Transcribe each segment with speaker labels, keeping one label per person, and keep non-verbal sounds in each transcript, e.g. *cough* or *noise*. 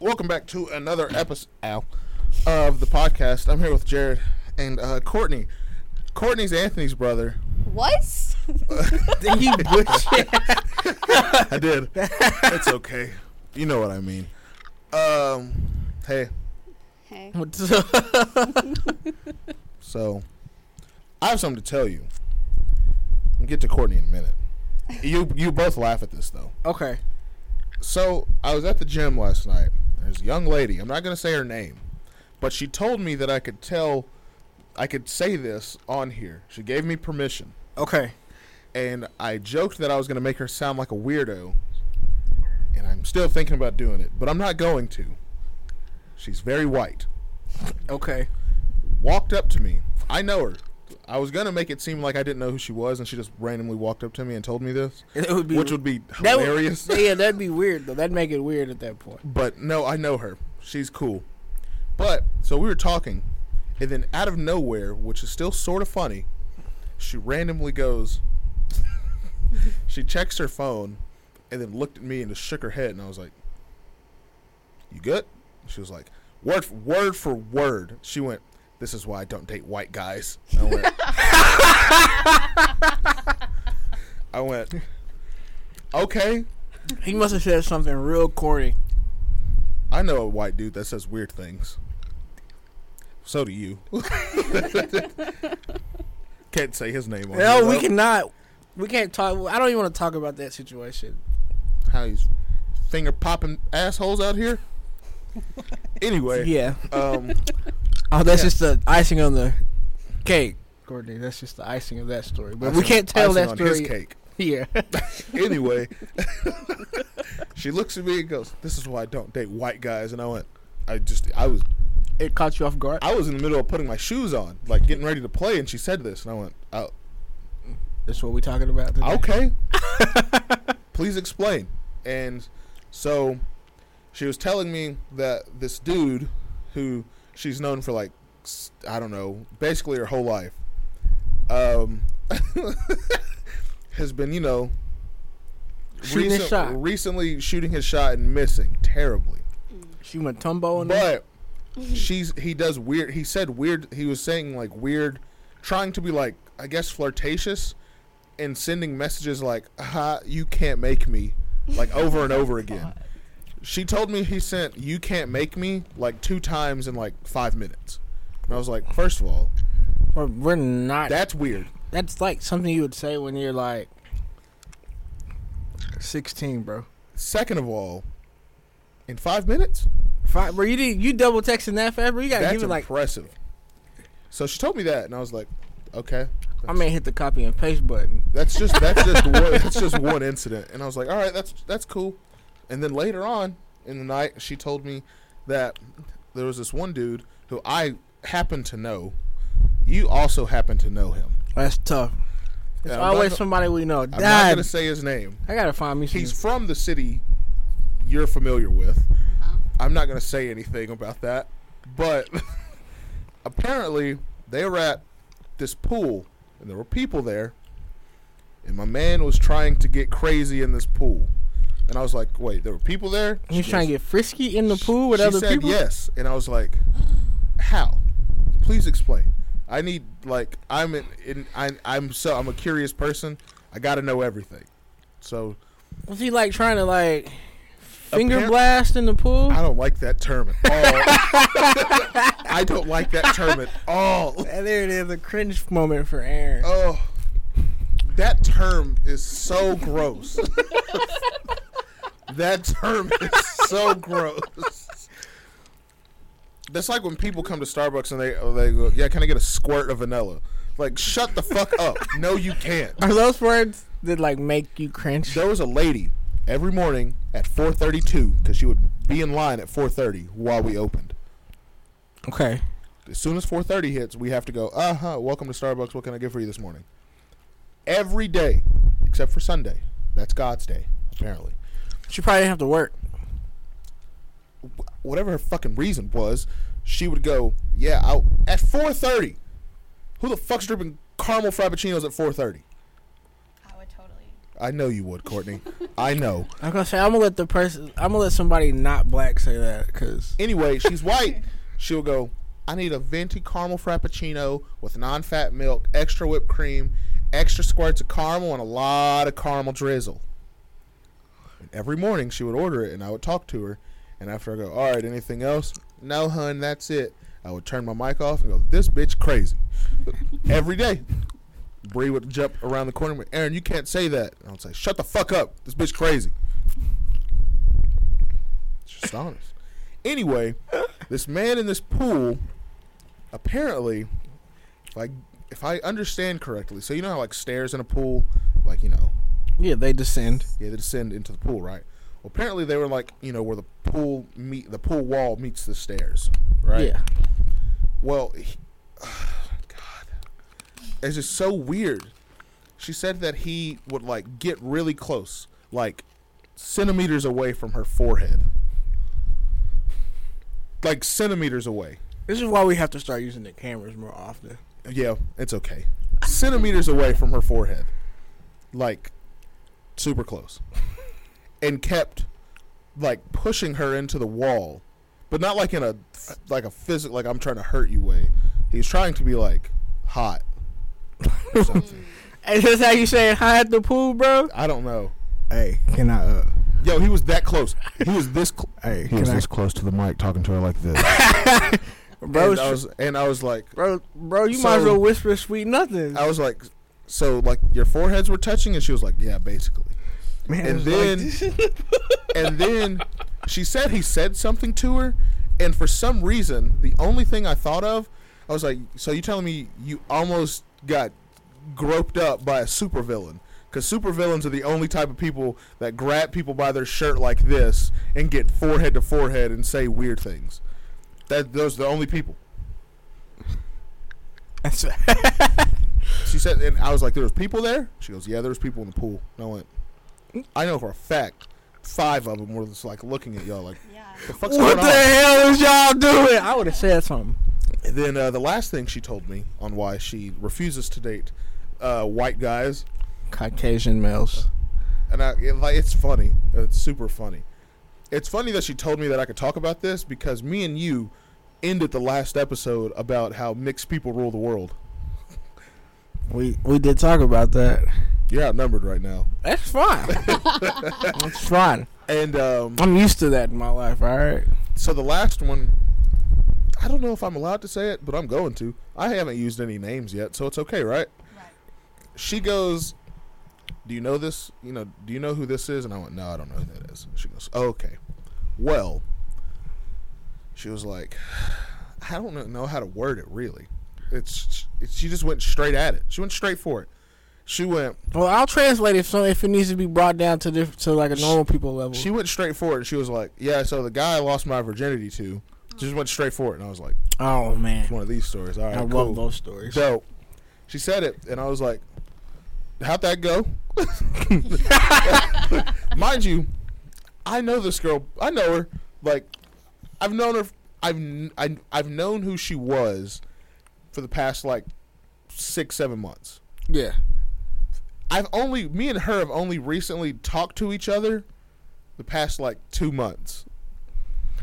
Speaker 1: Welcome back to another episode ow, of the podcast. I'm here with Jared and uh, Courtney. Courtney's Anthony's brother. *laughs*
Speaker 2: What?
Speaker 3: Then you bullshit.
Speaker 1: I did. it's okay. You know what I mean. Um, hey,
Speaker 2: hey.
Speaker 3: What's up? *laughs*
Speaker 1: so I have something to tell you. We'll get to Courtney in a minute. You you both laugh at this though.
Speaker 3: Okay.
Speaker 1: So I was at the gym last night. There's a young lady. I'm not gonna say her name, but she told me that I could tell, I could say this on here. She gave me permission,
Speaker 3: Okay.
Speaker 1: and I joked that I was gonna make her sound like a weirdo. And I'm still thinking about doing it, but I'm not going to. She's very white.
Speaker 3: Okay.
Speaker 1: Walked up to me. I know her. I was gonna make it seem like I didn't know who she was, and she just randomly walked up to me and told me this,
Speaker 3: It would be
Speaker 1: which would be
Speaker 3: that would-
Speaker 1: hilarious.
Speaker 3: *laughs* yeah, that'd be weird though. That'd make it weird at that point.
Speaker 1: But no, I know her. She's cool. But so we were talking, and then out of nowhere, which is still sort of funny, she randomly goes. *laughs* she checks her phone, and then looked at me and just shook her head, and I was like, "You good?" She was like, "Word for, word for word." She went, "This is why I don't date white guys." And I went. *laughs* I went. Okay,
Speaker 3: He must have said something real corny.
Speaker 1: I know a white dude that says weird things. So do
Speaker 3: *laughs*
Speaker 1: you. Can't say his name on
Speaker 3: No,
Speaker 1: here,
Speaker 3: we
Speaker 1: though.
Speaker 3: cannot. We can't talk. I don't even want to talk about that situation.
Speaker 1: How he's finger popping assholes out
Speaker 3: *laughs*
Speaker 1: here. anyway,
Speaker 3: Yeah.
Speaker 1: um,
Speaker 3: Oh, that's
Speaker 1: Yeah.
Speaker 3: just the icing on the cake, Courtney. That's just the icing of that story. But we
Speaker 1: icing-
Speaker 3: can't tell
Speaker 1: icing
Speaker 3: that
Speaker 1: on his
Speaker 3: story *laughs*
Speaker 1: cake.
Speaker 3: here.
Speaker 1: Anyway, *laughs* she looks at me and goes, "This is why I don't date white guys." And I went, "I just, I was,
Speaker 3: it caught you off guard.
Speaker 1: I was in the middle of putting my shoes on, like getting ready to play." And she said this, and I went, oh,
Speaker 3: That's what we're talking about. Today.
Speaker 1: Okay. Please explain. And so she was telling me that this dude who she's known for like s- I don't know, basically her whole life um *laughs* has been, you know,
Speaker 3: Shooting his shot.
Speaker 1: recently shooting his shot and missing terribly.
Speaker 3: She went tumbo on that.
Speaker 1: But she's he does weird. He said weird. He was saying like weird, trying to be like I guess flirtatious, and sending messages like "Ha, you can't make me," like over and over again. She told me he sent "You can't make me" like two times in like five minutes, and I was like, first of all,
Speaker 3: We're, we're not.
Speaker 1: that's weird.
Speaker 3: that's like something you would say when you're like 16, bro.
Speaker 1: Second of all, in five minutes,
Speaker 3: Five, bro, you did you double texting that fast, bro? You gotta
Speaker 1: that's
Speaker 3: give it like
Speaker 1: impressive. so she told me that, and I was like, okay.
Speaker 3: I may hit the copy and paste button.
Speaker 1: That's just that's just one, that's just one incident, and I was like, all right, that's that's cool. And then later on in the night, she told me that there was this one dude who I happened to know. You also happen to know him.
Speaker 3: That's tough. It's
Speaker 1: Yeah, I'm not
Speaker 3: always
Speaker 1: gonna-
Speaker 3: somebody we know.
Speaker 1: I'm not
Speaker 3: Dad,
Speaker 1: gonna say his name.
Speaker 3: I gotta find me. some-
Speaker 1: He's from the city you're familiar with. I'm not gonna say anything about that, but *laughs* apparently they were at this pool and there were people there, and my man was trying to get crazy in this pool, and I was like, "Wait, there were people there?"
Speaker 3: He's trying to get frisky in the pool with
Speaker 1: she
Speaker 3: other
Speaker 1: said
Speaker 3: people.
Speaker 1: yes, and I was like, "How? Please explain. I need like I'm in, in I, I'm so I'm a curious person. I got to know everything." So
Speaker 3: Was he like trying to like finger
Speaker 1: Apparent-
Speaker 3: blast in the pool?
Speaker 1: I don't like that term at all. *laughs* I don't like that term at all.
Speaker 3: And there it is, a cringe moment for Aaron.
Speaker 1: Oh, that term is so gross. *laughs* that term is so gross. That's like when people come to Starbucks and they they go, "Yeah, can I get a squirt of vanilla?" Like, shut the fuck up. No, you can't.
Speaker 3: Are those words that like make you cringe?
Speaker 1: There was a lady every morning at 4:32 because she would be in line at 4:30 while we opened.
Speaker 3: Okay.
Speaker 1: as soon as 4:30 hits, we have to go. Uh huh. Welcome to Starbucks. What can I get for you this morning? Every day, except for Sunday. That's God's day, apparently.
Speaker 3: She probably didn't have to work.
Speaker 1: Whatever her fucking reason was, she would go. Yeah, I, at 4:30. Who the fuck's dripping caramel frappuccinos at 4:30?
Speaker 2: I would totally.
Speaker 1: I know you would, Courtney. I know.
Speaker 3: I'm gonna say I'm gonna let the person. I'm gonna let somebody not black say that because
Speaker 1: Anyway, she's white. *laughs* She'll go, I need a venti caramel frappuccino with non fat milk, extra whipped cream, extra squirts of caramel, and a lot of caramel drizzle. And every morning she would order it, and I would talk to her. And after I go, All right, anything else? No, hun, that's it. I would turn my mic off and go, This bitch crazy. *laughs* every day. Bree would jump around the corner and go, Aaron, you can't say that. And I would say, Shut the fuck up. This bitch crazy. She's honest. Anyway, this man in this pool, apparently, if I if I understand correctly, so you know how like stairs in a pool, like you know,
Speaker 3: yeah, they descend.
Speaker 1: yeah, they descend into the pool, right? Well, apparently they were like you know where the pool meet the pool wall meets the stairs, right?
Speaker 3: Yeah,
Speaker 1: Well, he, *sighs* God, it's just so weird. She said that he would like get really close, like centimeters away from her forehead, like centimeters away.
Speaker 3: this is why we have to start using the cameras more often.
Speaker 1: Yeah, it's okay. Centimeters away from her forehead, like super close, and kept like pushing her into the wall, but not like in a like a physical like I'm trying to hurt you way. He was trying to be like hot. Or something.
Speaker 3: Is this how you say hi at the pool, bro?
Speaker 1: I don't know.
Speaker 4: Hey, can I? Uh,
Speaker 1: Yo, he was that close. He was this. *laughs* Cl-
Speaker 4: hey, can I?
Speaker 1: close to the mic, talking to her like *laughs* this.
Speaker 3: Bro,
Speaker 1: and I was, and I was like,
Speaker 3: bro, bro, you might as
Speaker 1: So-
Speaker 3: well whisper sweet nothing.
Speaker 1: I was like, so like your foreheads were touching, and she was like, yeah, basically.
Speaker 4: Man,
Speaker 1: and
Speaker 4: it's
Speaker 3: *laughs*
Speaker 1: then and then she said he said something to her and for some reason the only thing i thought of i was like so you telling me you almost got groped up by a supervillain because supervillains are the only type of people that grab people by their shirt like this and get forehead to forehead and say weird things that those are the only people
Speaker 3: That's-
Speaker 1: *laughs* she said and i was like there was people there she goes yeah there was people in the pool and i went i know for a fact five of them were just like looking at y'all like
Speaker 2: Yeah.
Speaker 1: the fuck's
Speaker 3: what
Speaker 1: going
Speaker 3: the
Speaker 1: on?
Speaker 3: hell is y'all doing? I would have said something.
Speaker 1: And then uh, the last thing she told me on why she refuses to date uh, white guys,
Speaker 3: Caucasian males.
Speaker 1: and I it, like it's funny, it's super funny. It's funny that she told me that I could talk about this because me and you ended the last episode about how mixed people rule the world.
Speaker 3: We we did talk about that.
Speaker 1: You're outnumbered right now, *laughs*
Speaker 3: That's fine. That's fine.
Speaker 1: and um,
Speaker 3: I'm used to that in my life. All right.
Speaker 1: so the last one, I don't know if I'm allowed to say it, but I'm going to. I haven't used any names yet, so it's okay, right?
Speaker 2: Right.
Speaker 1: she goes, "Do you know this? You know, do you know who this is?" And I went, "No, I don't know who that is." She goes, oh, "Okay, well." She was like, "I don't know- know how to word it really." It's, it's she just went straight at it. She went straight for it. She went
Speaker 3: Well, I'll translate if so if it needs to be brought down to diff- to like a normal people level.
Speaker 1: she went straight for it. And she was like, "Yeah, so the guy I lost my virginity to just went straight for it." And I was like,
Speaker 3: oh man,
Speaker 1: "One of these stories." All right,
Speaker 3: I
Speaker 1: cool.
Speaker 3: love those stories.
Speaker 1: So she said it, and I was like, "How'd that go?" *laughs* Mind you, I know this girl. I know her. Like, I've known her. I've kn- I, I've known who she was for the past like six seven months.
Speaker 3: yeah,
Speaker 1: I've only me and her have only recently talked to each other the past like two
Speaker 3: *laughs*
Speaker 1: months.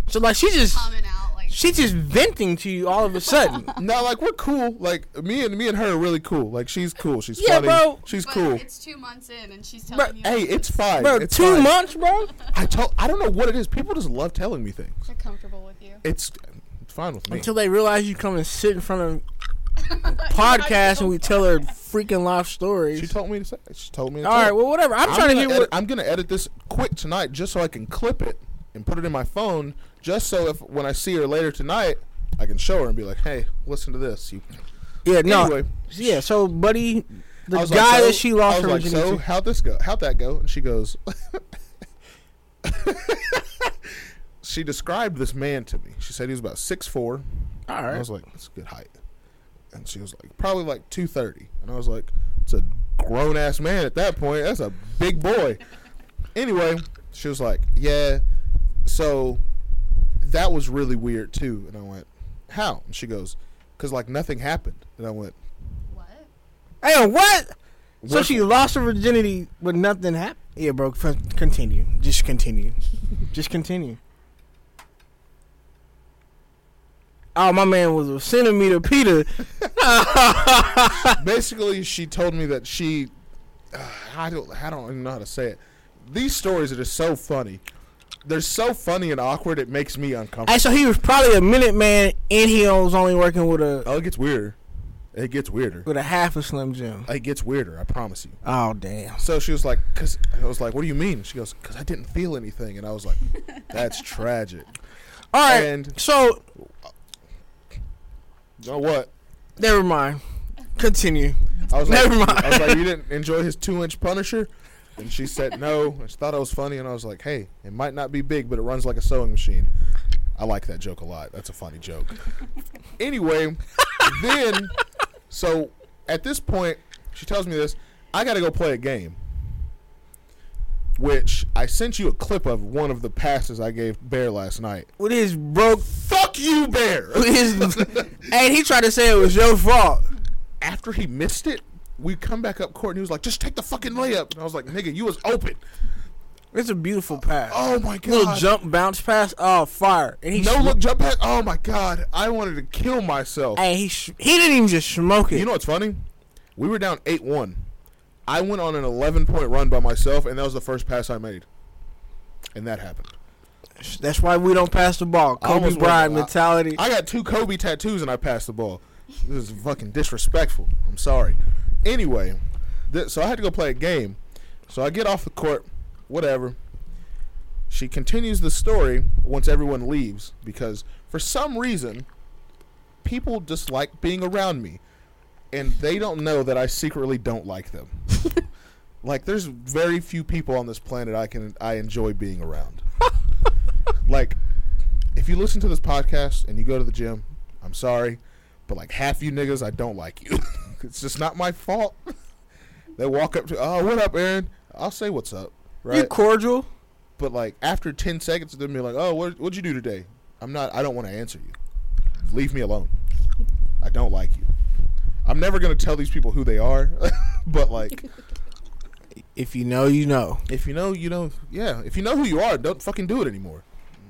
Speaker 3: so like she just
Speaker 2: Coming out like.
Speaker 3: she just venting to you all of
Speaker 1: *laughs*
Speaker 3: a sudden.
Speaker 1: Now, like we're cool. Like me and me and her are really cool. Like she's cool. She's
Speaker 3: Yeah,
Speaker 1: funny.
Speaker 3: bro.
Speaker 1: She's
Speaker 2: but
Speaker 1: cool.
Speaker 2: It's two months in, and she's telling
Speaker 3: Bro,
Speaker 2: you.
Speaker 1: Hey, it's fine.
Speaker 3: bro,
Speaker 1: It's
Speaker 3: two
Speaker 1: fine.
Speaker 3: months, bro.
Speaker 1: I told I don't know what it is. People just love telling me things.
Speaker 2: They're comfortable with you.
Speaker 1: It's, it's fine with me.
Speaker 3: Until they realize you come and sit in front of a podcast and we tell her freaking life
Speaker 1: she
Speaker 3: stories.
Speaker 1: told me to say. She told me. To
Speaker 3: all
Speaker 1: tell.
Speaker 3: right, well, whatever. I'm, trying to
Speaker 1: gonna
Speaker 3: hear
Speaker 1: edit,
Speaker 3: what.
Speaker 1: I'm gonna edit this quick tonight just so I can clip it and put it in my phone, just so if when I see her later tonight, I can show her and be like, "Hey, listen to this." You,
Speaker 3: Yeah, no.
Speaker 1: Anyway,
Speaker 3: Yeah, so buddy, the
Speaker 1: I
Speaker 3: guy
Speaker 1: was like, so-
Speaker 3: that she lost
Speaker 1: I
Speaker 3: her
Speaker 1: was like,
Speaker 3: virginity
Speaker 1: "So how'd this go? How'd that go?" And she goes, *laughs* "She described this man to me. She said he was about six four,
Speaker 3: to. All
Speaker 1: I
Speaker 3: right.
Speaker 1: was like, that's a good height. And she was like, probably like 230. And I was like, it's a grown ass man at that point. That's a big boy. *laughs* anyway, she was like, yeah. So that was really weird too. And I went, how? And she goes, because like nothing happened. And I went,
Speaker 2: What?
Speaker 3: Hey, what? So she lost her virginity, but nothing happened. Yeah, bro. f- Continue. Just
Speaker 1: *laughs*
Speaker 3: continue. Just continue. Oh, my man was a centimeter
Speaker 1: *laughs*
Speaker 3: Peter.
Speaker 1: basically she told me that she uh, I don't I don't even know how to say it. These stories are just so funny. They're so funny and awkward it makes me uncomfortable.
Speaker 3: Hey, so he was probably a minute man, and he was only working with a
Speaker 1: oh, it gets weirder. It gets weirder.
Speaker 3: with a half a Slim Jim.
Speaker 1: It gets weirder, I promise you.
Speaker 3: Oh damn.
Speaker 1: So she was like, "Cause I was like, what do you mean?" She goes, "Cause I didn't feel anything," and I was like, "That's tragic."
Speaker 3: All right.
Speaker 1: And-
Speaker 3: so
Speaker 1: You know what?
Speaker 3: never mind. Continue.
Speaker 1: I was like,
Speaker 3: Never mind.
Speaker 1: I was like, "You
Speaker 3: *laughs*
Speaker 1: didn't enjoy his two-inch Punisher," and she said no. And she thought it was funny, and I was like, "Hey, it might not be big, but it runs like a sewing machine." I like that joke a lot. That's a funny joke.
Speaker 3: *laughs*
Speaker 1: anyway, then so at this point, she tells me this. I got to go play a game, which I sent you a clip of one of the passes I gave Bear last night.
Speaker 3: With his broke, *laughs*
Speaker 1: Fuck you, Bear.
Speaker 3: with his, *laughs* and he tried to say it was your fault.
Speaker 1: after he missed it, we come back up court and he was like, just take the fucking layup. And I was like, nigga, you was open.
Speaker 3: It's a beautiful pass.
Speaker 1: Oh my
Speaker 3: Little
Speaker 1: god.
Speaker 3: jump bounce pass. Oh, fire! And he
Speaker 1: no
Speaker 3: sm-
Speaker 1: look jump pass. Oh my god. I wanted to kill myself.
Speaker 3: Hey, he sh- he didn't even just smoke it.
Speaker 1: You know what's funny? We were down 8 1. I went on an 11 point run by myself, and that was the first pass I made. And that happened.
Speaker 3: That's why we don't pass the ball.
Speaker 1: I
Speaker 3: Kobe
Speaker 1: almost
Speaker 3: Bryant
Speaker 1: went- I-
Speaker 3: mentality.
Speaker 1: I got two Kobe tattoos and I passed the ball. This is fucking disrespectful. I'm sorry. Anyway, th- so I had to go play a game. So I get off the court, whatever. She continues the story once everyone leaves because for some reason people dislike being around me and they don't know that I secretly don't like them. like there's very few people on this planet I can I enjoy being around. like if you listen to this podcast and you go to the gym, I'm sorry, but like half you niggas, I don't like you. *laughs* it's just not my fault. *laughs* they walk up to, oh, what up, Aaron? I'll say what's up, right?
Speaker 3: You cordial.
Speaker 1: but like after ten seconds of them being like, oh, what, what'd you do today? I'm not. I don't want to answer you. Leave me alone. I don't like you. I'm never gonna tell these people who they are, *laughs* but like,
Speaker 3: If you know, you know.
Speaker 1: if you know, you know. Yeah, if you know who you are, don't fucking do it anymore.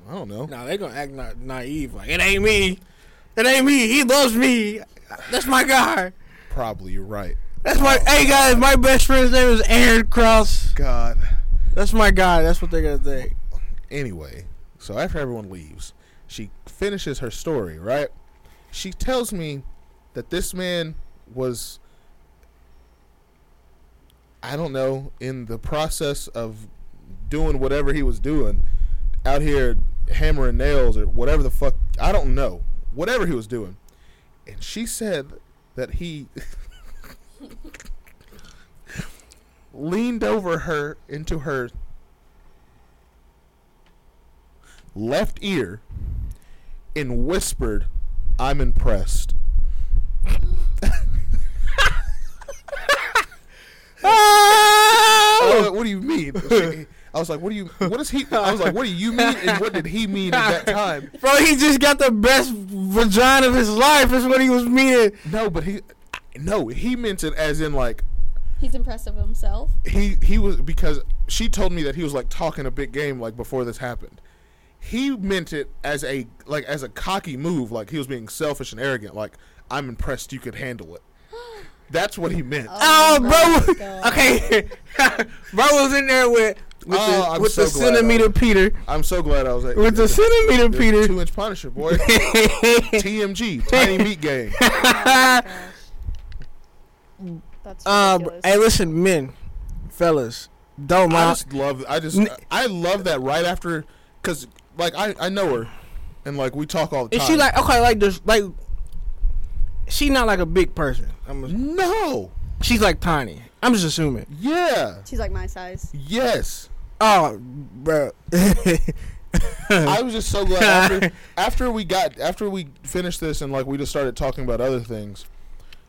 Speaker 1: I don't know.
Speaker 3: No, they gonna act na- naive. Like it ain't me. It ain't me. He loves me. That's my guy.
Speaker 1: Probably you're right.
Speaker 3: That's my. hey guys, my best friend's name is Aaron Cross.
Speaker 1: God.
Speaker 3: That's my guy. That's what they're gonna think.
Speaker 1: Anyway, so after everyone leaves, she finishes her story, right? She tells me that this man was, I don't know, in the process of doing whatever he was doing, out here hammering nails or whatever the fuck, I don't know, whatever he was doing. And she said that he *laughs* leaned over her into her left ear and whispered, I'm impressed.
Speaker 3: Oh! Ah!
Speaker 1: Oh, what do you mean? She-
Speaker 3: *laughs*
Speaker 1: I was like, what do you, what does he, I was like, what do you mean and what did he mean at that
Speaker 3: *laughs*
Speaker 1: time?
Speaker 3: Bro, he just got the best vagina of his life. Is what he was meaning.
Speaker 1: No, but he, no, he meant it as in like,
Speaker 5: He's impressed
Speaker 1: *laughs*
Speaker 5: of himself.
Speaker 1: he, he was, because she told me that he was like talking a big game like before this happened. He meant it as a, like, as a cocky move, like he was being selfish and arrogant, like, I'm impressed you could
Speaker 3: *gasps*
Speaker 1: handle it. That's what he meant.
Speaker 3: Oh,
Speaker 5: my
Speaker 3: *laughs* bro.
Speaker 5: God.
Speaker 3: Okay, *laughs* bro was in there with with
Speaker 1: Oh,
Speaker 3: the,
Speaker 1: I'm
Speaker 3: with
Speaker 1: so
Speaker 3: the
Speaker 1: glad I
Speaker 3: centimeter Peter.
Speaker 1: I'm so glad I was like,
Speaker 3: With the centimeter Peter.
Speaker 1: two inch Punisher, boy. *laughs*
Speaker 3: *laughs*
Speaker 1: TMG, Tiny Meat Game.
Speaker 2: Oh That's
Speaker 1: Um,
Speaker 3: Uh,
Speaker 2: ridiculous.
Speaker 3: hey, listen, men, fellas, don't
Speaker 1: I
Speaker 3: mind.
Speaker 1: just love. I just.
Speaker 3: N-
Speaker 1: I love that right after, cause like I I know her, and like we talk all the
Speaker 3: Is
Speaker 1: time.
Speaker 3: she like okay, like this, like she not like a big person. I'm a-
Speaker 1: No.
Speaker 3: she's like tiny. I'm just assuming.
Speaker 1: Yeah.
Speaker 2: She's like my
Speaker 1: *gasps*
Speaker 2: size.
Speaker 1: Yes.
Speaker 3: Oh,
Speaker 1: *laughs*
Speaker 3: bro.
Speaker 1: I was just so
Speaker 3: *laughs*
Speaker 1: glad after, after we got after we finished this and like we just started talking about other things.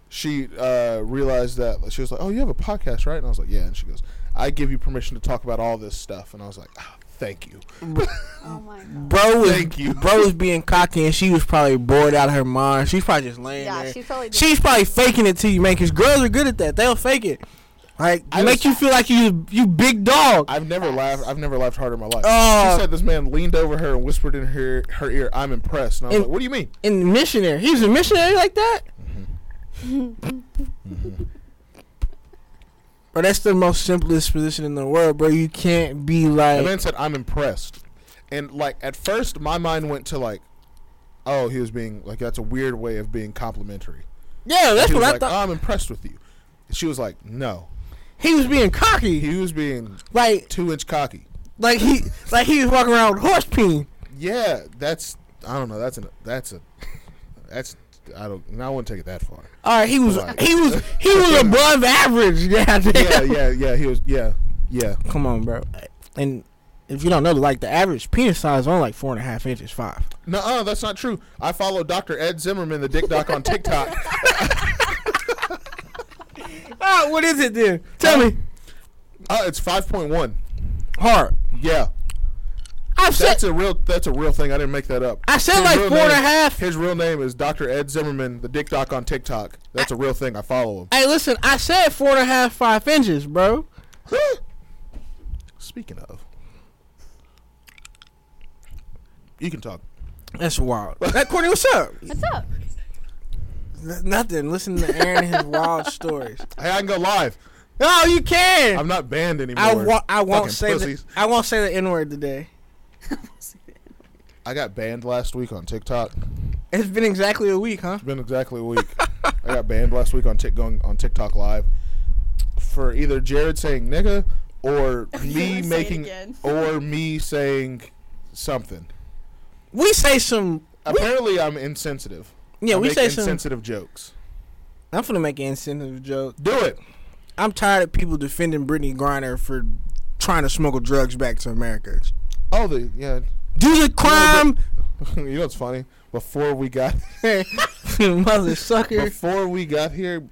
Speaker 1: She uh, realized that she was like, "Oh, you have a podcast, right?" And I was like, "Yeah." And she goes, "I give you permission to talk about all this stuff." And I was like, Ah, "Thank you."
Speaker 2: Oh my god.
Speaker 3: bro was
Speaker 1: Thank you.
Speaker 3: bro was being cocky, and she was probably bored out of her mind. She's probably just laying
Speaker 2: Yeah,
Speaker 3: there.
Speaker 2: she's probably.
Speaker 3: She's probably faking it till you make. Cause girls are good at that. They'll fake it. Like
Speaker 1: I
Speaker 3: make
Speaker 1: just-
Speaker 3: you feel like you you big dog.
Speaker 1: I've never laughed. I've never laughed harder in my life.
Speaker 3: Oh.
Speaker 1: she said this man leaned over her and whispered in her her ear, "I'm impressed." And I was
Speaker 3: And-
Speaker 1: like, "What do you mean?"
Speaker 3: And missionary, he was a missionary like that.
Speaker 1: Mm-hmm.
Speaker 3: Bro, that's the most simplest position in the world, bro. You can't be
Speaker 1: The
Speaker 3: like
Speaker 1: man said, "I'm impressed," and like at first, my mind went to like, "Oh, he was being like that's a weird way of being complimentary."
Speaker 3: yeah. That's
Speaker 1: She
Speaker 3: what
Speaker 1: was
Speaker 3: I
Speaker 1: like, "Uh."
Speaker 3: thought.
Speaker 1: "I'm impressed with you." And she was like, "No."
Speaker 3: he was being cocky,
Speaker 1: He was being
Speaker 3: like
Speaker 1: two inch cocky.
Speaker 3: like he like he was walking around with horse peen.
Speaker 1: Yeah, that's I don't know. That's an that's a *laughs* that's I don't. I wouldn't take it that
Speaker 3: *laughs*
Speaker 1: far.
Speaker 3: All right, he was
Speaker 1: Right.
Speaker 3: he was
Speaker 1: *laughs*
Speaker 3: he was above average. *laughs* Yeah,
Speaker 1: Yeah,
Speaker 3: damn.
Speaker 1: yeah, yeah. He was yeah, yeah.
Speaker 3: Come on, bro. And if you don't know, like the average penis size is only like four and a half inches, five.
Speaker 1: No, uh, that's not true. I follow Dr. Ed Zimmerman, the dick doc on TikTok.
Speaker 3: *laughs* Oh, what is it then? Um, Tell me.
Speaker 1: Uh, it's five point one.
Speaker 3: Hard.
Speaker 1: Yeah,
Speaker 3: I've said
Speaker 1: that's a real that's a real thing. I didn't make that up.
Speaker 3: I said
Speaker 1: His
Speaker 3: like
Speaker 1: real
Speaker 3: four and a
Speaker 1: name-
Speaker 3: half.
Speaker 1: His real name is Dr. Ed Zimmerman, the dick doc on TikTok. That's a real thing. I follow him.
Speaker 3: Hey, listen, I said four and a half, five inches, bro.
Speaker 1: *gasps* Speaking of, you can talk.
Speaker 3: That's wild. That Courtney, what's up?
Speaker 5: What's
Speaker 1: *laughs*
Speaker 5: up?
Speaker 3: N- nothing. Listen to Aaron *laughs* and his wild stories.
Speaker 1: Hey, I can go live.
Speaker 3: No, you can.
Speaker 1: I'm not banned anymore.
Speaker 3: I, wa- I won't
Speaker 1: Fucking
Speaker 3: say the,
Speaker 1: pussies.
Speaker 3: I won't say the n word today.
Speaker 1: I got banned last week on TikTok.
Speaker 3: It's been exactly a week, huh?
Speaker 1: It's been exactly a week. I got banned last week on tick going on TikTok live for either Jared saying nigga
Speaker 2: *laughs*
Speaker 1: or
Speaker 2: Say
Speaker 1: me
Speaker 2: it
Speaker 1: making
Speaker 2: again.
Speaker 1: or me saying something.
Speaker 3: We say some. We,
Speaker 1: Apparently, I'm insensitive.
Speaker 3: yeah,
Speaker 1: I
Speaker 3: we
Speaker 1: make
Speaker 3: say some.
Speaker 1: insensitive jokes.
Speaker 3: I'm finna make an insensitive joke.
Speaker 1: Do it.
Speaker 3: I'm tired of people defending Brittany Griner for trying to smuggle drugs back to America.
Speaker 1: Oh, the yeah. *laughs*
Speaker 3: Do the crime,
Speaker 1: you know what's funny? Before we got
Speaker 3: *laughs* mother sucker.
Speaker 1: before we got here,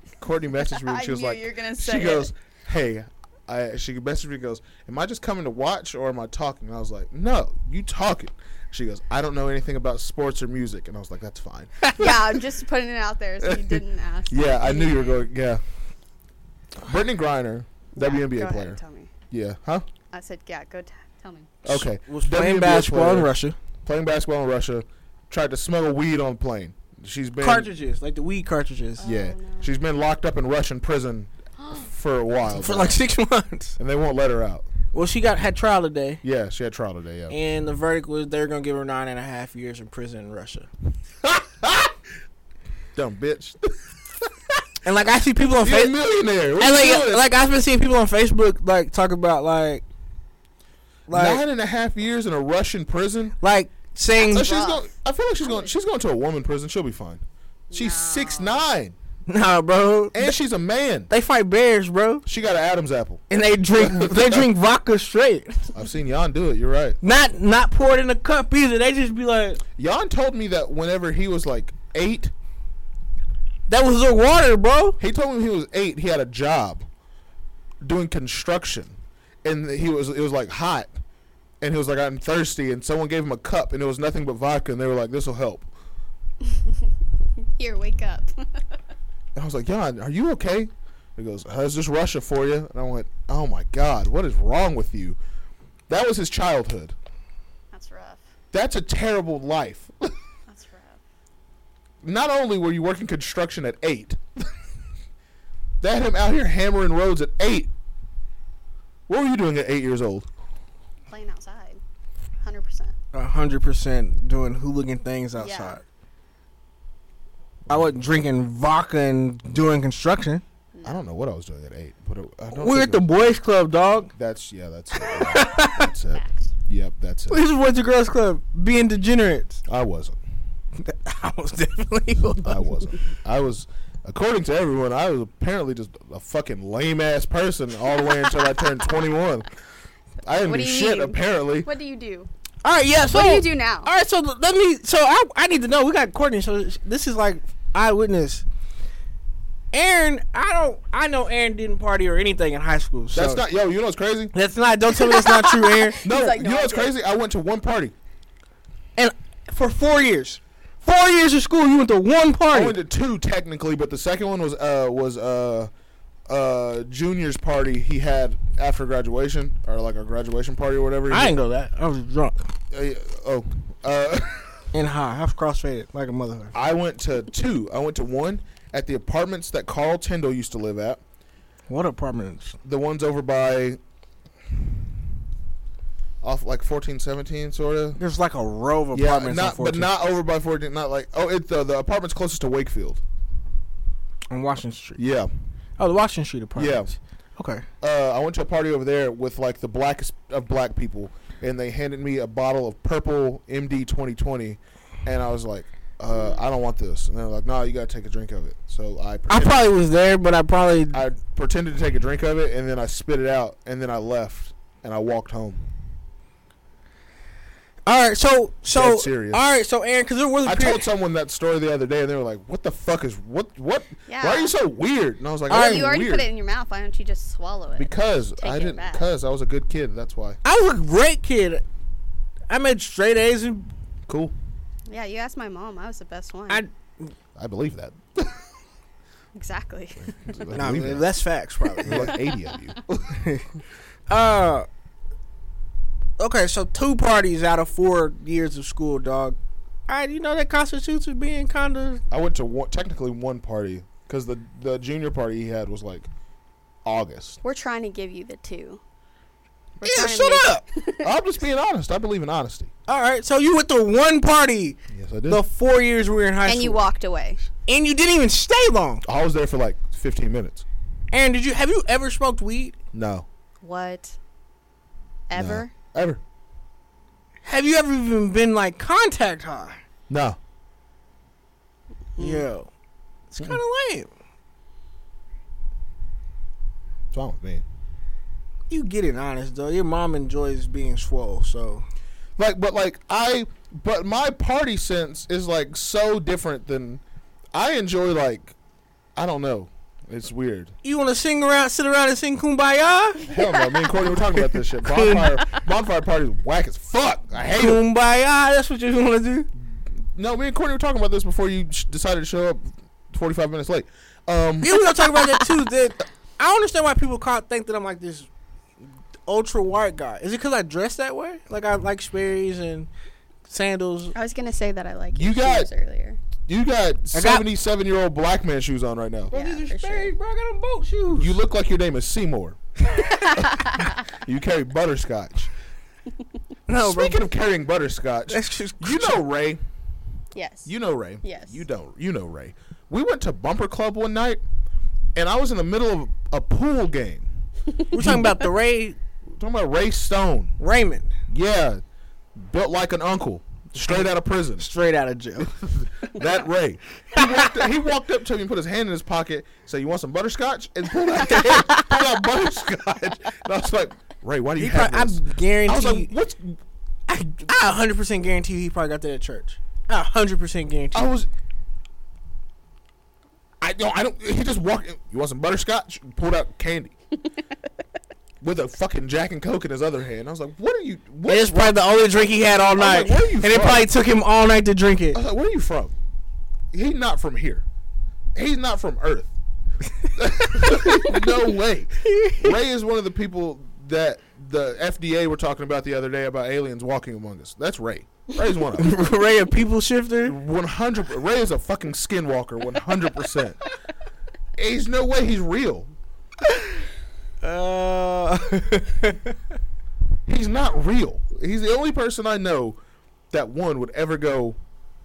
Speaker 2: *laughs*
Speaker 1: Courtney messaged me and
Speaker 2: I
Speaker 1: she was
Speaker 2: knew
Speaker 1: like,
Speaker 2: you were gonna say
Speaker 1: she
Speaker 2: it.
Speaker 1: goes, hey. I, she messaged me and goes, Am I just coming to watch or am I talking? And I was like, No, you talking. She goes, I don't know anything about sports or music. And I was like, That's fine.
Speaker 2: *laughs* yeah,
Speaker 1: *laughs*
Speaker 2: I'm just putting it out there so you didn't ask.
Speaker 1: yeah, I knew you were going. Yeah. Brittany Griner,
Speaker 2: Yeah,
Speaker 1: WNBA
Speaker 2: go ahead,
Speaker 1: player.
Speaker 2: tell me.
Speaker 1: Yeah, huh?
Speaker 2: I said, yeah, go t- tell me. *gasps*
Speaker 1: Okay.
Speaker 3: Was playing
Speaker 1: WNBA
Speaker 3: basketball in
Speaker 1: player,
Speaker 3: Russia.
Speaker 1: Playing basketball in Russia. Tried to smuggle weed on the plane. She's been.
Speaker 3: Cartridges, like the weed cartridges,
Speaker 1: Yeah.
Speaker 2: Oh, no.
Speaker 1: She's been locked up in Russian prison for a while.
Speaker 3: for
Speaker 1: now,
Speaker 3: like six *laughs* months.
Speaker 1: and they won't let her out.
Speaker 3: Well, she got had trial today,
Speaker 1: Yeah, she had trial today. Yeah.
Speaker 3: and the verdict was they're gonna give her nine and a half years in prison in Russia.
Speaker 1: Dumb bitch.
Speaker 3: And like I see people on
Speaker 1: You're a
Speaker 3: Facebook,
Speaker 1: millionaire. What
Speaker 3: and
Speaker 1: you
Speaker 3: like
Speaker 1: doing?
Speaker 3: like I've been seeing people on Facebook like talk about like like
Speaker 1: nine and a half years in a Russian prison.
Speaker 3: like saying
Speaker 1: Oh, she's
Speaker 2: rough.
Speaker 1: going. I feel like she's going. She's going to a woman prison. She'll be fine. She's six nine,
Speaker 3: *laughs* nah, bro.
Speaker 1: and she's a man.
Speaker 3: They fight bears, bro,
Speaker 1: She got an Adam's apple.
Speaker 3: and they drink
Speaker 1: *laughs*
Speaker 3: they drink vodka straight,
Speaker 1: I've seen Jan do it. You're right.
Speaker 3: not not poured in a cup either. They just be like
Speaker 1: Jan told me that whenever he was like eight,
Speaker 3: that was their water, bro.
Speaker 1: he told me he was eight. He had a job doing construction, and he was it was like hot, and he was like I'm thirsty, and someone gave him a cup, and it was nothing but vodka, and they were like this will help.
Speaker 5: Here, wake up.
Speaker 1: And I was like, Jan, are you okay? He goes, How's this Russia for you? And I went, Oh my God, what is wrong with you? That was his childhood.
Speaker 2: *laughs* That's rough.
Speaker 1: That's a terrible life. *laughs*
Speaker 2: That's rough.
Speaker 1: Not only were you working construction at eight, *laughs* they had him out here hammering roads at eight. What were you doing at eight years old?
Speaker 2: Playing outside, hundred percent.
Speaker 3: A hundred percent doing hooligan things outside. I wasn't drinking vodka and doing construction.
Speaker 1: I don't know what I was doing at eight, but it, I don't
Speaker 3: We're
Speaker 1: think
Speaker 3: at the
Speaker 1: it-
Speaker 3: boys club, dog.
Speaker 1: That's yeah, that's it. that's it. Yep, that's it.
Speaker 3: *laughs* This is boys and girls club. Being degenerates. *laughs*
Speaker 1: I wasn't.
Speaker 3: I was definitely. *laughs*
Speaker 1: I wasn't. I was, according to everyone, I was apparently just a fucking lame ass person all the way until I turned 21. I didn't
Speaker 2: What
Speaker 1: do,
Speaker 2: do you
Speaker 1: shit,
Speaker 2: mean?
Speaker 1: apparently.
Speaker 2: What do you do?
Speaker 3: All right, yeah. So
Speaker 2: What do you do now?
Speaker 3: All right, so let me. So I, I need to know. We got Courtney. So sh- this is like eyewitness. Aaron, I don't. I know Aaron didn't party or anything in high school. So
Speaker 1: That's not, yo, you know what's crazy?
Speaker 3: That's not. Don't tell me that's not true, Aaron.
Speaker 1: *laughs* No,
Speaker 2: like,
Speaker 1: you
Speaker 2: no,
Speaker 1: know
Speaker 2: I
Speaker 1: what's
Speaker 2: didn't.
Speaker 1: crazy? I went to one party.
Speaker 3: And for four years, four years of school, you went to one
Speaker 1: I
Speaker 3: party.
Speaker 1: went to two technically, but the second one was, uh, was, uh, uh, junior's party he had after graduation, or like a graduation party or whatever.
Speaker 3: I ain't go that. I was drunk
Speaker 1: Uh, oh, uh, *laughs*
Speaker 3: and high. I was crossfaded like a motherfucker.
Speaker 1: I went to two. I went to one at the apartments that Carl Tyndall used to live at.
Speaker 3: What apartments?
Speaker 1: The ones over by off like fourteen seventeen sort of.
Speaker 3: There's like a row of
Speaker 1: Yeah,
Speaker 3: apartments.
Speaker 1: not but not over by fourteen. Not like oh, it's uh, the apartments closest to Wakefield.
Speaker 3: on Washington Street.
Speaker 1: Yeah.
Speaker 3: Oh, the Washington Street apartments. Yeah. Okay.
Speaker 1: uh, I went to a party over there with like the blackest of black people, and they handed me a bottle of purple MD 2020, and I was like, uh, I don't want this, and they're like, No, you gotta take a drink of it. So I
Speaker 3: I
Speaker 1: pretended,
Speaker 3: probably was there, but I probably
Speaker 1: I pretended to take a drink of it, and then I spit it out, and then I left, and I walked home.
Speaker 3: All right, so so
Speaker 1: Dead serious.
Speaker 3: all right, so Aaron, because there was a
Speaker 1: I
Speaker 3: period.
Speaker 1: told someone that story the other day, and they were like, "What the fuck is what what?
Speaker 2: Yeah.
Speaker 1: Why are you so weird?" And I was like,
Speaker 3: All
Speaker 1: "I
Speaker 3: right,
Speaker 1: am
Speaker 2: you already
Speaker 1: weird
Speaker 2: put it in your mouth. Why don't you just swallow it?
Speaker 1: because I
Speaker 2: it
Speaker 1: didn't
Speaker 2: back.
Speaker 1: because I was a good kid. That's why.
Speaker 3: I was a great kid. I made straight A's and
Speaker 1: Cool,
Speaker 2: yeah, you asked my mom. I was the best one.
Speaker 3: I.
Speaker 1: I believe that.
Speaker 3: *laughs*
Speaker 2: exactly. *laughs*
Speaker 1: I
Speaker 3: Nah,
Speaker 1: believe that.
Speaker 3: that's
Speaker 1: *laughs*
Speaker 3: facts, probably.
Speaker 1: There's like 80 of you.
Speaker 3: uh, okay, so two parties out of four years of school, dog. All right, you know that constitutes as being kind of
Speaker 1: I went to one, technically one party because the the junior party he had was like August.
Speaker 2: We're trying to give you the two. We're
Speaker 3: yeah.
Speaker 2: trying to
Speaker 3: Shut
Speaker 2: make-
Speaker 3: up.
Speaker 1: I'm just being honest. I believe in honesty.
Speaker 3: *laughs* All right, so you went to one party
Speaker 1: Yes, I did.
Speaker 3: the four years we were in high school,
Speaker 2: And you walked away.
Speaker 3: and you didn't even stay long.
Speaker 1: I was there for like 15 minutes.
Speaker 3: Aaron, did you have you ever smoked weed?
Speaker 1: No,
Speaker 2: What? Ever?
Speaker 1: ever.
Speaker 3: Have you ever even been like contact high?
Speaker 1: No,
Speaker 3: Yo, it's kind of lame.
Speaker 1: what's wrong with me?
Speaker 3: You get it honest though. Your mom enjoys being swole, so
Speaker 1: Like, but like I, but my party sense is like so different than I enjoy. Like, I don't know. It's weird.
Speaker 3: you want to sing around, sit around and sing "Kumbaya,"
Speaker 1: Hell no. Me and Courtney were talking about this shit.
Speaker 3: *laughs*
Speaker 1: Bonfire, bonfire parties whack as fuck. I hate 'em.
Speaker 3: "Kumbaya." That's what you want to do.
Speaker 1: No, me and Courtney were talking about this before you sh- decided to show up 45 minutes late. Um,
Speaker 3: Yeah, we gonna talk about that too. That I don't understand why people call, think that I'm like this ultra white guy. Is it because I dress that way? Like I like Sperry's and sandals.
Speaker 2: I was going to say that I like
Speaker 1: You
Speaker 2: your
Speaker 1: got-
Speaker 2: shoes earlier.
Speaker 1: you got 77 year old black man shoes on right now.
Speaker 3: Bro,
Speaker 2: Yeah,
Speaker 3: these are
Speaker 2: for sure.
Speaker 3: Sperry's, bro. I got them boat shoes.
Speaker 1: You look like your name is
Speaker 3: *laughs*
Speaker 1: Seymour. *laughs* you carry butterscotch.
Speaker 3: no, bro.
Speaker 1: Speaking of carrying butterscotch,
Speaker 3: *laughs* That's *laughs* just
Speaker 1: you know Ray.
Speaker 2: Yes.
Speaker 1: You know Ray.
Speaker 2: Yes.
Speaker 1: You don't. You know Ray. We went to Bumper Club one night, and I was in the middle of a pool game.
Speaker 3: we're talking about the Ray
Speaker 1: We're talking about Ray Stone.
Speaker 3: Raymond,
Speaker 1: Yeah, built like an uncle, straight out of prison.
Speaker 3: straight out of jail.
Speaker 1: That Ray. He walked, he walked up to me and put his hand in his pocket, said, You want some butterscotch? And pulled out, *laughs* pulled out butterscotch. And I was like, Ray, why do you
Speaker 3: He
Speaker 1: have
Speaker 3: *laughs* probably, I
Speaker 1: this?
Speaker 3: guarantee.
Speaker 1: I was like, What's.
Speaker 3: I, I 100% guarantee you he probably got that at church. I 100% guarantee.
Speaker 1: I was. I don't. I don't. He just walked. in, You want some butterscotch? And Pulled out candy. With a fucking Jack and Coke in his other hand. I was like, What are you. What?
Speaker 3: And it's probably the only drink he had all
Speaker 1: like,
Speaker 3: night.
Speaker 1: where you
Speaker 3: and it
Speaker 1: from?
Speaker 3: probably took him all night to drink *laughs* it.
Speaker 1: I was like, Where are you from? He's not from here. He's not from Earth. *laughs* no way. Ray is one of the people that the FDA were talking about the other day about aliens walking among us. That's Ray. Ray's one of them.
Speaker 3: Ray, a people shifter. *laughs*
Speaker 1: One hundred. Ray is a fucking skinwalker. One hundred percent. He's no way. He's real.
Speaker 3: Uh, *laughs*
Speaker 1: He's not real. He's the only person I know that one would ever go.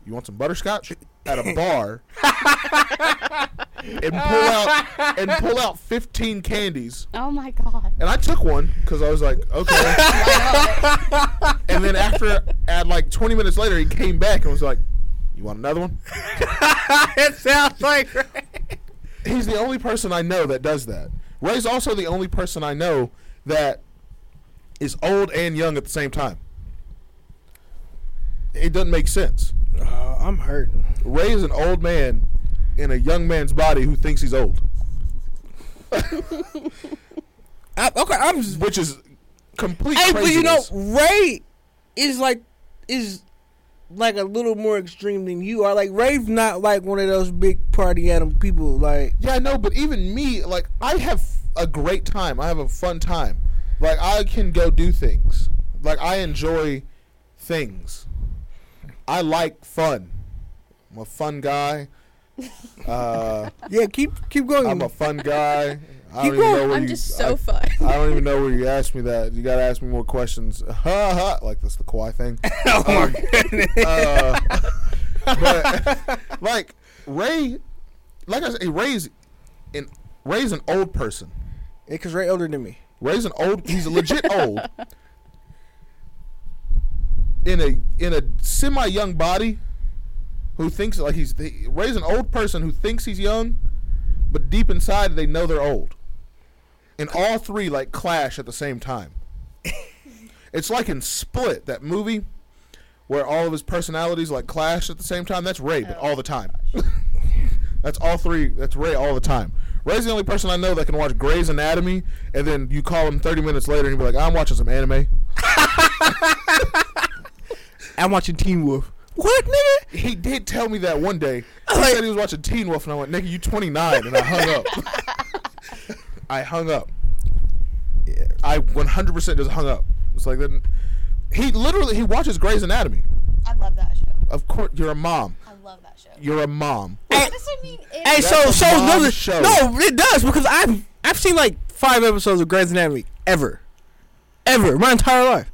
Speaker 1: You want some butterscotch at a bar, and pull out and pull out fifteen candies
Speaker 2: oh my
Speaker 3: *laughs*
Speaker 2: God.
Speaker 1: And I took one because I was like, okay. and then after, at like 20 minutes later, he came back and was like, you want another one?
Speaker 3: *laughs* it sounds like *laughs* Ray.
Speaker 1: He's the only person I know that does that. Ray's also the only person I know that is old and young at the same time. It doesn't make sense.
Speaker 3: Uh, I'm hurting.
Speaker 1: Ray is an old man in a young man's body who thinks he's old,
Speaker 3: I, okay, I'm. Just,
Speaker 1: which is complete
Speaker 3: hey, but you know,
Speaker 1: craziness.
Speaker 3: Ray is like is like a little more extreme than you are. Like Rave's not like one of those big party animal people. Like
Speaker 1: Yeah, I know, but even me, like, I have a great time. I have a fun time. Like, I can go do things. Like, I enjoy things. I like fun. I'm a fun guy.
Speaker 5: *laughs*
Speaker 1: Uh,
Speaker 3: yeah, keep keep going.
Speaker 1: I'm a fun guy. I
Speaker 3: Keep
Speaker 1: don't even
Speaker 3: going.
Speaker 1: know where
Speaker 5: I'm
Speaker 1: you,
Speaker 5: just so
Speaker 1: I-
Speaker 5: fun.
Speaker 2: *laughs*
Speaker 1: I don't even know where you asked me that. You gotta ask me more questions. *laughs* Ha ha! Like that's the Kawhi thing.
Speaker 3: *laughs* oh *laughs* my goodness.
Speaker 1: Uh, *laughs* but like Ray, like I said, Ray's an Ray's an old person.
Speaker 3: Because Ray older than me.
Speaker 1: Ray's an old. He's legit old. In a in a semi young body, who thinks like he's he, Ray's an old person who thinks he's young, but deep inside they know they're old. And all three like clash at the same time. it's like in Split that movie, where all of his personalities like clash at the same time. That's Ray, but all the time. That's all three. That's Ray all the time. Ray's the only person I know that can watch Grey's Anatomy, and then you call him 30 minutes later and he'll be like, I'm watching some anime.
Speaker 4: I'm watching Teen Wolf.
Speaker 3: What nigga?
Speaker 1: He did tell me that one day. He
Speaker 3: Like-
Speaker 1: said he was watching Teen Wolf, and I went, Nigga, you 29. And I hung up. I hung up.
Speaker 4: Yeah.
Speaker 1: I 100% just hung up. It's like, then he literally he watches Grey's Anatomy.
Speaker 5: I love that show.
Speaker 1: Of course, you're a mom.
Speaker 5: I love that show.
Speaker 1: You're a mom.
Speaker 3: Hey,
Speaker 5: That's what I mean. It-
Speaker 3: hey, so
Speaker 1: a
Speaker 3: so
Speaker 1: mom
Speaker 3: no,
Speaker 1: show.
Speaker 3: no, it does because I've I've seen like five episodes of Grey's Anatomy ever, ever my entire life,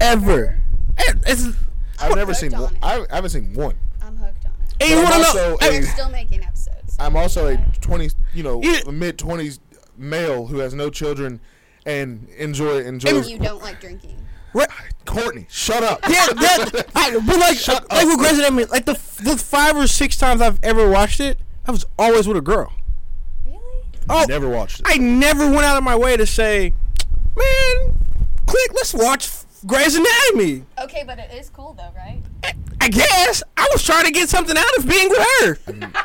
Speaker 3: ever. It- It's *laughs*
Speaker 1: I've never
Speaker 5: hooked
Speaker 1: seen
Speaker 5: on
Speaker 1: one.
Speaker 5: it.
Speaker 1: I I haven't seen one.
Speaker 5: I'm hooked on it.
Speaker 3: and you
Speaker 1: But
Speaker 3: want to
Speaker 1: I'm
Speaker 3: know?
Speaker 1: also
Speaker 3: hey,
Speaker 1: a-
Speaker 5: They're still making episodes.
Speaker 1: I'm also a 20, you know,
Speaker 3: Yeah.
Speaker 1: mid 20s male who has no children and enjoy enjoy.
Speaker 5: and you don't like drinking.
Speaker 3: what-
Speaker 1: Courtney, shut up. *laughs*
Speaker 3: yeah, that, I, but like,
Speaker 1: Shut
Speaker 3: like
Speaker 1: up.
Speaker 3: with Grey's Anatomy, like the f- the five or six times I've ever watched it, I was always with a girl.
Speaker 5: Really?
Speaker 3: Oh,
Speaker 1: Never watched it.
Speaker 3: I never went out of my way to say, man, click, let's watch Grey's Anatomy.
Speaker 5: Okay, but it is cool though, right?
Speaker 3: I, I guess I was trying to get something out of being with her.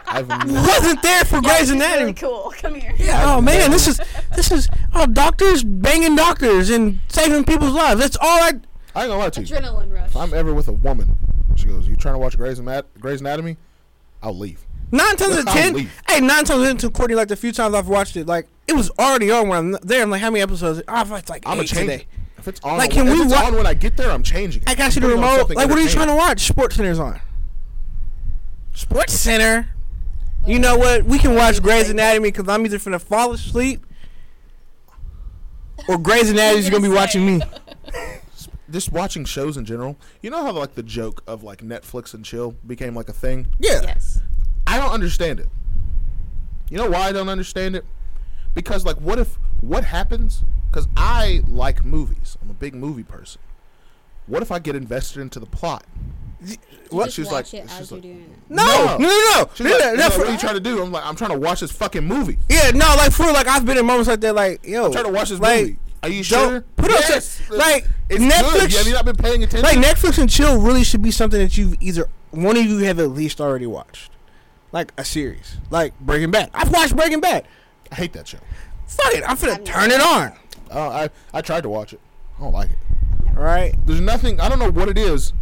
Speaker 1: I've never,
Speaker 3: Wasn't there for
Speaker 5: This
Speaker 3: Grey's
Speaker 5: is
Speaker 3: Anatomy.
Speaker 5: really cool. Come here.
Speaker 3: Oh man, this is this is oh doctors banging doctors and saving people's lives. That's all I.
Speaker 1: I ain't gonna lie to you.
Speaker 5: Adrenaline rush.
Speaker 1: If I'm ever with a woman, she goes, "You trying to watch Grey's, Anat- Grey's Anatomy?" I'll leave.
Speaker 3: Nine times out of
Speaker 1: I'll
Speaker 3: ten.
Speaker 1: leave.
Speaker 3: Hey, nine times out of ten, Courtney. Like the few times I've watched it, like it was already on when I'm there. I'm like, how many episodes? I've watched like
Speaker 1: I'm
Speaker 3: eight
Speaker 1: gonna change
Speaker 3: today.
Speaker 1: it. If it's on,
Speaker 3: Like,
Speaker 1: like,
Speaker 3: can
Speaker 1: if
Speaker 3: we
Speaker 1: it's
Speaker 3: wa-
Speaker 1: on when I get there, I'm changing it.
Speaker 3: I got you the
Speaker 1: Putting on
Speaker 3: remote.
Speaker 1: something
Speaker 3: Like, what are you trying to
Speaker 1: entertaining.
Speaker 3: watch? Sports Center's on. Sports Center. You know what? We can watch Grey's Anatomy because I'm either finna fall asleep or Grey's Anatomy's gonna be
Speaker 5: gonna
Speaker 3: watching me.
Speaker 1: Just watching shows in general. You know how like the joke of like Netflix and chill became like a thing.
Speaker 3: Yeah.
Speaker 5: Yes.
Speaker 1: I don't understand it. You know why I don't understand it? Because like, what if what happens? Because I like movies. I'm a big movie person. What if I get invested into the plot?
Speaker 5: What?
Speaker 1: She was like-
Speaker 5: it
Speaker 1: she
Speaker 5: as
Speaker 1: was
Speaker 5: you're
Speaker 1: like-
Speaker 5: doing it.
Speaker 3: No, no, no, no.
Speaker 1: She's
Speaker 3: Yeah,
Speaker 1: like,
Speaker 3: no,
Speaker 1: she's like,
Speaker 3: for-
Speaker 1: what are you trying to do? I'm like, I'm trying to watch this fucking movie.
Speaker 3: yeah, no, like for real, like I've been in moments like that, like yo,
Speaker 1: I'm trying to watch this
Speaker 3: like,
Speaker 1: movie. Are you
Speaker 3: don't-
Speaker 1: sure?
Speaker 3: put up some- like, Netflix-
Speaker 1: Good. Have you not been paying attention?
Speaker 3: Like Netflix and chill really should be something that you've either one of you have at least already watched, like a series, like Breaking Bad. I've watched Breaking Bad.
Speaker 1: I hate that show.
Speaker 3: Fuck it, I'm finna
Speaker 5: I've
Speaker 3: turn it
Speaker 5: never-
Speaker 3: on.
Speaker 1: Oh, I I tried to watch it. I don't like it.
Speaker 3: All right.
Speaker 1: There's nothing. I don't know what it is.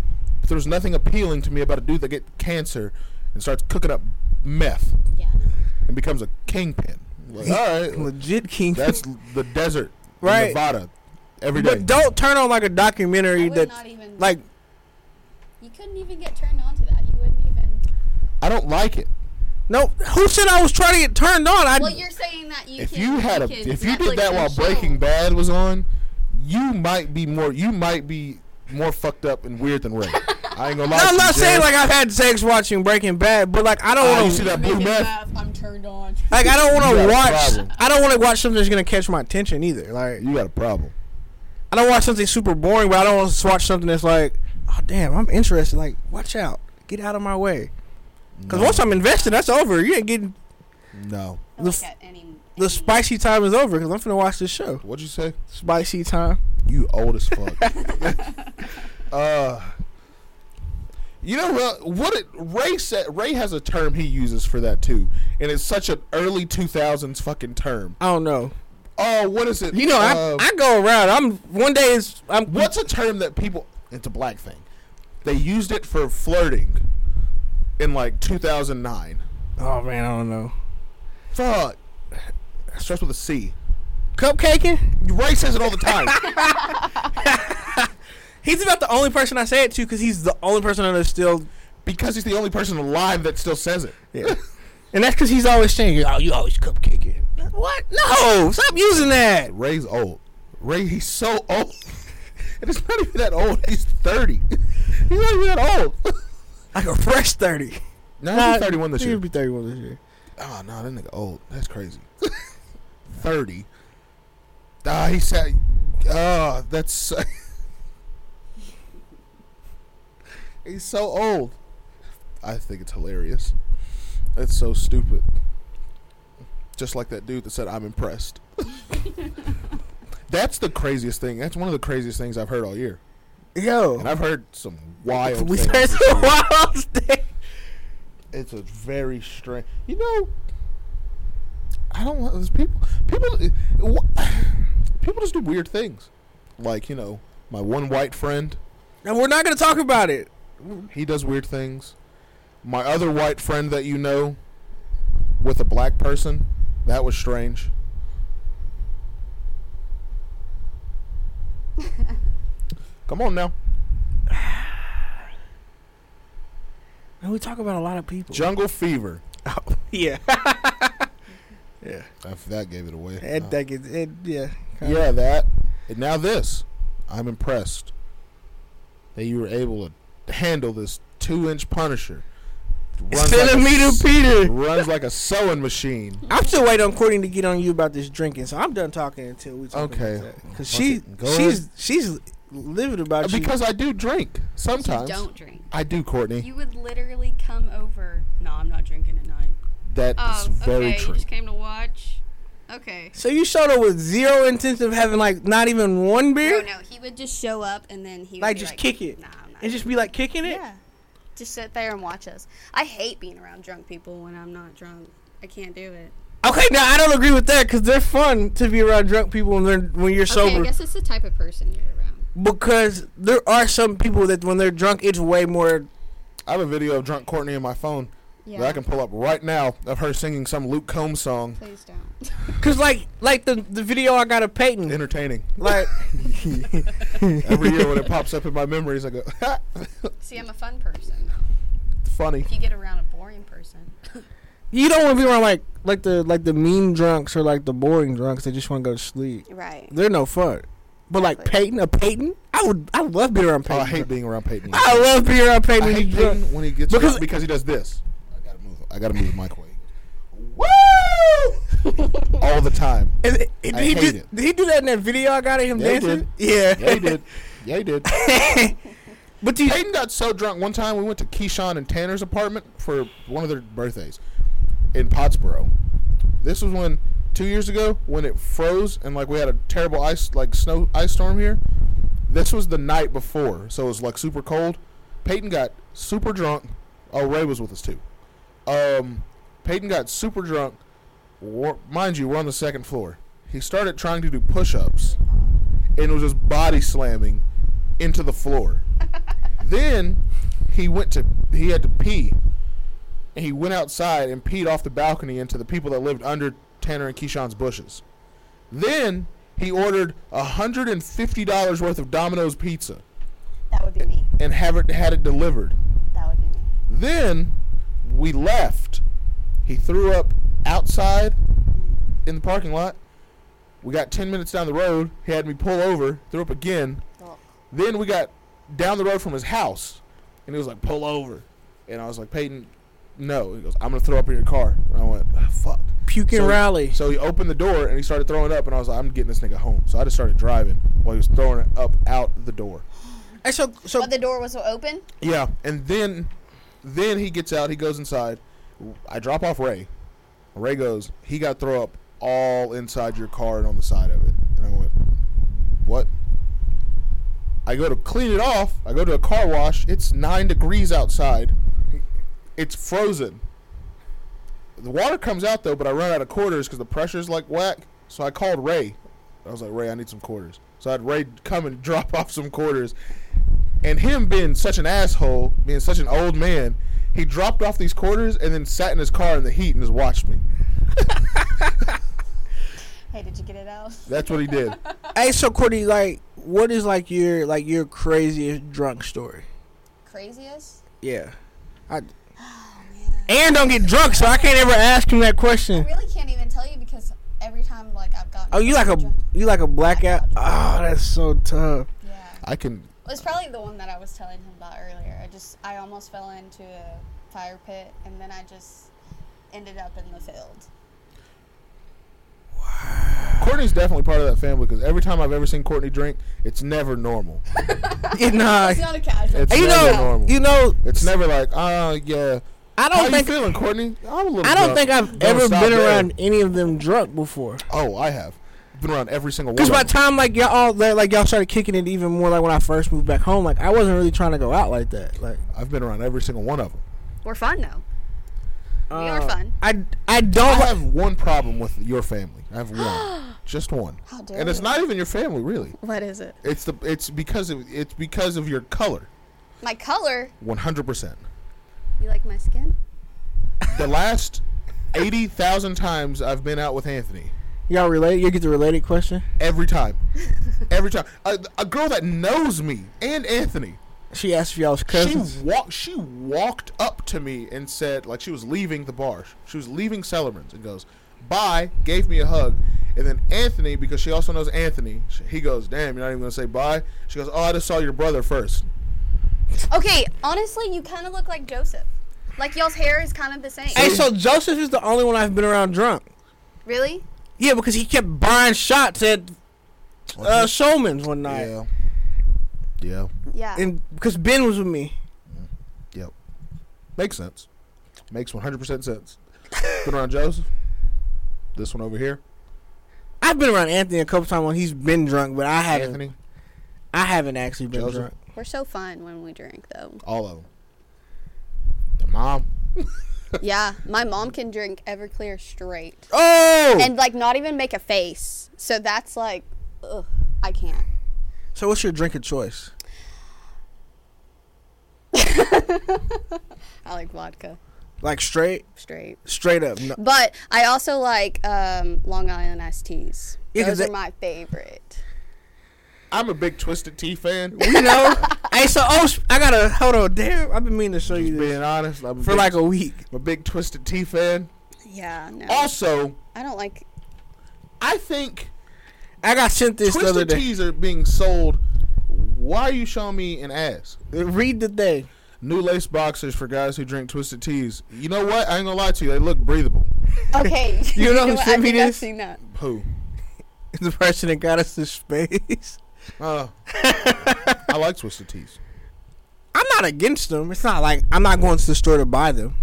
Speaker 1: But there's nothing appealing to me about a dude that get cancer and starts cooking up meth
Speaker 5: Yeah. no.
Speaker 1: and becomes a kingpin. Like, all right,
Speaker 3: *laughs* legit king.
Speaker 1: That's the desert, in
Speaker 3: Right.
Speaker 1: Nevada, every day.
Speaker 3: but don't turn on like a
Speaker 5: I
Speaker 3: documentary
Speaker 5: would
Speaker 3: that
Speaker 5: not even.
Speaker 3: like
Speaker 5: You couldn't even get turned on to that. You wouldn't even.
Speaker 1: I don't like it.
Speaker 3: no. Who said I was trying to get turned on? I
Speaker 5: Well, you're saying that you.
Speaker 1: If
Speaker 5: can,
Speaker 1: you had a,
Speaker 5: can
Speaker 1: if you
Speaker 5: Netflix
Speaker 1: did that
Speaker 5: and
Speaker 1: while
Speaker 5: chill.
Speaker 1: Breaking Bad was on, you might be more. You might be more fucked up and weird than Ray. I ain't gonna lie.
Speaker 3: No,
Speaker 1: to
Speaker 3: I'm
Speaker 1: you,
Speaker 3: not saying
Speaker 1: Jared.
Speaker 3: like I've had sex watching Breaking Bad, but like I don't
Speaker 1: Ah, you
Speaker 3: want
Speaker 1: see
Speaker 3: to.
Speaker 1: that blue
Speaker 5: Making
Speaker 1: meth?
Speaker 5: laugh, I'm turned on.
Speaker 3: Like I don't want
Speaker 1: You
Speaker 3: to
Speaker 1: got a
Speaker 3: watch.
Speaker 1: problem.
Speaker 3: I don't want to watch something that's gonna catch my attention either. Like
Speaker 1: You got a problem.
Speaker 3: I don't watch something super boring, but I don't want to watch something that's like, oh damn, I'm interested. Like, watch out, get out of my way. Because
Speaker 1: No.
Speaker 3: once I'm invested, that's over. You ain't getting
Speaker 1: No.
Speaker 5: I
Speaker 3: the
Speaker 5: don't
Speaker 3: f-
Speaker 5: like at any,
Speaker 3: the
Speaker 5: any-
Speaker 3: spicy time is over. Because I'm finna watch this show.
Speaker 1: What'd you say?
Speaker 3: Spicy time.
Speaker 1: You old as
Speaker 3: *laughs*
Speaker 1: fuck. uh, you know what? What it, Ray said. Ray has a term he uses for that too, and it's such an early 2000s fucking term.
Speaker 3: I don't know.
Speaker 1: Oh, what is it?
Speaker 3: You know,
Speaker 1: Uh,
Speaker 3: I I go around. I'm one day is I'm
Speaker 1: What's a term that people? It's a black thing. They used it for flirting in like 2009.
Speaker 3: Oh man, I don't know.
Speaker 1: Fuck. It starts with a C.
Speaker 3: Cupcaking?
Speaker 1: Ray says it all the
Speaker 3: *laughs*
Speaker 1: time.
Speaker 3: He's about the only person I say it to because he's the only person that is still,
Speaker 1: because he's the only person alive that still says it. *laughs*
Speaker 3: yeah. and that's because he's always saying, "Oh, you always cupcaking." What? No, stop using that.
Speaker 1: Ray's old. Ray, he's so old. *laughs* and it's not even that old. He's 30. He's not even that old.
Speaker 3: *laughs* Like a fresh thirty.
Speaker 1: no,
Speaker 3: Nah,
Speaker 1: he's 31 this
Speaker 3: he'll
Speaker 1: year.
Speaker 3: be thirty-one this year.
Speaker 1: Oh, no, that nigga old. That's crazy. *laughs* 30. Ah, he said. Ah, that's. *laughs* he's so old. I think it's hilarious. It's so stupid. Just like that dude that said, I'm impressed. *laughs* that's the craziest thing. That's one of the craziest things I've heard all year.
Speaker 3: Yo,
Speaker 1: And I've heard some *laughs* wild
Speaker 3: we
Speaker 1: things.
Speaker 3: said
Speaker 1: this year.
Speaker 3: wild thing.
Speaker 1: It's a very strange. You know, I don't want those people. People, wh- people just do weird things. Like you know, my one white friend,
Speaker 3: And we're not gonna talk about it.
Speaker 1: he does weird things. My other white friend that you know, with a black person, that was
Speaker 3: *laughs*
Speaker 1: strange. Come on now,
Speaker 3: And we talk about a lot of people.
Speaker 1: Jungle Fever.
Speaker 3: yeah, *laughs*
Speaker 1: If that gave it away.
Speaker 3: that,
Speaker 1: Uh,
Speaker 3: that gets it. Yeah, kinda.
Speaker 1: Yeah, that. And now this. I'm impressed that you were able to handle this two inch Punisher. Runs like, a,
Speaker 3: Centimeter
Speaker 1: s-
Speaker 3: Peter.
Speaker 1: runs like a sewing machine.
Speaker 3: I'm still waiting on Courtney to get on you about this drinking, so I'm done talking until we talk
Speaker 1: Okay.
Speaker 3: about that. Because
Speaker 1: Fuck
Speaker 3: she,
Speaker 1: it. Go
Speaker 3: she's, she's livid about you.
Speaker 1: Because I do drink
Speaker 5: You
Speaker 1: sometimes.
Speaker 5: don't drink.
Speaker 1: I do, Courtney.
Speaker 5: You would literally come over. No, I'm not drinking tonight.
Speaker 1: That's
Speaker 5: Oh,
Speaker 1: very
Speaker 5: okay. You
Speaker 1: true.
Speaker 5: just came to watch. Okay.
Speaker 3: So you showed up with zero intention of having like not even one
Speaker 5: No,
Speaker 3: beer,
Speaker 5: no. He would just show up and then he would
Speaker 3: Like,
Speaker 5: be
Speaker 3: just kick it.
Speaker 5: Nah, I'm not.
Speaker 3: and just be like kicking it.
Speaker 2: Yeah.
Speaker 5: just sit there and watch us. I hate being around drunk people when I'm not drunk. I can't do it.
Speaker 3: Okay, now I don't agree with that because they're fun to be around drunk people when they're when you're
Speaker 5: Okay, I
Speaker 3: sober
Speaker 5: guess it's the type of person you're around.
Speaker 3: because there are some people that when they're drunk it's way more.
Speaker 1: I have a video of drunk Courtney in my phone that I can pull up right now of her singing some Luke Combs song.
Speaker 5: Please don't.
Speaker 3: Cause like like the the video I got of Peyton
Speaker 1: Entertaining.
Speaker 3: like
Speaker 1: Every year when it pops up in my memories, I go, *laughs* ha,
Speaker 5: See, I'm a fun person.
Speaker 1: *laughs*
Speaker 5: Though.
Speaker 1: funny.
Speaker 5: If you get around a boring person,
Speaker 3: you don't want to be around like like the like the mean drunks or like the boring drunks that just want to go to sleep.
Speaker 2: Right.
Speaker 3: They're no fun. But like
Speaker 2: Exactly.
Speaker 3: Peyton, a Peyton, I would I love being around
Speaker 1: Oh,
Speaker 3: Peyton.
Speaker 1: I hate being around Peyton.
Speaker 3: I love being around Peyton.
Speaker 1: I
Speaker 3: when
Speaker 1: hate
Speaker 3: he's drunk.
Speaker 1: Peyton when he gets
Speaker 3: Because-
Speaker 1: because because he does this. I gotta move. I gotta move the mic away. Woo! All the *laughs* time.
Speaker 3: And it- it-
Speaker 1: I
Speaker 3: he
Speaker 1: hate
Speaker 3: did,
Speaker 1: it.
Speaker 3: did he do that in that video I got of him
Speaker 1: Yeah, he
Speaker 3: dancing?
Speaker 1: Yeah,
Speaker 3: Yeah.
Speaker 1: he did. Yeah, he did.
Speaker 3: *laughs* but do you,
Speaker 1: Peyton got so drunk one time we went to Keyshawn and Tanner's apartment for one of their birthdays in Pottsboro. This was when two years ago when it froze and like we had a terrible ice like snow ice storm here. This was the night before, so it was like super cold. Peyton got super drunk. Oh, Ray was with us too. Um, Peyton got super drunk. War- mind you, we're on the second floor. He started trying to do push-ups and was just body slamming into the floor. then he went to he had to pee, and he went outside and peed off the balcony into the people that lived under Tanner and Keyshawn's bushes. Then he ordered hundred and fifty dollars worth of Domino's pizza
Speaker 2: That would be me.
Speaker 1: and have it had it delivered.
Speaker 2: That would be me.
Speaker 1: Then we left. He threw up outside in the parking lot. We got 10 minutes down the road. He had me pull over, threw up again.
Speaker 2: Well,
Speaker 1: Then we got down the road from his house, and he was like, pull over. And I was like, Peyton, no. He goes, I'm going to throw up in your car. And I went, "Ah, fuck.
Speaker 3: puking
Speaker 1: So-
Speaker 3: rally?
Speaker 1: So he opened the door and he started throwing up, and I was like, I'm getting this nigga home. So I just started driving while he was throwing it up out the door.
Speaker 3: And so so
Speaker 5: but the door was open.
Speaker 1: Yeah, and then then he gets out, he goes inside. I drop off Ray. Ray goes, he got throw up all inside your car and on the side of it. And I went, What? I go to clean it off. I go to a car wash. It's nine degrees outside. It's frozen. The water comes out though, but I run out of quarters because the pressure's like whack. So I called *laughs* Ray. I was like, Ray, I need some quarters. So I had Ray come and drop off some quarters. And him being such an asshole, being such an old man, he dropped off these quarters and then sat in his car in the heat and just watched me.
Speaker 2: Hey, did you get it out?
Speaker 1: That's what he did.
Speaker 3: Hey, so Courtney, like, what is like your like your craziest drunk story?
Speaker 2: *laughs* Craziest?
Speaker 3: Yeah. I, Aaron don't get drunk, so I can't ever ask him that question.
Speaker 2: Really can't even tell you because every time like I've gotten.
Speaker 3: Oh, you like a
Speaker 2: drunk-
Speaker 3: you like a blackout? Oh, that's so tough.
Speaker 1: *laughs*
Speaker 2: Yeah.
Speaker 1: I can.
Speaker 2: It was probably the one that I was telling him about earlier. I just I almost fell into a fire pit and then I just ended up in the field.
Speaker 1: Courtney's definitely part of that family because every time I've ever seen Courtney drink, it's never normal.
Speaker 3: Yeah, nah.
Speaker 2: It's not a casual.
Speaker 1: It's
Speaker 3: And you
Speaker 1: never
Speaker 3: know,
Speaker 1: normal.
Speaker 3: you know,
Speaker 1: it's never like, oh yeah.
Speaker 3: I
Speaker 1: How
Speaker 3: don't
Speaker 1: you
Speaker 3: think
Speaker 1: feeling, Courtney? I'm a little.
Speaker 3: I don't
Speaker 1: drunk.
Speaker 3: think I've
Speaker 1: Don't
Speaker 3: ever
Speaker 1: stop
Speaker 3: been
Speaker 1: there.
Speaker 3: around any of them drunk before.
Speaker 1: Oh, I have. Been around every single one.
Speaker 3: Cause
Speaker 1: of
Speaker 3: by
Speaker 1: them.
Speaker 3: the time like y'all all like like, y'all started kicking it even more, like when I first moved back home, like I wasn't really trying to go out like that. Like
Speaker 1: I've been around every single one of them.
Speaker 5: We're fun though. we are
Speaker 3: uh,
Speaker 5: fun.
Speaker 3: I I don't.
Speaker 1: I
Speaker 3: like-
Speaker 1: have one problem with your family. I have
Speaker 3: *gasps*
Speaker 1: one, just one,
Speaker 2: How dare
Speaker 1: and it's
Speaker 2: you.
Speaker 1: not even your family, really.
Speaker 5: What is it?
Speaker 1: It's the it's because of it's because of your color,
Speaker 5: My color.
Speaker 1: one hundred percent.
Speaker 5: You like my skin?
Speaker 1: The last eighty thousand times I've been out with Anthony,
Speaker 3: y'all related? You get the related question.
Speaker 1: every time, every time, a, a girl that knows me and Anthony,
Speaker 3: She asked if y'all was cousins.
Speaker 1: she walked she walked up to me and said like she was leaving the bar she was leaving Sellerman's and goes bye gave me a hug and then Anthony because she also knows Anthony sh- he goes damn you're not even gonna say bye she goes oh I just saw your brother first
Speaker 5: Okay, honestly, you kind of look like Joseph. Like y'all's hair is kind of the same.
Speaker 3: hey, so Joseph is the only one I've been around drunk.
Speaker 5: really?
Speaker 3: Yeah, because he kept buying shots at uh, Showman's one night,
Speaker 1: yeah yeah
Speaker 5: Yeah.
Speaker 3: and because Ben was with me.
Speaker 1: yep makes sense makes 100 percent sense *laughs* been around Joseph this one over here
Speaker 3: I've been around Anthony a couple times when he's been drunk, but I haven't.
Speaker 1: Anthony
Speaker 3: I haven't actually been
Speaker 1: Joseph.
Speaker 3: drunk.
Speaker 5: We're so fun when we drink though. *laughs*
Speaker 1: all of them the mom
Speaker 5: yeah, my mom can drink Everclear straight
Speaker 3: Oh,
Speaker 5: and like not even make a face. So that's like, ugh, I can't.
Speaker 3: so what's your drink of choice?
Speaker 5: I like vodka
Speaker 3: Like straight,
Speaker 5: straight.
Speaker 3: straight up.
Speaker 5: *laughs*
Speaker 3: No.
Speaker 5: But I also like um, Long Island iced teas.
Speaker 3: Yeah, 'cause
Speaker 5: Those are
Speaker 3: they-
Speaker 5: my favorite.
Speaker 1: I'm a big Twisted Tea fan
Speaker 3: You know? hey, so oh, sh- I gotta hold on. Damn, I've been meaning to show you this
Speaker 1: being honest I'm a
Speaker 3: for
Speaker 1: big-
Speaker 3: like a week.
Speaker 1: I'm a big Twisted Tea fan.
Speaker 5: Yeah, no,
Speaker 1: Also,
Speaker 5: I don't like.
Speaker 1: I think
Speaker 3: I got sent this the other
Speaker 1: Twisted
Speaker 3: day.
Speaker 1: Teas are being sold. Why are you showing me an ass?
Speaker 3: Read the thing. *laughs*
Speaker 1: New lace boxers for guys who drink Twisted Teas. You know what? I ain't gonna lie to you. They look breathable.
Speaker 5: Okay,
Speaker 3: *laughs*
Speaker 5: *laughs*
Speaker 3: You know who
Speaker 5: what? I
Speaker 3: sent me
Speaker 5: think I've
Speaker 3: this?
Speaker 5: seen that.
Speaker 1: Poo.
Speaker 3: The person that got us to space.
Speaker 1: Uh,
Speaker 3: *laughs*
Speaker 1: I like Twisted Teas.
Speaker 3: I'm not against them. It's not like I'm not going to the store to buy them.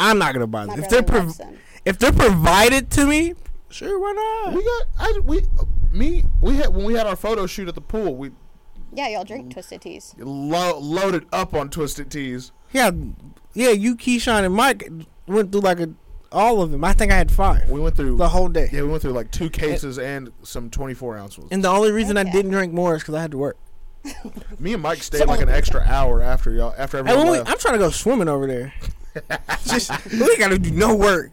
Speaker 3: I'm not gonna buy
Speaker 5: My
Speaker 3: them. If they're
Speaker 5: brother
Speaker 3: prov
Speaker 5: loves them.
Speaker 3: if they're provided to me, sure, why
Speaker 1: We
Speaker 3: not?
Speaker 1: got I we me we had when we had our photo shoot at the pool. We
Speaker 5: Yeah, y'all drink twisted teas.
Speaker 1: lo- loaded up on Twisted Teas.
Speaker 3: Yeah, yeah. You, Keyshawn, and Mike went through like a, all of them. I think I had five
Speaker 1: We went through
Speaker 3: the whole day.
Speaker 1: yeah we went through like two cases and some 24 ounces.
Speaker 3: And the only reason I
Speaker 5: Okay.
Speaker 3: didn't drink more is because I had to work.
Speaker 1: Me and Mike stayed
Speaker 5: Some
Speaker 1: like an
Speaker 5: of it.
Speaker 1: extra hour after y'all after
Speaker 3: Hey,
Speaker 1: everyone
Speaker 3: when we,
Speaker 1: left.
Speaker 3: I'm trying to go swimming over there. Just we ain't gotta do no work.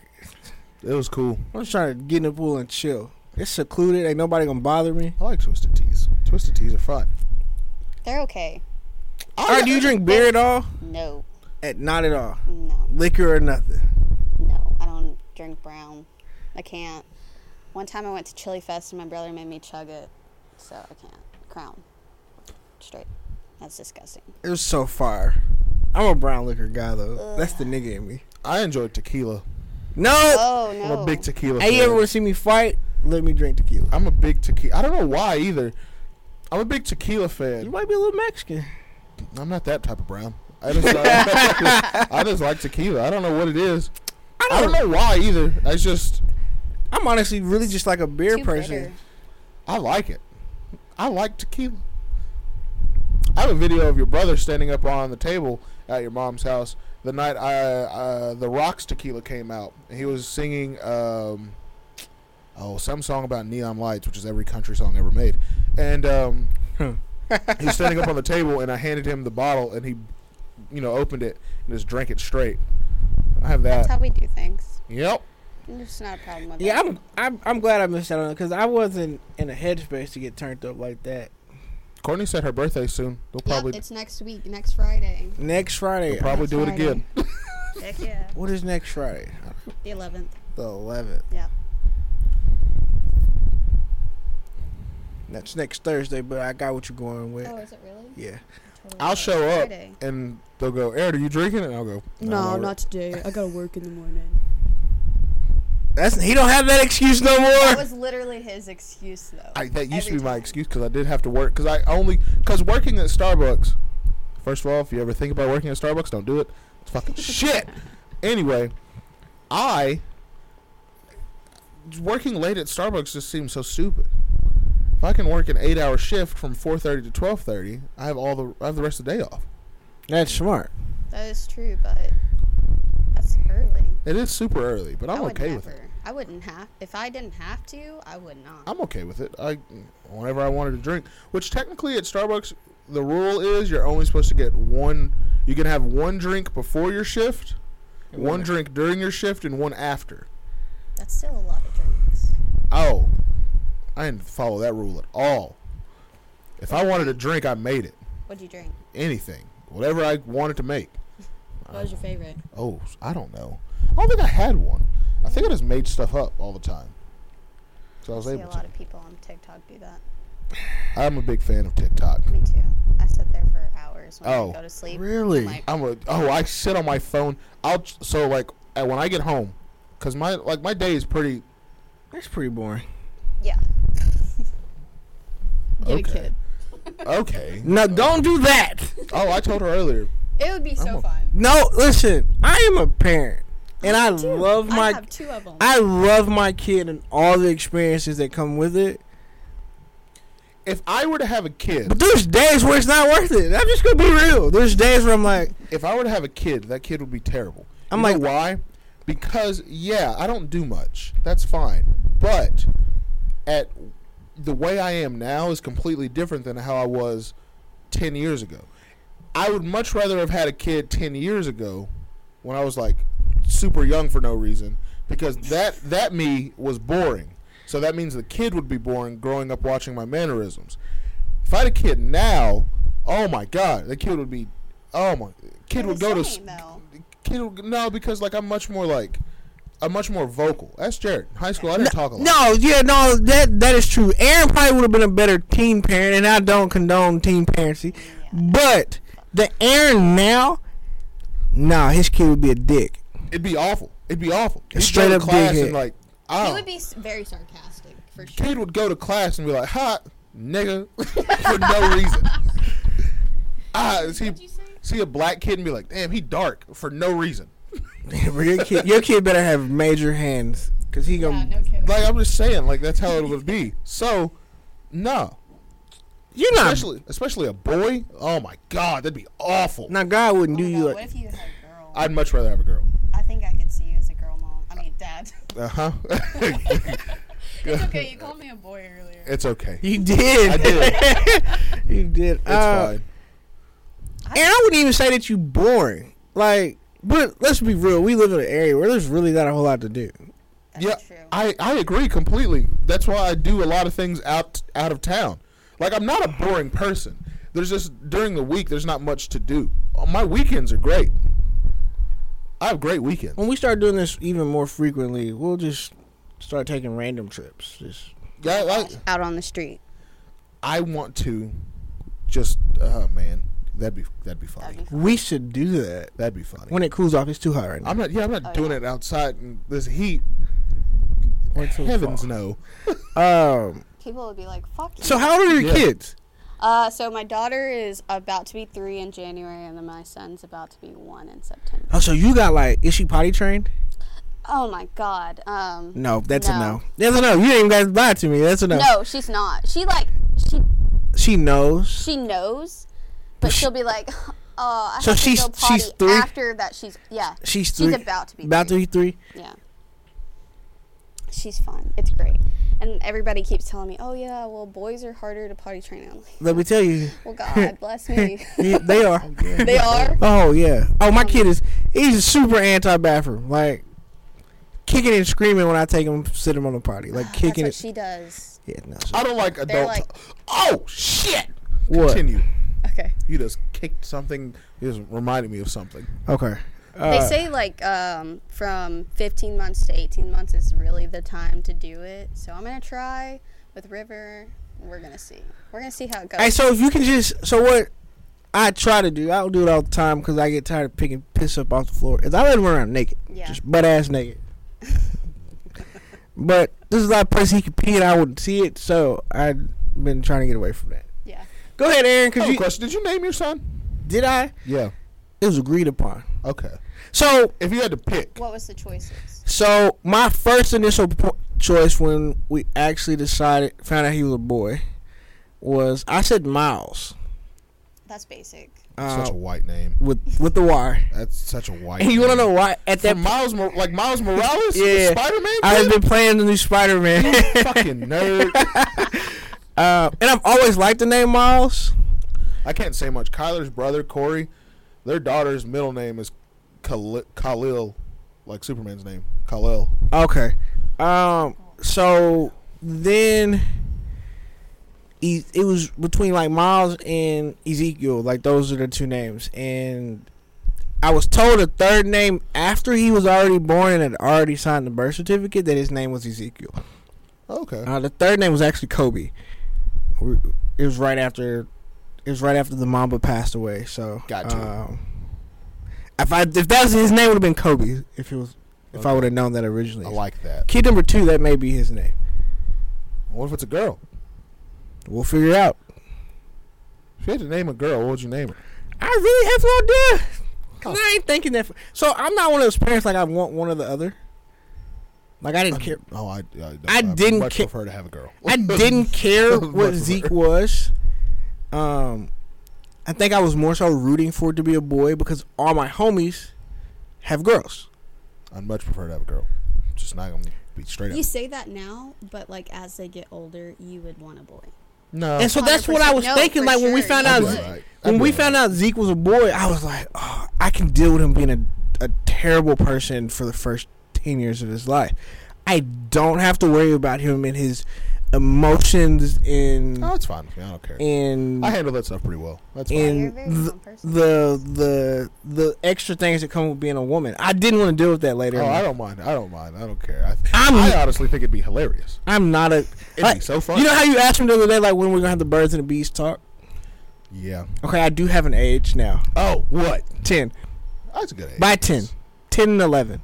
Speaker 1: It was cool.
Speaker 3: I'm just trying to get in the pool and chill. It's secluded. Ain't nobody gonna bother me.
Speaker 1: I like twisted teas. Twisted teas are fun.
Speaker 5: They're okay.
Speaker 3: All right, do you drink beer at all?
Speaker 5: No,
Speaker 3: At not at all.
Speaker 5: no,
Speaker 3: Liquor or nothing.
Speaker 5: no. I don't drink brown. I can't. One time I went to Chili Fest and my brother made me chug it, so I can't. Crown, straight. That's disgusting.
Speaker 3: It was so far. I'm a brown liquor guy though. That's the nigga in me.
Speaker 1: I enjoy tequila.
Speaker 3: No.
Speaker 5: Oh no.
Speaker 1: I'm a big tequila.
Speaker 3: hey, you
Speaker 1: fan.
Speaker 3: ever wanna see me fight? Let me drink tequila.
Speaker 1: I'm a big tequila. I don't know why either. I'm a big tequila fan.
Speaker 3: You might be a little Mexican.
Speaker 1: I'm not that type of brown. I just, I, just like *laughs* tequila. I don't know what it is.
Speaker 3: I
Speaker 1: I don't know why either. It's just
Speaker 3: I'm honestly really just like a beer
Speaker 5: Too
Speaker 3: person.
Speaker 5: bitter.
Speaker 1: I like it. I like tequila. I have a video of your brother standing up on the table at your mom's house the night I, uh, the Rocks Tequila came out. And he was singing, um, oh, some song about neon lights, which is every country song ever made. And um, he was standing up on the table, and I handed him the bottle, and he, you know, opened it and just drank it straight. I have
Speaker 3: Uh,
Speaker 5: That's
Speaker 1: that.
Speaker 5: how we do things.
Speaker 1: Yep.
Speaker 5: There's not a problem with
Speaker 3: Yeah,
Speaker 5: that.
Speaker 3: I'm, I'm I'm glad I missed out on it because I wasn't in a headspace to get turned up like that.
Speaker 1: Courtney said her birthday soon. They'll
Speaker 2: Yep,
Speaker 1: probably
Speaker 2: it's next week, next Friday.
Speaker 3: Next Friday.
Speaker 1: probably do it
Speaker 5: Friday.
Speaker 1: again.
Speaker 2: Heck yeah.
Speaker 3: What is next Friday?
Speaker 2: The 11th.
Speaker 3: The 11th.
Speaker 2: Yep.
Speaker 3: That's next Thursday, but I got what you're going with.
Speaker 2: Oh, is it really?
Speaker 3: Yeah.
Speaker 2: Totally
Speaker 1: I'll
Speaker 2: thought
Speaker 1: show
Speaker 2: it was
Speaker 1: up
Speaker 2: Friday.
Speaker 1: and they'll go, "Aaron, are you drinking?" And I'll go,
Speaker 6: No,
Speaker 1: I'm
Speaker 6: not today. I gotta work in the morning.
Speaker 3: That's he don't have that excuse no
Speaker 5: Oh,
Speaker 2: That
Speaker 3: more.
Speaker 2: was literally his excuse, though.
Speaker 1: I, that used to
Speaker 2: Every
Speaker 1: be my
Speaker 2: time.
Speaker 1: excuse because I did have to work because I only because working at Starbucks. First of all, if you ever think about working at Starbucks, don't do it. It's fucking shit. Anyway, I working late at Starbucks just seems so stupid. If I can work an eight-hour shift from four thirty to twelve thirty, I have all the I have the rest of the day off.
Speaker 3: That's smart.
Speaker 2: That is true, but that's early.
Speaker 1: It is super early, but
Speaker 5: I
Speaker 1: I'm
Speaker 5: would
Speaker 1: okay
Speaker 5: never.
Speaker 1: with it.
Speaker 5: I wouldn't have. If I didn't have to, I would not.
Speaker 1: I'm okay with it. I whenever I wanted to drink, which technically at Starbucks the rule is you're only supposed to get one. You can have one drink before your shift, one drink during your shift, and one after.
Speaker 2: That's still a lot of drinks.
Speaker 1: Oh, I didn't follow that rule at all. If I wanted a drink, I made it.
Speaker 2: What'd you drink?
Speaker 1: Anything, whatever I wanted to make.
Speaker 6: What was your favorite?
Speaker 1: Oh, I don't know. I don't think I had one. I think I just made stuff up all the time. So I was
Speaker 2: I see a
Speaker 1: able
Speaker 2: lot
Speaker 1: to.
Speaker 2: of people on TikTok do that.
Speaker 1: I'm a big fan of TikTok.
Speaker 2: Me too. I sit there for hours when
Speaker 1: Oh,
Speaker 2: I go to sleep.
Speaker 3: Really?
Speaker 2: Like,
Speaker 1: I'm a oh I sit on my phone. I'll so like uh, when I get home, cause my like my day is pretty.
Speaker 3: That's pretty boring.
Speaker 6: *laughs*
Speaker 2: yeah.
Speaker 6: Get
Speaker 1: Okay.
Speaker 6: a kid.
Speaker 3: *laughs*
Speaker 1: Okay.
Speaker 3: No, don't do that. *laughs*
Speaker 1: oh, I told her earlier.
Speaker 2: It would be so
Speaker 1: a-
Speaker 2: fun.
Speaker 3: No, listen. I am a parent, and I love
Speaker 2: I
Speaker 3: my
Speaker 2: have two of them.
Speaker 3: I love my kid and all the experiences that come with it.
Speaker 1: If I were to have a kid,
Speaker 3: But there's days where it's not worth it. I'm just gonna be real. There's days where I'm like,
Speaker 1: if I were to have a kid, that kid would be terrible.
Speaker 3: I'm
Speaker 1: You know
Speaker 3: like-
Speaker 1: why? Because yeah, I don't do much. That's fine. But at the way I am now is completely different than how I was ten years ago. I would much rather have had a kid ten years ago when I was like super young for no reason because that that me was boring. So that means the kid would be boring growing up watching my mannerisms. If I had a kid now, oh my god, the kid would be, oh my, kid
Speaker 2: They're
Speaker 1: would
Speaker 2: the
Speaker 1: go to,
Speaker 2: same,
Speaker 1: s-
Speaker 2: though.
Speaker 1: kid would, no because like I'm much more like, I'm much more vocal. That's Jared. In high school, I didn't talk a lot.
Speaker 3: no, yeah, no, that that is true. Aaron probably would have been a better teen parent, and I don't condone teen parenting. But the Aaron now, nah, his kid would be a dick. *laughs*
Speaker 1: It'd be awful. It'd be awful. He'd go
Speaker 3: Straight
Speaker 1: to
Speaker 3: up
Speaker 1: class
Speaker 3: dickhead.
Speaker 1: and like,
Speaker 2: He
Speaker 1: oh,
Speaker 2: would be s- very sarcastic for sure.
Speaker 1: kid would go to class and be like, hot nigga, *laughs* for
Speaker 2: *laughs*
Speaker 1: no reason. Ah, is he see a black kid and be like, damn, he dark for no reason.
Speaker 3: your kid, your kid better have major hands, cause he
Speaker 2: Yeah,
Speaker 3: gonna.
Speaker 2: no kidding.
Speaker 1: Like I'm just saying, like that's how it would be. So, no,
Speaker 3: You're not.
Speaker 1: especially especially a boy. Oh my god, that'd be awful.
Speaker 3: now God wouldn't
Speaker 2: Oh my
Speaker 3: do you.
Speaker 2: God, what
Speaker 3: Like,
Speaker 2: if you had a girl?
Speaker 1: I'd much rather have a girl.
Speaker 2: I think I could see you as a girl mom. I mean, dad. *laughs*
Speaker 1: Uh
Speaker 3: Uh-huh.
Speaker 1: huh.
Speaker 2: it's okay. You called me a boy earlier.
Speaker 1: *laughs* it's okay.
Speaker 3: you did.
Speaker 1: I
Speaker 3: *laughs*
Speaker 1: did. It's
Speaker 3: you did. Uh,
Speaker 1: fine.
Speaker 3: And I wouldn't even say that you boring. Like, but let's be real. We live in an area where there's really not a whole lot to do.
Speaker 2: That's
Speaker 1: Yeah,
Speaker 2: true.
Speaker 1: I I agree completely. That's why I do a lot of things out out of town. Like I'm not a boring person. There's just during the week there's not much to do. Uh, My weekends are great. I have great weekends.
Speaker 3: When we start doing this even more frequently, we'll just start taking random trips. Just
Speaker 1: Yeah, I,
Speaker 5: Out on the street.
Speaker 1: I want to just oh man, that'd be that'd be funny.
Speaker 2: That'd be
Speaker 3: we should do that
Speaker 1: That'd be funny.
Speaker 3: when it cools off. It's too hot right now.
Speaker 1: I'm not. Yeah, I'm not doing it outside in this heat.
Speaker 3: Or too
Speaker 1: Heavens no.
Speaker 3: far. Um.
Speaker 5: People would be like, fuck you.
Speaker 3: So how old are your
Speaker 1: Yeah.
Speaker 3: kids?
Speaker 5: Uh, so my daughter is about to be three in January, and then my son's about to be one in September.
Speaker 3: Oh, so you got like is she potty trained?
Speaker 5: Oh my god. Um,
Speaker 3: No, that's a
Speaker 5: No.
Speaker 3: no. That's a no. You ain't got to lie to me. That's a no.
Speaker 5: no, she's not. She like she
Speaker 3: She knows.
Speaker 5: she knows, but she'll be like, oh, I
Speaker 3: So
Speaker 5: have
Speaker 3: she's-
Speaker 5: to go potty
Speaker 3: she's three?
Speaker 5: after that. She's yeah.
Speaker 3: She's
Speaker 5: She's
Speaker 3: three.
Speaker 5: about to be
Speaker 3: about to
Speaker 5: three.
Speaker 3: be three.
Speaker 5: Yeah. she's fun. It's great. And everybody keeps telling me, "Oh yeah, well boys are harder to potty train." I'm like,
Speaker 3: Let me tell you,
Speaker 5: *laughs* well,
Speaker 3: *laughs*
Speaker 5: God bless me.
Speaker 3: yeah, they are.
Speaker 5: *laughs* they are.
Speaker 3: Oh yeah. Oh my kid is he's super anti bathroom. Like kicking and screaming when I take him sit him on the potty.
Speaker 5: *sighs*
Speaker 3: Like
Speaker 5: That's
Speaker 3: kicking
Speaker 5: what
Speaker 3: it.
Speaker 5: she does.
Speaker 3: yeah, no.
Speaker 1: I don't like adult.
Speaker 5: like-
Speaker 1: oh shit!
Speaker 3: What?
Speaker 1: Continue.
Speaker 5: Okay.
Speaker 1: You just kicked something. You just reminded me of something.
Speaker 5: Oh.
Speaker 3: Okay. Uh,
Speaker 5: they say like um, from 15 months to 18 months is really the time to do it. So I'm gonna try with River. We're gonna see. We're gonna see how it goes.
Speaker 3: Hey, so if you can just so what I try to do, I don't do it all the time because I get tired of picking piss up off the floor. Is I let him run around naked,
Speaker 5: Yeah.
Speaker 3: just butt
Speaker 5: *laughs*
Speaker 3: ass naked. but this is the only place he could pee, and I wouldn't see it. So I've been trying to get away from that.
Speaker 5: yeah.
Speaker 3: Go ahead, Aaron.
Speaker 1: I
Speaker 3: Cause
Speaker 1: have a
Speaker 3: you
Speaker 1: question. Oh, Did you name your son?
Speaker 3: did I?
Speaker 1: Yeah.
Speaker 3: It was agreed upon.
Speaker 1: Okay.
Speaker 3: So
Speaker 1: If you had to pick,
Speaker 5: What was the choices?
Speaker 3: So my first initial po- choice when we actually decided found out he was a boy was I said Miles
Speaker 5: That's basic.
Speaker 3: uh,
Speaker 1: such a white name.
Speaker 3: with with the wire.
Speaker 1: That's such a white. *laughs*
Speaker 3: And you want to
Speaker 1: name.
Speaker 3: know why? At
Speaker 1: For
Speaker 3: that,
Speaker 1: Miles, Mor- like Miles Morales,
Speaker 3: Yeah.
Speaker 1: Spider Man.
Speaker 3: I had been playing the new Spider Man,
Speaker 1: *laughs* fucking nerd.
Speaker 3: uh, and I've always liked the name Miles.
Speaker 1: I can't say much. Kyler's brother Corey, their daughter's middle name is Khali- Khalil, like Superman's name, Khalil.
Speaker 3: Okay. Um. So then, e- it was between like Miles and Ezekiel. Like those are the two names. And I was told a third name after he was already born and had already signed the birth certificate that his name was Ezekiel.
Speaker 1: Okay.
Speaker 3: Uh, the third name was actually Kobe. We- It was right after. It was right after the Mamba passed away. So
Speaker 1: Gotcha.
Speaker 3: Um, if I if that was his name, would have been Kobe. If it was, if I
Speaker 1: Okay. Oh,
Speaker 3: would have known that originally.
Speaker 1: I like that.
Speaker 3: Kid number two, that may be his name.
Speaker 1: What if it's a girl?
Speaker 3: We'll figure it out.
Speaker 1: If you had to name a girl, what would you name her?
Speaker 3: I really have no idea. 'Cause
Speaker 1: Huh.
Speaker 3: I ain't thinking that. f so I'm not one of those parents like I want one or the other. Like I didn't care.
Speaker 1: Oh, I, I, don't-
Speaker 3: I didn't
Speaker 1: much
Speaker 3: ca-
Speaker 1: prefer to have a girl.
Speaker 3: *laughs* I didn't care
Speaker 1: Much
Speaker 3: what
Speaker 1: of
Speaker 3: Zeke
Speaker 1: her.
Speaker 3: was. Um, I think I was more so rooting for it to be a boy because all my homies have girls.
Speaker 1: I'd much prefer to have a girl. Just not gonna be straight up.
Speaker 6: You
Speaker 5: say that now, but like as they get older, you would want a boy. Oh.
Speaker 1: No,
Speaker 3: And so that's what I was
Speaker 5: 100%. No,
Speaker 3: thinking.
Speaker 5: for
Speaker 3: Like when we
Speaker 5: sure.
Speaker 3: found
Speaker 1: I'd
Speaker 3: out,
Speaker 1: be
Speaker 5: was-
Speaker 1: all right.
Speaker 3: when
Speaker 1: I'd
Speaker 3: we
Speaker 1: be all
Speaker 3: found
Speaker 1: right.
Speaker 3: out Zeke was a boy, I was like, oh, I can deal with him being a, a terrible person for the first 10 years of his life. I don't have to worry about him and his emotions and
Speaker 1: oh, it's fine. with me. I don't care.
Speaker 3: and
Speaker 1: I handle that stuff pretty well. That's fine.
Speaker 5: You're a
Speaker 3: and
Speaker 5: very
Speaker 3: the,
Speaker 5: calm person.
Speaker 3: the the the extra things that come with being a woman. I didn't want to deal with that later.
Speaker 1: Oh, I
Speaker 3: I
Speaker 1: don't mind. I don't mind. I don't care. I, th-
Speaker 3: I'm-
Speaker 1: I honestly think it'd be hilarious.
Speaker 3: am not a
Speaker 1: It'd
Speaker 3: like,
Speaker 1: be so fun.
Speaker 3: you know how you asked me the other day like when we're gonna have the birds and the bees talk.
Speaker 1: yeah.
Speaker 3: Okay, I do have an age now.
Speaker 1: Oh, what?
Speaker 3: Ten.
Speaker 1: That's a good age.
Speaker 3: by 10 10 and 11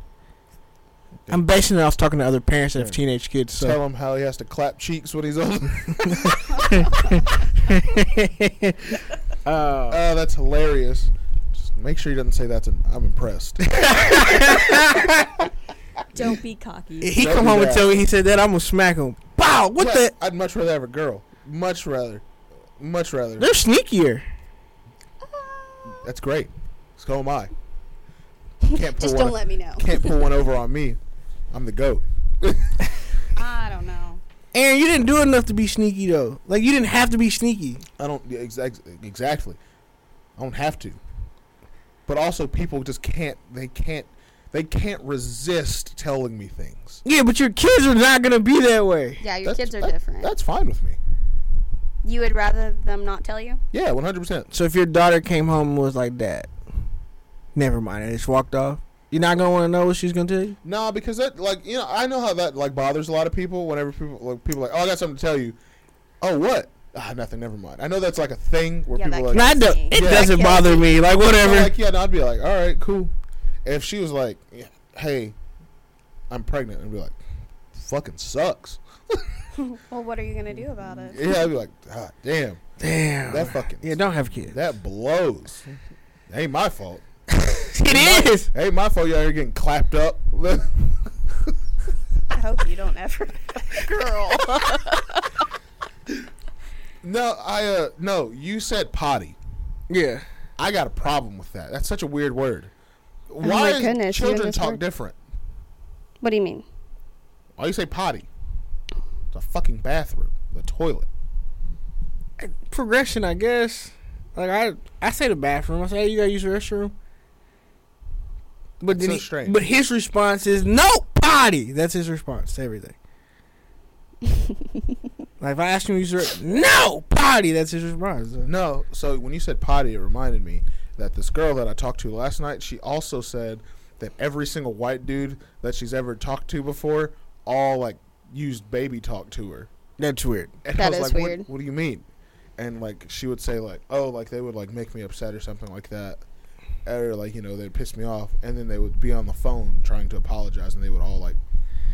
Speaker 3: i'm basing it off talking to other parents that have teenage kids so
Speaker 1: Tell him how he has to clap cheeks when he's
Speaker 3: *laughs*
Speaker 1: old.
Speaker 3: *laughs* uh,
Speaker 1: Oh, that's hilarious. Just make sure he doesn't say that's an. I'm impressed.
Speaker 6: Don't be cocky.
Speaker 3: he
Speaker 1: Don't
Speaker 3: come
Speaker 1: do
Speaker 3: home and
Speaker 1: that.
Speaker 3: tell me he said that i'm gonna smack him wow *laughs* what
Speaker 1: Yeah,
Speaker 3: the
Speaker 1: I'd much rather have a girl. Much rather. Much rather.
Speaker 3: they're sneakier
Speaker 1: That's great. So am
Speaker 5: *laughs*
Speaker 1: I. Can't pull
Speaker 5: Just
Speaker 1: one.
Speaker 5: don't let me know.
Speaker 1: can't pull one over on me. I'm the goat.
Speaker 5: I don't know.
Speaker 3: aaron you didn't do enough to be sneaky though like you didn't have to be sneaky
Speaker 1: I don't yeah, exact, exactly. I don't have to. But also, people just can't. They can't. They can't resist telling me things.
Speaker 3: yeah but your kids are not gonna be that way
Speaker 5: Yeah, your
Speaker 1: That's-
Speaker 5: kids are
Speaker 1: that-
Speaker 5: different.
Speaker 1: That's fine with me.
Speaker 5: You would rather them not tell you? *laughs*
Speaker 1: Yeah, 100. percent
Speaker 3: so if your daughter came home and was like that never mind and just walked off you're not gonna want to know what she's gonna tell you
Speaker 1: Nah, because that like you know I know how that like bothers a lot of people. Whenever people like people are like oh I got something to tell you. Oh what? Ah nothing. Never mind. I know that's like a thing where
Speaker 5: Yeah,
Speaker 1: people
Speaker 5: that
Speaker 1: are
Speaker 3: no,
Speaker 1: like,
Speaker 3: I don't, it
Speaker 1: Yeah.
Speaker 3: doesn't
Speaker 5: Okay.
Speaker 3: bother me like
Speaker 1: so,
Speaker 3: whatever
Speaker 1: like yeah. And I'd be like all right cool. If she was like yeah, hey, I'm pregnant, I'd be like fucking sucks.
Speaker 5: Well, what are you gonna do about it?
Speaker 1: Yeah, I'd be like ah damn
Speaker 3: damn
Speaker 1: that fucking
Speaker 3: yeah don't have kids
Speaker 1: that blows. Ain't my fault.
Speaker 3: *laughs* it is
Speaker 1: Ain't my fault. Y'all are getting clapped up. *laughs*
Speaker 5: I hope you
Speaker 1: *laughs*
Speaker 5: don't ever. Girl.
Speaker 1: no, I uh no. You said potty.
Speaker 3: yeah
Speaker 1: I got a problem with that. That's such a weird word. Why
Speaker 5: Oh my
Speaker 1: is
Speaker 5: goodness, you
Speaker 1: children
Speaker 5: understand?
Speaker 1: talk different?
Speaker 5: what do you mean?
Speaker 1: Why you say potty? It's a fucking bathroom, the toilet.
Speaker 3: Progression, I guess. Like I, I say the bathroom. I say hey, you gotta use the restroom. But
Speaker 1: That's
Speaker 3: then,
Speaker 1: so
Speaker 3: he-
Speaker 1: strange.
Speaker 3: but his response is no potty. That's his response to *laughs* everything. like if I ask him to use the re- no potty, that's his response.
Speaker 1: No, so when you said potty, it reminded me that this girl that I talked to last night, she also said that every single white dude that she's ever talked to before all like used baby talk to her.
Speaker 3: That's weird.
Speaker 1: And
Speaker 5: That
Speaker 1: I was
Speaker 5: is
Speaker 1: like, what-
Speaker 5: weird.
Speaker 1: What, do you mean? And like she would say like, oh, like they would like make me upset or something like that, or like you know they'd piss me off, and then they would be on the phone trying to apologize, and they would all like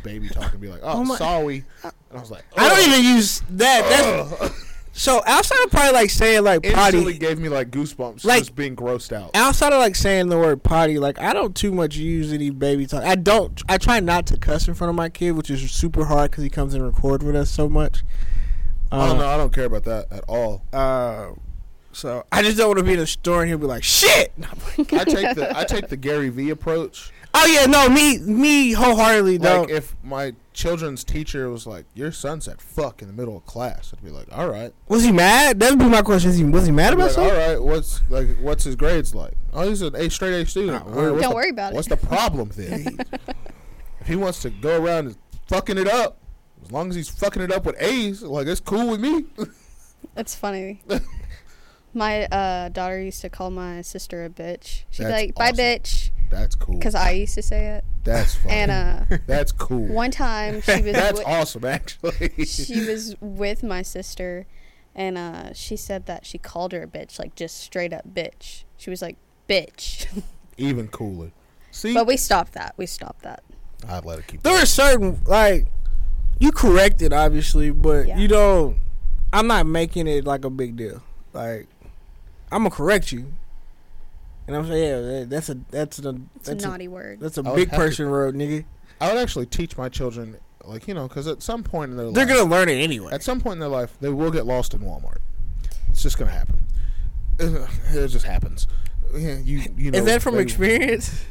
Speaker 1: baby talk and be like, oh,
Speaker 3: my- uh,
Speaker 1: sorry, and I was like,
Speaker 3: I
Speaker 1: "Ugh."
Speaker 3: don't even use that. That's
Speaker 1: Ugh.
Speaker 3: so outside of probably like saying
Speaker 1: *laughs*
Speaker 3: like
Speaker 1: Instantly
Speaker 3: potty.
Speaker 1: gave me like goosebumps
Speaker 3: Like-
Speaker 1: just being grossed out.
Speaker 3: Outside of like saying the word potty, like I don't too much use any baby talk. I don't. I try not to cuss in front of my kid, which is super hard because he comes and record with us so much.
Speaker 1: oh
Speaker 3: Uh,
Speaker 1: no, I don't care about that at all.
Speaker 3: Uh, so I just don't want to be in a store and he'll be like, "Shit!" And I'm like,
Speaker 1: I take the I take the Gary Vee
Speaker 5: *laughs*
Speaker 1: approach.
Speaker 3: oh yeah, no, me, me, wholeheartedly
Speaker 1: Like
Speaker 3: don't.
Speaker 1: if my children's teacher was like, "Your son said fuck" in the middle of class, I'd be like, "All right."
Speaker 3: was he mad? That would be my question. Is he was he mad
Speaker 1: I'd be
Speaker 3: about
Speaker 1: like,
Speaker 3: something?
Speaker 1: All right, what's like what's his grades like? Oh, he's an A straight A student.
Speaker 3: Oh,
Speaker 1: All right, what's
Speaker 5: Don't
Speaker 1: the-
Speaker 5: worry about it.
Speaker 1: What's the problem
Speaker 5: *laughs*
Speaker 1: then? if he wants to go around and fucking it up, as long as he's fucking it up with A's, like it's cool with me. *laughs*
Speaker 5: That's funny. my uh, daughter used to call my sister a bitch. She'd
Speaker 1: That's
Speaker 5: be like, "Bye,
Speaker 1: awesome.
Speaker 5: bitch,"
Speaker 1: That's cool.
Speaker 5: because I used to say it.
Speaker 1: That's funny.
Speaker 5: And uh,
Speaker 1: That's cool.
Speaker 5: one
Speaker 1: *laughs*
Speaker 5: time she was
Speaker 1: That's
Speaker 5: wi-
Speaker 1: awesome, actually.
Speaker 5: she was with my sister, and uh, she said that she called her a bitch, like just straight up bitch. She was like, "Bitch,"
Speaker 1: *laughs*
Speaker 5: *laughs*
Speaker 1: Even cooler. See,
Speaker 5: but we stopped that. We stopped that.
Speaker 1: I'd let it keep.
Speaker 3: There are certain like you correct it obviously, but
Speaker 5: Yeah.
Speaker 3: you don't. I'm not making it like a big deal. Like I'm gonna correct you, and I'm saying, yeah, that- that's a that's a
Speaker 5: It's
Speaker 3: that's
Speaker 5: a
Speaker 3: a,
Speaker 5: naughty word.
Speaker 3: that's a
Speaker 1: I would
Speaker 3: big
Speaker 1: have to-
Speaker 3: person road, nigga.
Speaker 1: I would actually teach my children, like you know, because at some point in their
Speaker 3: They're
Speaker 1: life,
Speaker 3: gonna learn it anyway.
Speaker 1: at some point in their life, they will get lost in Walmart. It's just gonna happen. It just happens. Yeah, you you know.
Speaker 3: Is that from
Speaker 1: they-
Speaker 3: experience?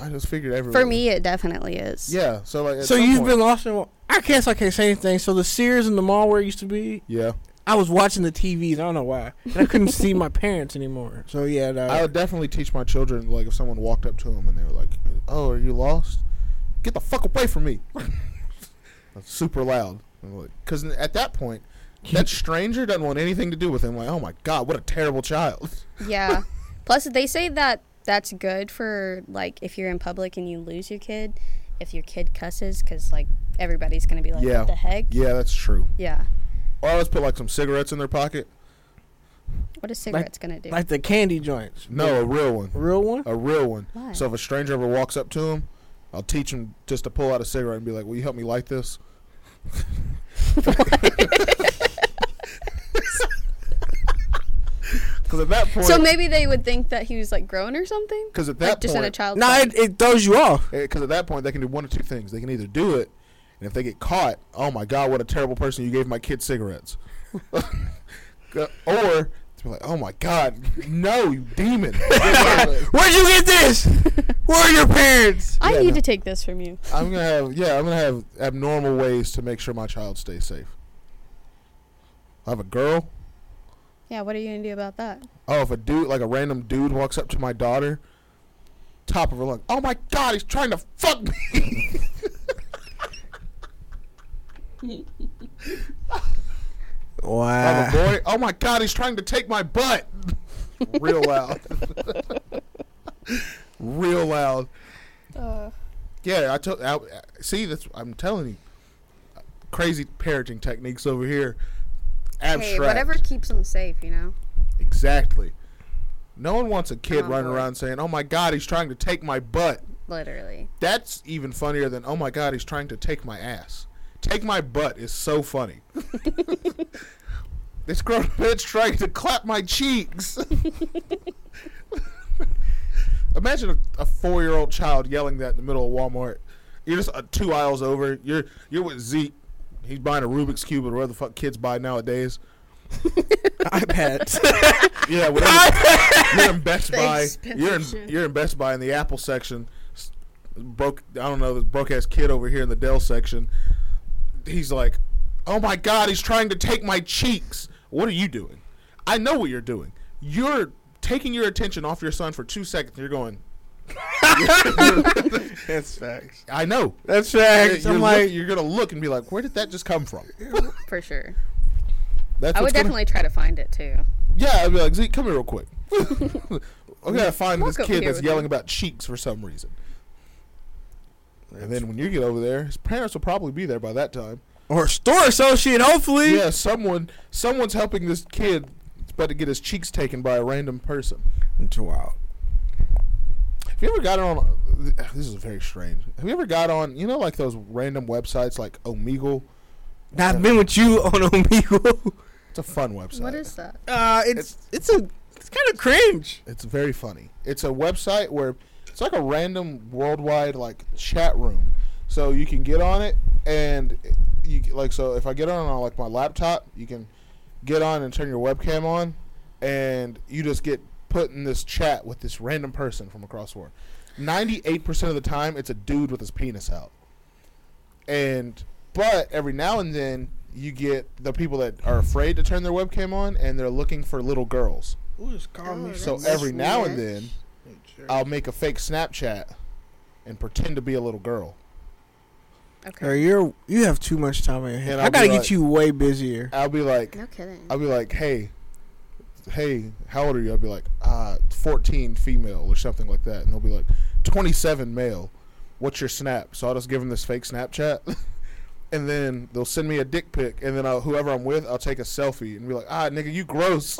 Speaker 1: I just figured everyone.
Speaker 5: For me, it definitely is.
Speaker 1: Yeah. So like. At
Speaker 3: So
Speaker 1: some
Speaker 3: you've
Speaker 1: point-
Speaker 3: been lost in. I guess I can't say anything. So the Sears in the mall where it used to be,
Speaker 1: Yeah,
Speaker 3: I was watching the TVs. I don't know why, and
Speaker 1: *laughs*
Speaker 3: I couldn't see my parents anymore. So yeah, no.
Speaker 1: I would definitely teach my children. Like, if someone walked up to them and they were like, "Oh, are you lost? Get the fuck away from me!" *laughs* That's super loud. Because at that point,
Speaker 3: *laughs*
Speaker 1: that stranger doesn't want anything to do with him. Like, oh my god, what a terrible child. *laughs*
Speaker 5: Yeah. Plus, they say that that's good for like if you're in public and you lose your kid, if your kid cusses, because like everybody's gonna be like,
Speaker 1: Yeah.
Speaker 5: "What the heck?"
Speaker 1: Yeah, that's true.
Speaker 5: Yeah.
Speaker 1: Or I always put like some cigarettes in their pocket.
Speaker 5: What is cigarettes gonna do?
Speaker 3: like the candy joints.
Speaker 1: No, a real one.
Speaker 3: real one.
Speaker 1: A real one.
Speaker 5: Why?
Speaker 1: So if a stranger ever walks up to him, I'll teach him just to pull out a cigarette and be like, "Will you help me light
Speaker 5: *laughs*
Speaker 1: this?" *laughs* Because at that point,
Speaker 5: so maybe they would think that he was like grown or something.
Speaker 1: because at
Speaker 5: Like
Speaker 1: that
Speaker 5: just in a
Speaker 1: point,
Speaker 5: child's
Speaker 3: No,
Speaker 5: body.
Speaker 3: it, it throws you off.
Speaker 1: because Eh, at that point they can do one of two things. They can either do it, and if they get caught, oh my god, what a terrible person you gave my kid cigarettes. *laughs* or to be like, oh my god, no, you demon.
Speaker 3: Where'd you get this? Where are your parents?
Speaker 5: I
Speaker 1: yeah,
Speaker 5: need
Speaker 1: no.
Speaker 5: to take this from you.
Speaker 1: I'm gonna have yeah, I'm gonna have abnormal ways to make sure my child stays safe. I have a girl.
Speaker 5: Yeah, what are you gonna do about that?
Speaker 1: Oh, if a dude like a random dude walks up to my daughter, top of her lung. Oh my god, he's trying to fuck me. *laughs* I
Speaker 3: Wow.
Speaker 1: have a boy. Oh my god, he's trying to take my butt. *laughs* Real loud. *laughs* Real loud.
Speaker 5: Uh,
Speaker 1: Yeah, I took. I, see, that's I'm telling you, crazy parenting techniques over here. Abstract.
Speaker 5: hey, whatever keeps them safe, you know.
Speaker 1: Exactly. No one wants a kid
Speaker 5: on,
Speaker 1: running
Speaker 5: boy.
Speaker 1: around saying, "Oh my God, he's trying to take my butt."
Speaker 5: Literally.
Speaker 1: That's even funnier than "Oh my God, he's trying to take my ass." Take my butt is so funny. *laughs* this grown bitch trying to clap my cheeks. *laughs* Imagine a, a four-year-old child yelling that in the middle of Walmart. You're just uh, two aisles over. You're you're with Zeke. He's buying a Rubik's cube or whatever the fuck kids buy nowadays. *laughs*
Speaker 3: *laughs* iPads.
Speaker 1: Yeah, whatever. you're
Speaker 5: *laughs*
Speaker 1: in Best Buy.
Speaker 2: expensive
Speaker 1: You're in
Speaker 2: shit.
Speaker 1: you're in Best Buy in the Apple section. S- Broke I don't know this broke ass kid over here in the Dell section. he's like, "Oh my God, he's trying to take my cheeks." What are you doing? I know what you're doing. You're taking your attention off your son for two seconds. You're going.
Speaker 4: That's facts.
Speaker 1: I know.
Speaker 4: That's
Speaker 1: You're,
Speaker 4: facts. I'm
Speaker 1: look-
Speaker 4: like,
Speaker 1: you're gonna look and be like, "Where did that just come from?"
Speaker 5: for sure.
Speaker 1: That's
Speaker 5: I
Speaker 1: what's
Speaker 5: would
Speaker 1: gonna-
Speaker 5: definitely try to find it too.
Speaker 1: Yeah, I'd be like, Zeke, come here real
Speaker 5: *laughs*
Speaker 1: quick. *laughs* I gotta find
Speaker 5: Walk
Speaker 1: this
Speaker 5: over
Speaker 1: kid
Speaker 5: here
Speaker 1: that's
Speaker 5: with
Speaker 1: yelling
Speaker 5: him.
Speaker 1: about cheeks for some reason. And then when you get over there, his parents will probably be there by that time.
Speaker 3: or store associate, hopefully.
Speaker 1: Yeah, someone, someone's helping this kid. It's about to get his cheeks taken by a random person.
Speaker 3: It's wild.
Speaker 1: Have you ever got on? This is very strange. Have you ever got on? You know, like those random websites, like Omegle.
Speaker 3: I've been with you on Omegle.
Speaker 1: *laughs* It's a fun website.
Speaker 5: What is that?
Speaker 3: Uh, it's it's a it's kind of cringe.
Speaker 1: It's very funny. It's a website where it's like a random worldwide like chat room. So you can get on it and you like so if I get on on like my laptop, you can get on and turn your webcam on and you just get put in this chat with this random person from across the world. 98% of the time it's a dude with his penis out. And but every now and then you get the people that are afraid to turn their webcam on and they're looking for little girls.
Speaker 4: who is calling me?
Speaker 5: Oh,
Speaker 1: Um, So
Speaker 5: That's
Speaker 1: every now and
Speaker 5: weird.
Speaker 1: then, I'll make a fake Snapchat and pretend to be a little girl.
Speaker 5: Okay.
Speaker 3: Or you're you have too much time on your
Speaker 1: And
Speaker 3: hands.
Speaker 1: I'll
Speaker 3: I gotta
Speaker 1: be
Speaker 3: get
Speaker 1: like-
Speaker 3: you way busier.
Speaker 1: I'll be like,
Speaker 5: No kidding.
Speaker 1: I'll be like, hey, hey, how old are you? I'll be like, uh, 14 female or something like that, and they'll be like, 27 male. What's your snap? So I'll just give them this fake Snapchat, *laughs* and then they'll send me a dick pic, and then I'll, whoever I'm with, I'll take a selfie and be like, ah, nigga, you gross.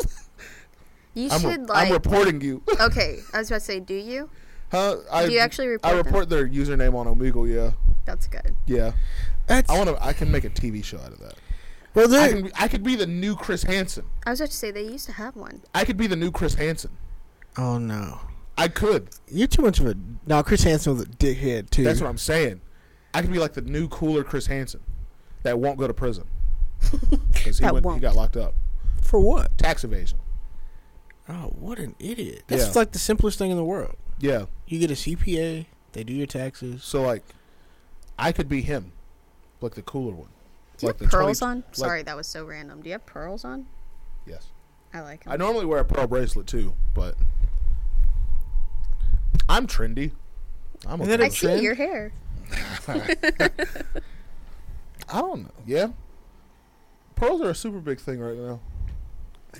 Speaker 5: You
Speaker 1: *laughs* I'm,
Speaker 5: should
Speaker 1: re-
Speaker 5: like.
Speaker 1: I'm reporting you. *laughs*
Speaker 5: okay, I was about to say, do you?
Speaker 1: huh? I,
Speaker 5: Do you actually report?
Speaker 1: I
Speaker 5: them?
Speaker 1: report their username on Omegle. Yeah,
Speaker 5: That's good.
Speaker 1: yeah.
Speaker 3: That's
Speaker 1: I want to. I can make a TV show out of that.
Speaker 3: well,
Speaker 1: I
Speaker 3: there-
Speaker 1: can. be- I could be the new Chris Hansen.
Speaker 5: I was about to say they used to have one.
Speaker 1: I could be the new Chris Hansen.
Speaker 3: oh no,
Speaker 1: I could.
Speaker 3: you're too much of a no. Chris Hansen was a dickhead too.
Speaker 1: That's what I'm saying. I could be like the new cooler Chris Hansen that won't go to
Speaker 3: *laughs*
Speaker 1: prison because he,
Speaker 5: That
Speaker 1: went- he
Speaker 5: won't.
Speaker 1: got locked up
Speaker 3: For what?
Speaker 1: tax evasion.
Speaker 3: Oh, what an idiot.
Speaker 1: Yeah.
Speaker 3: That's like the simplest thing in the world.
Speaker 1: Yeah.
Speaker 3: You get a CPA, they do your taxes.
Speaker 1: So like, I could be him, like the cooler one.
Speaker 5: Do you
Speaker 1: Like
Speaker 5: have
Speaker 1: the
Speaker 5: pearls
Speaker 1: 20
Speaker 5: on?
Speaker 1: like-
Speaker 5: Sorry, that was so random. Do you have pearls on?
Speaker 1: Yes.
Speaker 5: I like
Speaker 1: I
Speaker 5: them.
Speaker 1: normally wear a pearl bracelet too, but I'm trendy. I'm a
Speaker 3: Isn't that
Speaker 5: I,
Speaker 3: a
Speaker 5: see
Speaker 3: trend?
Speaker 5: your hair.
Speaker 1: *laughs* I don't know. Yeah. Pearls are a super big thing right now.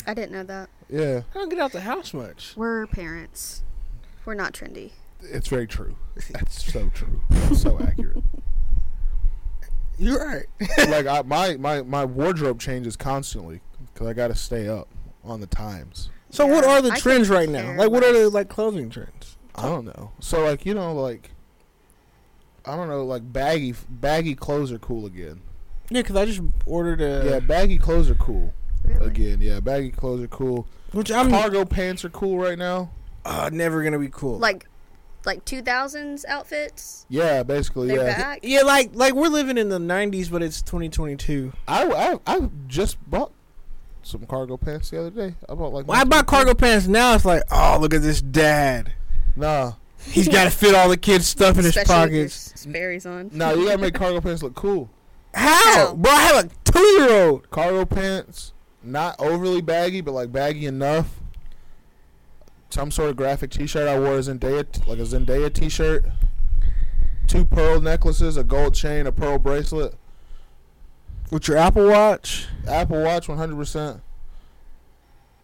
Speaker 5: I didn't know that.
Speaker 1: Yeah.
Speaker 3: I don't get out the house much.
Speaker 5: We're parents. We're not trendy.
Speaker 1: It's very true. That's so true. so accurate.
Speaker 3: You're right.
Speaker 1: *laughs* Like I, my, my my wardrobe changes constantly because I got to stay up on the times.
Speaker 3: So
Speaker 5: Yeah,
Speaker 3: what are the
Speaker 5: I
Speaker 3: trends
Speaker 5: don't
Speaker 3: right now?
Speaker 5: care
Speaker 3: Like what are
Speaker 5: much.
Speaker 3: the like clothing trends?
Speaker 1: I don't know. So like you know like I don't know like baggy baggy clothes are cool again.
Speaker 3: Yeah, because I just ordered a
Speaker 1: Yeah, baggy clothes are cool
Speaker 5: Really?
Speaker 1: again. Yeah, baggy clothes are cool.
Speaker 3: which I'm
Speaker 1: Cargo pants are cool right now.
Speaker 3: uh, never gonna be cool.
Speaker 5: Like, like 2000s outfits.
Speaker 1: Yeah, basically
Speaker 5: They're
Speaker 1: yeah.
Speaker 5: back.
Speaker 3: yeah, like like we're living in the '90s, but it's 2022.
Speaker 1: I, I I just bought some cargo pants the other day. I bought like
Speaker 3: Well, I bought cargo pants now. It's like, oh, look at this dad.
Speaker 1: Nah,
Speaker 5: *laughs*
Speaker 3: He's got to fit all the kids' stuff in his
Speaker 5: Especially with your
Speaker 3: pockets.
Speaker 5: s- Sperry's on.
Speaker 1: nah. You gotta make cargo pants look cool.
Speaker 3: How?
Speaker 5: How?
Speaker 3: bro? I have a two-year-old.
Speaker 1: cargo pants, not overly baggy, but like baggy enough. Some sort of graphic T-shirt I wore a Zendaya, t- like a Zendaya T-shirt. Two pearl necklaces, a gold chain, a pearl bracelet,
Speaker 3: With your Apple Watch,
Speaker 1: Apple Watch, one hundred percent.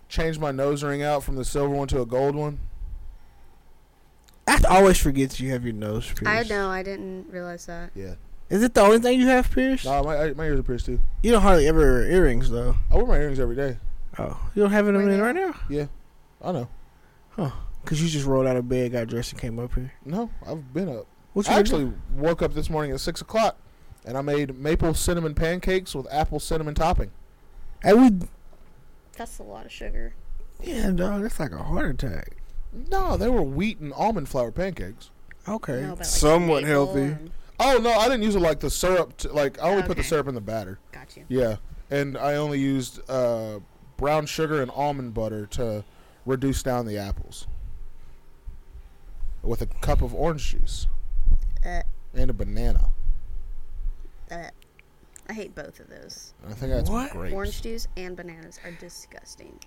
Speaker 1: Changed my nose ring out from the silver one to a gold one.
Speaker 3: I always forget you have your nose pierced.
Speaker 5: I know. I didn't realize that.
Speaker 1: Yeah,
Speaker 3: Is it the only thing you have pierced?
Speaker 1: nah, my I- my ears are pierced too.
Speaker 3: You don't hardly ever wear earrings though.
Speaker 1: I wear my earrings every day.
Speaker 3: Oh, you don't have them
Speaker 5: Right
Speaker 3: in
Speaker 5: now.
Speaker 3: right now?
Speaker 1: I know.
Speaker 3: Cause you just rolled out of bed, got dressed, and came up here.
Speaker 1: No, I've been up.
Speaker 3: What you
Speaker 1: I
Speaker 3: been
Speaker 1: actually woke up this morning at six o'clock, and I made maple cinnamon pancakes with apple cinnamon topping.
Speaker 3: doing? Hey, we.
Speaker 5: That's a lot of sugar.
Speaker 3: Yeah, dog. That's like a heart attack.
Speaker 1: No, they were wheat and almond flour pancakes.
Speaker 3: Okay.
Speaker 5: No, but, like,
Speaker 3: Somewhat
Speaker 5: maple
Speaker 3: healthy.
Speaker 5: and-
Speaker 1: Oh no, I didn't use it like the syrup. To, like I only put the
Speaker 5: Okay.
Speaker 1: syrup in the batter.
Speaker 5: Got you.
Speaker 1: Yeah, and I only used uh, brown sugar and almond butter to reduce down the apples. With a cup of orange juice
Speaker 5: Uh,
Speaker 1: and a banana.
Speaker 2: Uh, I hate both of those.
Speaker 1: I think that's
Speaker 3: What?
Speaker 1: grapes.
Speaker 2: Orange juice and bananas are disgusting.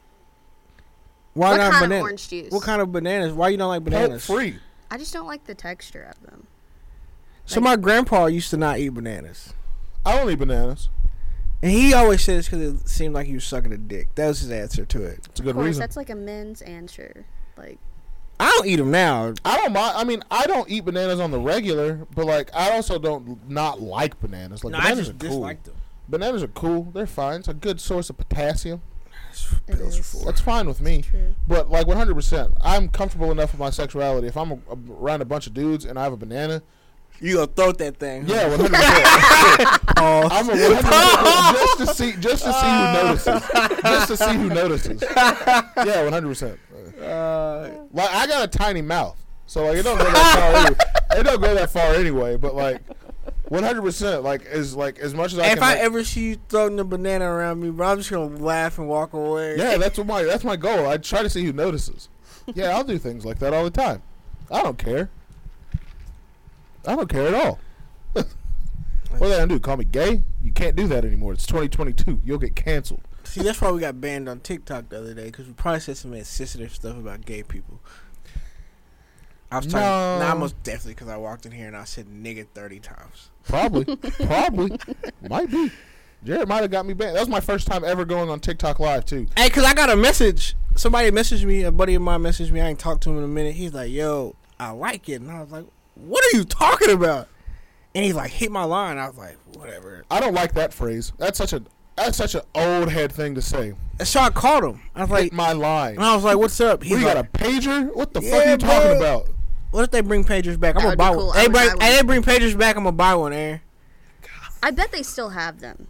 Speaker 3: Why
Speaker 2: what
Speaker 3: not
Speaker 2: kind
Speaker 3: banana?
Speaker 2: of orange juice?
Speaker 3: What kind of bananas? Why you don't like
Speaker 1: Pulp
Speaker 3: bananas?
Speaker 1: free.
Speaker 2: I just don't like the texture of them.
Speaker 3: So my grandpa used to not eat bananas,
Speaker 1: I don't eat bananas.
Speaker 3: and he always said it's because it seemed like he was sucking a dick. That was his answer to it.
Speaker 1: It's a
Speaker 2: Of
Speaker 1: good
Speaker 2: course,
Speaker 1: reason.
Speaker 2: that's like a men's answer. Like
Speaker 3: I don't eat them now.
Speaker 1: I don't mind. I mean, I don't eat bananas on the regular, but like I also don't not like bananas. Like bananas are cool.
Speaker 3: them.
Speaker 1: Bananas are cool. They're fine. It's a good source of potassium.
Speaker 2: it is.
Speaker 1: That's fine with me.
Speaker 2: True.
Speaker 1: But like 100%, I'm comfortable enough with my sexuality. If I'm a, a- around a bunch of dudes and I have a banana,
Speaker 3: You gonna throw that thing?
Speaker 1: yeah, 100%.
Speaker 3: Pause.
Speaker 1: I'm a 100% just to see just to see who notices. Just to see who notices. Yeah, 100%.
Speaker 3: Uh,
Speaker 1: Like I got a tiny mouth. So like it don't go
Speaker 3: *laughs*
Speaker 1: that far. Either. It don't go that far anyway, but like 100% like is like as much as I
Speaker 3: if
Speaker 1: can
Speaker 3: I
Speaker 1: like-
Speaker 3: ever see you throwing a banana around me, bro, I'm just gonna laugh and walk away.
Speaker 1: Yeah, that's what my that's my goal. I try to see who notices. Yeah, I'll do things like that all the time. I don't care. I don't care at all. *laughs* what did I do? Call me gay? You can't do that anymore. It's 2022. You'll get canceled.
Speaker 3: *laughs* See, that's why we got banned on TikTok the other day because we probably said some insensitive stuff about gay people. I was talking,
Speaker 1: No.
Speaker 3: nah, most definitely because I walked in here and I said nigga 30 times. *laughs*
Speaker 1: Probably. Probably. Might be. Jared might have got me banned. That was my first time ever going on TikTok live too.
Speaker 3: Hey, because I got a message. Somebody messaged me, a buddy of mine messaged me. I ain't talked to him in a minute. He's like, yo, I like it. And I was like, what are you talking about? And he's like, hit my line. I was like, whatever.
Speaker 1: I don't like that phrase. That's such a that's such an old head thing to say.
Speaker 3: And so I called him. I was like,
Speaker 1: Hit my line.
Speaker 3: and I was like, what's up?
Speaker 1: We
Speaker 3: He's
Speaker 1: got
Speaker 3: like,
Speaker 1: a pager? What the fuck are
Speaker 3: Yeah,
Speaker 1: you talking
Speaker 3: bro.
Speaker 1: about?
Speaker 3: what if they bring pagers back? I'm
Speaker 2: That
Speaker 3: going to
Speaker 2: would be
Speaker 3: buy
Speaker 2: cool.
Speaker 3: one.
Speaker 2: I
Speaker 3: Hey,
Speaker 2: would
Speaker 3: bring,
Speaker 2: buy one.
Speaker 3: hey, they bring pagers back. I'm going to buy one, Aaron.
Speaker 2: I bet they still have them.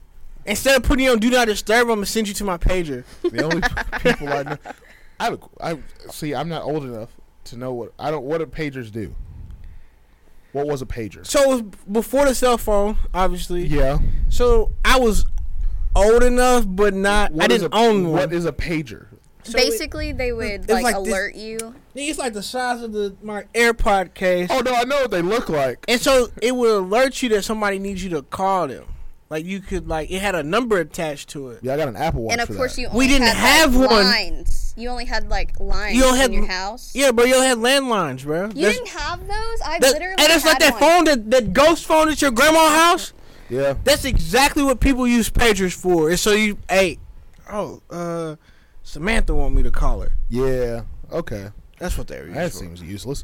Speaker 3: Instead of putting you on do not disturb, I'm gonna send you to my pager.
Speaker 1: The only people I know. *laughs* I, have a, I see. I'm not old enough to know what I don't. What do pagers do? What was a pager?
Speaker 3: So it was before the cell phone, obviously.
Speaker 1: Yeah,
Speaker 3: So I was old enough, but not.
Speaker 1: What
Speaker 3: I
Speaker 1: is
Speaker 3: didn't
Speaker 1: a-
Speaker 3: own one.
Speaker 1: What is a pager?
Speaker 3: So it-
Speaker 2: Basically, they would
Speaker 3: it's
Speaker 2: like,
Speaker 3: like this-
Speaker 2: alert you.
Speaker 3: it's like the size of the my AirPod case,
Speaker 1: Oh no, I know what they look like.
Speaker 3: and so it would alert you that somebody needs you to call them. Like you could like it had a number attached to it.
Speaker 1: Yeah, I got an Apple Watch.
Speaker 2: And of
Speaker 1: for
Speaker 2: course,
Speaker 1: that.
Speaker 2: you only
Speaker 3: We didn't
Speaker 2: had,
Speaker 3: have
Speaker 2: like,
Speaker 3: one.
Speaker 2: lines. You only had like lines
Speaker 3: You only had
Speaker 2: in your
Speaker 3: l-
Speaker 2: house.
Speaker 3: Yeah, bro, you had landlines, bro.
Speaker 2: You didn't have those. I
Speaker 3: that-
Speaker 2: literally.
Speaker 3: and it's like
Speaker 2: had
Speaker 3: that
Speaker 2: one.
Speaker 3: phone that that ghost phone at your grandma's house.
Speaker 1: Yeah,
Speaker 3: That's exactly what people use pagers for. And so you, hey, oh, uh, Samantha want me to call her.
Speaker 1: yeah. Okay,
Speaker 3: That's what they were
Speaker 1: that
Speaker 3: using.
Speaker 1: seems useless.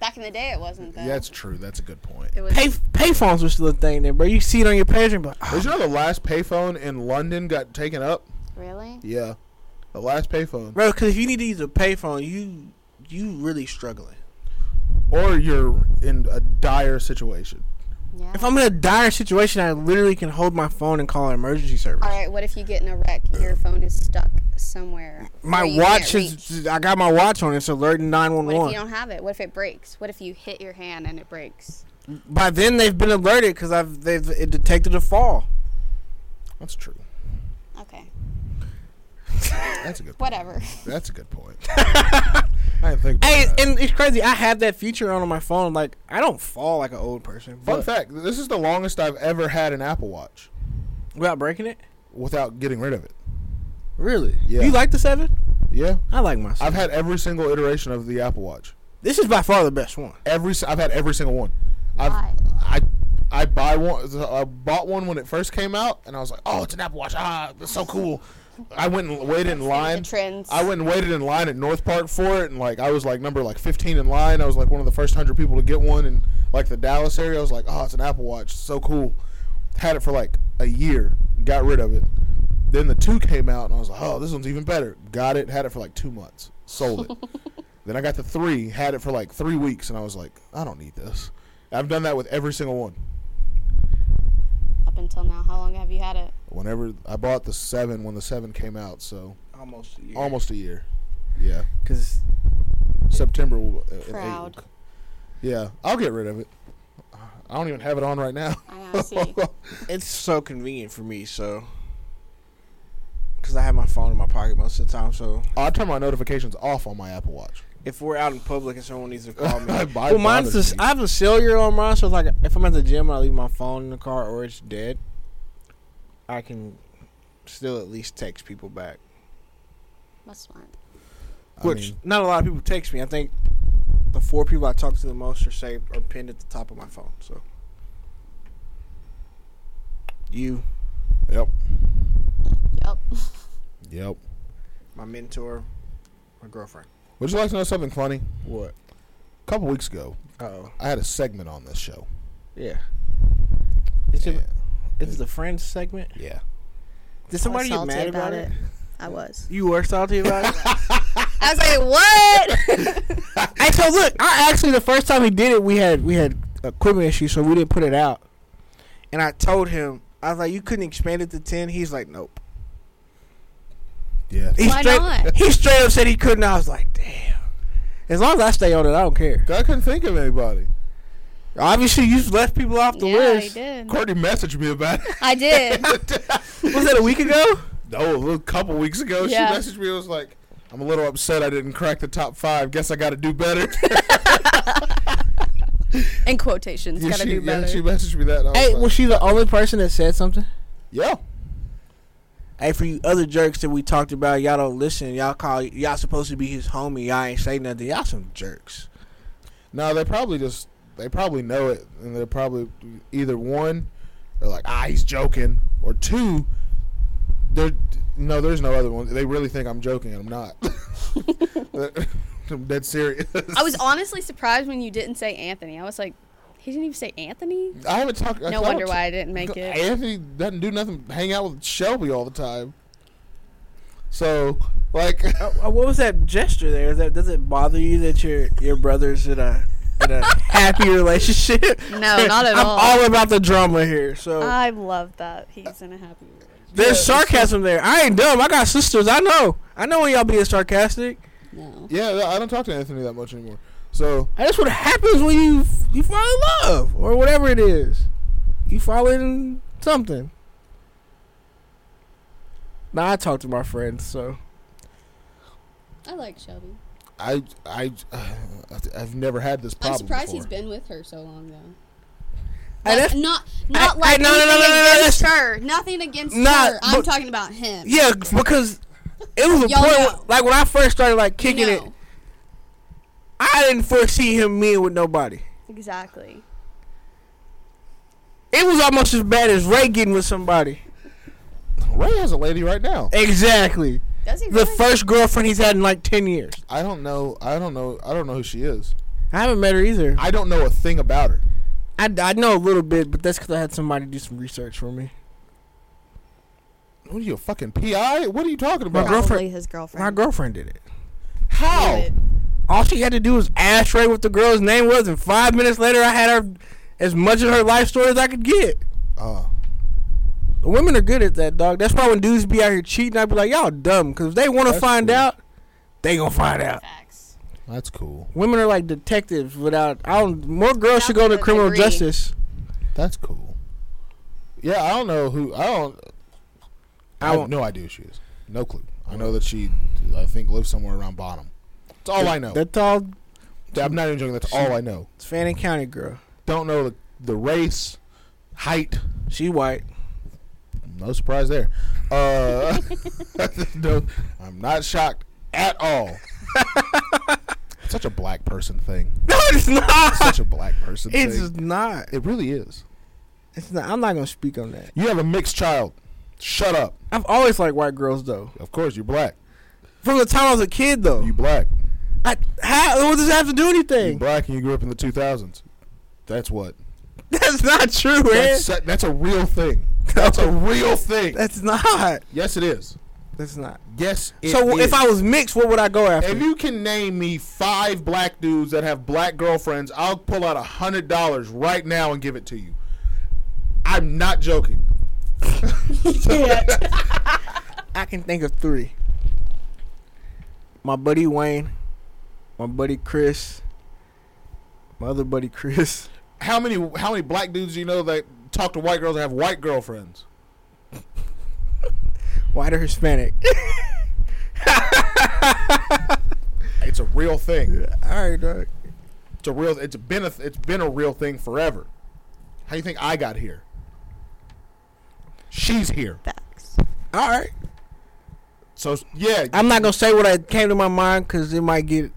Speaker 5: Back in the day, it wasn't though.
Speaker 1: That's true. That's a good point.
Speaker 5: It was
Speaker 3: Pay payphones was still a thing then, bro. You see it on your pager, but
Speaker 1: Did you know the last payphone in London got taken up?
Speaker 5: really.
Speaker 1: Yeah, the last payphone.
Speaker 3: bro, because if you need to use a payphone, you you really struggling.
Speaker 1: Or you're in a dire situation.
Speaker 5: Yeah.
Speaker 3: If I'm in a dire situation, I literally can hold my phone and call an emergency service.
Speaker 5: All right. What if you get in a wreck? Your phone is stuck somewhere.
Speaker 3: My
Speaker 5: where you
Speaker 3: watch
Speaker 5: can't reach?
Speaker 3: is. I got my watch on. It's alerting nine one
Speaker 5: What if you
Speaker 3: one.
Speaker 5: don't have it? What if it breaks? What if you hit your hand and it breaks?
Speaker 3: By then they've been alerted because I've they've it detected a fall.
Speaker 1: That's true.
Speaker 5: Okay.
Speaker 1: That's a good. Point.
Speaker 5: Whatever.
Speaker 1: That's a good point. *laughs* I didn't think. About
Speaker 3: Hey,
Speaker 1: that.
Speaker 3: and it's crazy. I have that feature on, on my phone. Like I don't fall like an old person.
Speaker 1: Fun
Speaker 3: But
Speaker 1: fact: This is the longest I've ever had an Apple Watch
Speaker 3: without breaking it,
Speaker 1: without getting rid of it.
Speaker 3: really?
Speaker 1: Yeah.
Speaker 3: You like the seven?
Speaker 1: Yeah,
Speaker 3: I like my. 7
Speaker 1: I've had every single iteration of the Apple Watch.
Speaker 3: this is by far the best one.
Speaker 1: Every si- I've had every single one. I've,
Speaker 5: Why?
Speaker 1: I I buy one. I bought one when it first came out, and I was like, "Oh, it's an Apple Watch! Ah, that's so cool." I went and waited in line.
Speaker 5: The trends.
Speaker 1: I went and waited in line at North Park for it, and like I was like number like 15 in line. I was like one of the first hundred people to get one in like the Dallas area. I was like, oh, it's an Apple Watch, so cool. Had it for like a year, got rid of it. Then the two came out, and I was like, oh, this one's even better. Got it, had it for like two months, sold it. then I got the three, had it for like three weeks, and I was like, I don't need this. I've done that with every single one.
Speaker 5: Up until now, how long have you had it?
Speaker 1: Whenever I bought the seven when the seven came out, so
Speaker 3: Almost.
Speaker 1: almost a year. Yeah,
Speaker 3: Because
Speaker 1: September. will- uh, in eight
Speaker 5: Proud.
Speaker 1: will- Yeah, I'll get rid of it. I don't even have it on right now.
Speaker 5: I know.
Speaker 1: *laughs*
Speaker 5: I see.
Speaker 3: it's so convenient for me. So. Because I have my phone in my pocket most of the time, so
Speaker 1: I turn my notifications off on my Apple Watch.
Speaker 3: if we're out in public and someone needs
Speaker 1: *laughs*
Speaker 3: to call me,
Speaker 1: I buy
Speaker 3: well, mine's
Speaker 1: bothers
Speaker 3: just,
Speaker 1: me.
Speaker 3: I have a cellular on mine, so it's like if I'm at the gym, I leave my phone in the car or it's dead. I can still at least text people back.
Speaker 5: That's smart.
Speaker 1: I
Speaker 3: Which
Speaker 1: mean,
Speaker 3: not a lot of people text me. I think the four people I talked to the most are saved or pinned at the top of my phone. So you,
Speaker 1: yep,
Speaker 5: Yep.
Speaker 1: yep.
Speaker 3: my mentor, my girlfriend.
Speaker 1: Would you like to know something funny?
Speaker 3: What?
Speaker 1: A couple weeks ago,
Speaker 3: Oh,
Speaker 1: I had a segment on this show.
Speaker 3: yeah. Is
Speaker 1: Yeah,
Speaker 3: it is it the friends segment?
Speaker 1: yeah.
Speaker 3: Did somebody
Speaker 5: I
Speaker 3: get
Speaker 5: was
Speaker 3: mad
Speaker 5: salty
Speaker 3: about, it?
Speaker 5: I was.
Speaker 3: You were salty about it. *laughs*
Speaker 5: I was like, *laughs* what?
Speaker 3: And so look, I actually the first time we did it, we had we had equipment issues, so we didn't put it out. And I told him, I was like, "You couldn't expand it to 10? He's like, "Nope."
Speaker 1: yeah.
Speaker 3: He
Speaker 5: Why
Speaker 3: straight,
Speaker 5: not?
Speaker 3: He straight up said he couldn't. I was like, "Damn." As long as I stay on it, I don't care.
Speaker 1: 'Cause I couldn't think of anybody.
Speaker 3: Obviously, you left people off the
Speaker 2: yeah,
Speaker 3: list.
Speaker 2: I did.
Speaker 1: Courtney messaged me about it. *laughs*
Speaker 5: I did.
Speaker 3: Was that a week ago?
Speaker 1: No, a little couple weeks ago,
Speaker 2: Yeah.
Speaker 1: she messaged me. and was like, "I'm a little upset. I didn't crack the top five. Guess I got to do better."
Speaker 2: In quotations,
Speaker 1: *laughs* Yeah,
Speaker 2: gotta
Speaker 1: she,
Speaker 2: do
Speaker 1: yeah,
Speaker 2: better.
Speaker 1: she messaged me that. and I was
Speaker 3: Hey,
Speaker 1: like,
Speaker 3: was she the only person that said something?
Speaker 1: yeah,
Speaker 3: Hey, for you other jerks that we talked about, y'all don't listen. Y'all call y'all supposed to be his homie. Y'all ain't say nothing. Y'all some jerks.
Speaker 1: no, they probably just they probably know it, and they're probably either one, they're like, "Ah, he's joking," or two, they're no, there's no other one. They really think I'm joking, and I'm not. *laughs* I'm dead serious.
Speaker 2: I was honestly surprised when you didn't say Anthony. I was like, he didn't even say Anthony?
Speaker 1: I haven't talked. I
Speaker 2: No
Speaker 1: don't
Speaker 2: wonder
Speaker 1: t-
Speaker 2: why I didn't make it.
Speaker 1: Anthony doesn't do nothing. but Hang out with Shelby all the time. So, like, *laughs*
Speaker 3: Uh, uh, what was that gesture there? Is that does it bother you that your your brother's in a in *laughs* a happy relationship?
Speaker 2: No, not at
Speaker 3: *laughs* I'm
Speaker 2: all.
Speaker 3: all about the drama here. So
Speaker 5: Uh,
Speaker 2: I love that. He's in a happy mood.
Speaker 3: there's sarcasm there. I ain't dumb. I got sisters. I know. I know when y'all being sarcastic.
Speaker 5: no.
Speaker 1: yeah, no, I don't talk to Anthony that much anymore. So,
Speaker 3: And that's what happens when you you fall in love or whatever it is. You fall in something. Now I talk to my friends, so
Speaker 5: I like Shelby.
Speaker 1: I, I, *sighs* I've never had this problem.
Speaker 5: I'm surprised
Speaker 1: before.
Speaker 5: he's been with her so long though.
Speaker 3: Hey,
Speaker 5: Like,
Speaker 3: that's-
Speaker 5: not not
Speaker 3: hey,
Speaker 5: like
Speaker 3: no, no, no,
Speaker 5: anything
Speaker 3: no, no, no,
Speaker 5: against
Speaker 3: that's-
Speaker 5: her. Nothing against
Speaker 3: Not-
Speaker 5: her. I'm
Speaker 3: but-
Speaker 5: talking about him.
Speaker 3: yeah, because it was a
Speaker 5: Y'all
Speaker 3: point
Speaker 5: know.
Speaker 3: wh- like when I first started like kicking it.
Speaker 5: No.
Speaker 3: I didn't foresee him meeting with nobody.
Speaker 2: Exactly.
Speaker 3: It was almost as bad as Ray getting with somebody.
Speaker 1: Ray has a lady right now.
Speaker 3: Exactly.
Speaker 2: Does he
Speaker 3: The
Speaker 2: really?
Speaker 3: first girlfriend he's had in like 10 years.
Speaker 1: I don't know. I don't know. I don't know who she is.
Speaker 3: I haven't met her either.
Speaker 1: I don't know a thing about her.
Speaker 3: I, I know a little bit, but that's because I had somebody do some research for me.
Speaker 1: What are you a fucking PI? What are you talking
Speaker 3: My
Speaker 1: about?
Speaker 3: girlfriend-
Speaker 5: Probably his girlfriend.
Speaker 3: My girlfriend did it.
Speaker 1: How?
Speaker 3: All she had to do was ask Ray what the girl's name was, and five minutes later, I had her as much of her life story as I could get.
Speaker 1: Uh,
Speaker 3: Women are good at that, dog. That's why when dudes be out here cheating, I'd be like, y'all dumb. Because if they want to
Speaker 1: That's
Speaker 3: find
Speaker 1: cool.
Speaker 3: out, they going to find out.
Speaker 5: Facts.
Speaker 1: that's cool.
Speaker 3: Women are like detectives without. I don't. More girls should go to
Speaker 5: Without the
Speaker 3: criminal
Speaker 5: degree.
Speaker 3: justice.
Speaker 1: That's cool. Yeah, I don't know who. I don't. I,
Speaker 3: I
Speaker 1: have
Speaker 3: won't-
Speaker 1: no idea who she is. No clue. I know that she, I think, lives somewhere around Bonham. That's all I know.
Speaker 3: That's all.
Speaker 1: I'm not even joking. That's all I know.
Speaker 3: It's Fannin County girl.
Speaker 1: Don't know the, the race, height. *laughs*
Speaker 3: She white.
Speaker 1: No surprise there.
Speaker 3: *laughs*
Speaker 1: Uh, *laughs* no, I'm not shocked at all. Such a black person thing.
Speaker 3: No, it's not.
Speaker 1: Such a black person
Speaker 3: *laughs* It's
Speaker 1: thing.
Speaker 3: not.
Speaker 1: It really is.
Speaker 3: It's not. I'm not gonna speak on that.
Speaker 1: You have a mixed child. Shut up.
Speaker 3: I've always liked white girls though.
Speaker 1: Of course, you're black.
Speaker 3: From the time I was a kid though.
Speaker 1: You black.
Speaker 3: I, how? What does that have to do
Speaker 1: You
Speaker 3: anything?
Speaker 1: black and you grew up in the 2000s. That's what.
Speaker 3: *laughs* That's not true, man. *laughs*
Speaker 1: That's, that's a real thing. That's a real thing.
Speaker 3: That's not.
Speaker 1: Yes, it is.
Speaker 3: That's not.
Speaker 1: Yes, it
Speaker 3: so
Speaker 1: is.
Speaker 3: if I was mixed, what would I go after?
Speaker 1: If you can name me five black dudes that have black girlfriends, I'll pull out a hundred dollars right now and give it to you. I'm not joking.
Speaker 3: I can think of three. My buddy Wayne, my buddy Chris, my other buddy Chris. *laughs*
Speaker 1: How many how many black dudes do you know that talk to white girls that have white girlfriends?
Speaker 3: White or Hispanic? *laughs*
Speaker 1: It's a real thing.
Speaker 3: All right, dog.
Speaker 1: It's a real. It's been a it's been a real thing forever. How do you think I got here? She's here.
Speaker 5: Facts.
Speaker 3: All right.
Speaker 1: So yeah,
Speaker 3: I'm not gonna say what I came to my mind because it might get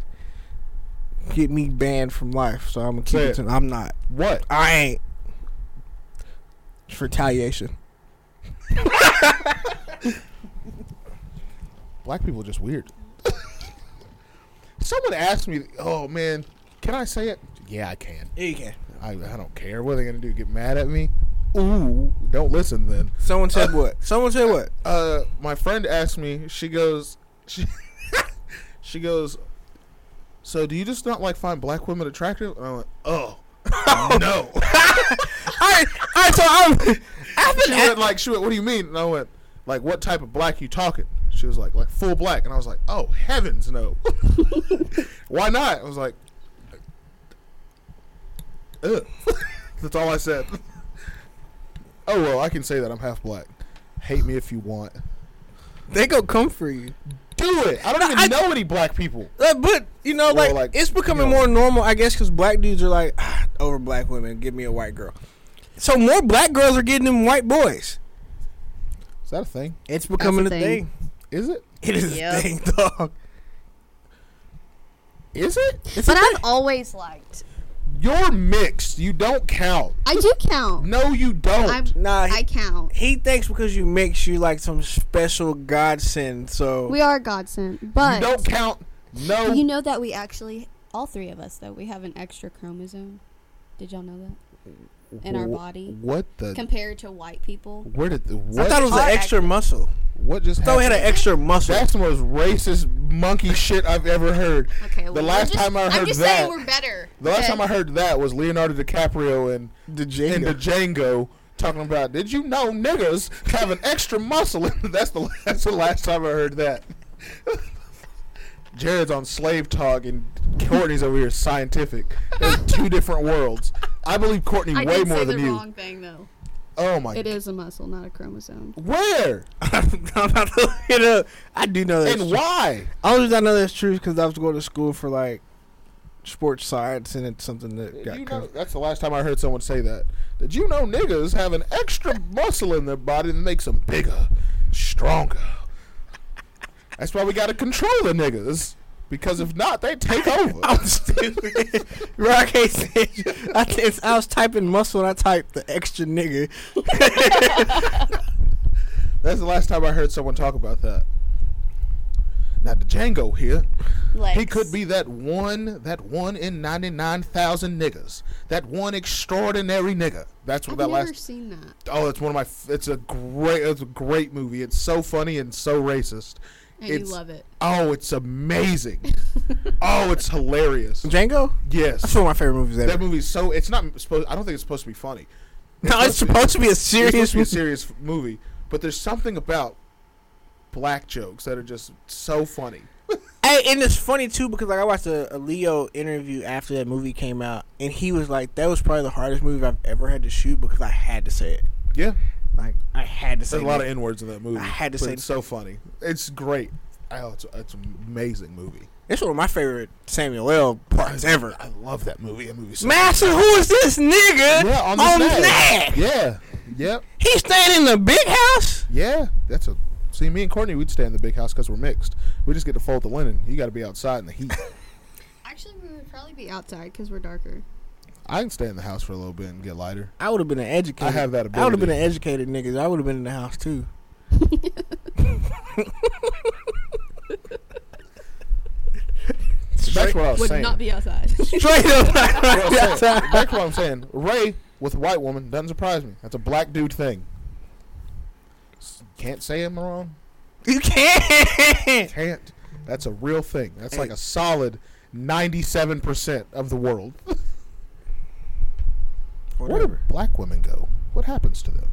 Speaker 3: get me banned from life. So I'm gonna keep
Speaker 1: Say
Speaker 3: it.
Speaker 1: it.
Speaker 3: To, I'm not.
Speaker 1: what?
Speaker 3: I ain't. It's retaliation.
Speaker 1: Black people are just weird. *laughs* Someone asked me, "Oh man, can I say it?" Yeah, I can.
Speaker 3: Yeah, you can.
Speaker 1: I, I don't care. What are they gonna do? Get mad at me? Ooh, don't listen then. *laughs*
Speaker 3: Someone said what? Someone said what?
Speaker 1: Uh, my friend asked me. She goes, she, *laughs* she goes. So do you just not like find black women attractive? And I went, oh. *laughs* no.
Speaker 3: I I so I'm. I've
Speaker 1: she
Speaker 3: been
Speaker 1: went like, she went, what do you mean? And I went, like, what type of black you talking? She was like, like full black. And I was like, oh, heavens no. *laughs* Why not? I was like, ugh. *laughs* That's all I said. *laughs* oh, well, I can say that I'm half black. Hate me if you want.
Speaker 3: they gonna come for you.
Speaker 1: Do it. I don't even
Speaker 3: I-
Speaker 1: know any black people.
Speaker 3: Uh, but you know,
Speaker 1: Well,
Speaker 3: like,
Speaker 1: like,
Speaker 3: it's becoming
Speaker 1: you know.
Speaker 3: more normal, I guess, because black dudes are like "Ah, over black women. Give me a white girl. So more black girls are getting them white boys.
Speaker 1: Is that a thing?
Speaker 3: It's becoming a
Speaker 5: a
Speaker 3: thing.
Speaker 5: thing.
Speaker 1: Is it?
Speaker 3: It is a
Speaker 5: Yep.
Speaker 3: thing, *laughs* dog.
Speaker 1: Is it?
Speaker 5: But I've always liked.
Speaker 1: You're mixed. You don't count.
Speaker 5: I do count.
Speaker 1: No, you don't.
Speaker 5: I'm,
Speaker 3: Nah, he,
Speaker 5: I count.
Speaker 3: he thinks because you mix, you like some special godsend. So
Speaker 2: We are godsend,
Speaker 1: you
Speaker 2: but
Speaker 1: don't count. No.
Speaker 2: you know that we actually, all three of us, though, we have an extra chromosome. Did y'all know that? in our
Speaker 1: Wh-
Speaker 2: body.
Speaker 1: What the?
Speaker 2: Compared to white people.
Speaker 1: Where did the
Speaker 3: I
Speaker 1: what?
Speaker 3: thought it was an
Speaker 2: Our
Speaker 3: extra
Speaker 2: acne.
Speaker 3: muscle.
Speaker 1: what just
Speaker 3: So it had
Speaker 1: happened?
Speaker 3: an extra muscle.
Speaker 1: That's the most racist monkey shit I've ever heard.
Speaker 2: Okay,
Speaker 1: the last time I
Speaker 2: I'm
Speaker 1: heard
Speaker 2: just
Speaker 1: that,
Speaker 2: saying we're better.
Speaker 1: the last time I heard that was Leonardo DiCaprio and
Speaker 3: the
Speaker 1: and
Speaker 3: Jenga.
Speaker 1: the Django talking about. Did you know niggas have an extra muscle? *laughs* that's the that's the last time I heard that. Jared's on slave talk and Courtney's over here scientific. They're two different worlds. I believe Courtney
Speaker 2: I
Speaker 1: way
Speaker 2: did
Speaker 1: more
Speaker 2: say
Speaker 1: than
Speaker 2: the
Speaker 1: you.
Speaker 2: wrong thing though.
Speaker 1: Oh my!
Speaker 2: It is a muscle, not a chromosome.
Speaker 1: Where
Speaker 3: *laughs* I'm about to look it up. I do know that.
Speaker 1: and why?
Speaker 3: I just I know that's true because I was going to school for like sports science, and it's something that
Speaker 1: Did
Speaker 3: got
Speaker 1: you
Speaker 3: covered.
Speaker 1: know, that's the last time I heard someone say that. Did you know niggas have an extra muscle in their body that makes them bigger, stronger? That's why we gotta control the niggas. Because if not, they take over.
Speaker 3: *laughs* *laughs* I'm stupid. *laughs* Bro, I can't say I, it's- I was typing muscle and I typed the extra nigga.
Speaker 1: That's the last time I heard someone talk about that. Now the Django here,
Speaker 5: Like
Speaker 1: he could be that one, that one in ninety-nine thousand niggas, that one extraordinary nigga. That's what
Speaker 2: I've
Speaker 1: that
Speaker 2: never
Speaker 1: last
Speaker 2: seen that.
Speaker 1: Oh, it's one of my. f- It's a great. It's a great movie. It's so funny and so racist.
Speaker 2: And
Speaker 1: it's,
Speaker 2: you love it.
Speaker 1: Oh, it's amazing. oh, it's hilarious.
Speaker 3: Django? That's
Speaker 1: Yes,
Speaker 3: one of my favorite movies ever.
Speaker 1: that movie's so. It's not supposed. I don't think it's supposed to be funny.
Speaker 3: no, it's supposed to be a
Speaker 1: It's supposed
Speaker 3: serious
Speaker 1: to be a
Speaker 3: movie.
Speaker 1: serious f- movie, but there's something about black jokes that are just so funny.
Speaker 3: Hey, and it's funny too because like I watched a, a Leo interview after that movie came out, and he was like, "That was probably the hardest movie I've ever had to shoot because I had to say it.
Speaker 1: Yeah,
Speaker 3: Like I had to say
Speaker 1: there's a lot of
Speaker 3: it.
Speaker 1: n words in that movie.
Speaker 3: I had to
Speaker 1: but
Speaker 3: say-
Speaker 1: it's so funny. It's great. Oh, it's it's an amazing movie.
Speaker 3: It's one of my favorite Samuel L. parts ever.
Speaker 1: I love that movie. That movie's so
Speaker 3: Master, who is this nigga
Speaker 1: yeah, on the
Speaker 3: the
Speaker 1: snag.
Speaker 3: snag?
Speaker 1: Yeah, yep.
Speaker 3: He's staying in the big house.
Speaker 1: Yeah, that's a. See, me and Courtney, we'd stay in the big house because we're mixed. We just get to fold the linen. You got to be outside in the heat.
Speaker 2: Actually, we would probably be outside because we're darker.
Speaker 1: I can stay in the house for a little bit and get lighter.
Speaker 3: I would have been an educated.
Speaker 1: I have that
Speaker 3: I would have
Speaker 1: ability.
Speaker 3: been an educated nigga. I would have been in the house too.
Speaker 1: *laughs* That's what I was
Speaker 6: Would
Speaker 1: saying.
Speaker 6: not be outside.
Speaker 3: *laughs* Straight up. like,
Speaker 1: That's what I was saying.
Speaker 3: outside.
Speaker 1: That's what I'm saying. Ray with a white woman doesn't surprise me. That's a black dude thing. S- Can't say I'm wrong.
Speaker 3: You can't.
Speaker 1: Can't. That's a real thing. That's like a solid 97% of the world. *laughs* Where do
Speaker 3: Whatever.
Speaker 1: black women go? What happens to them?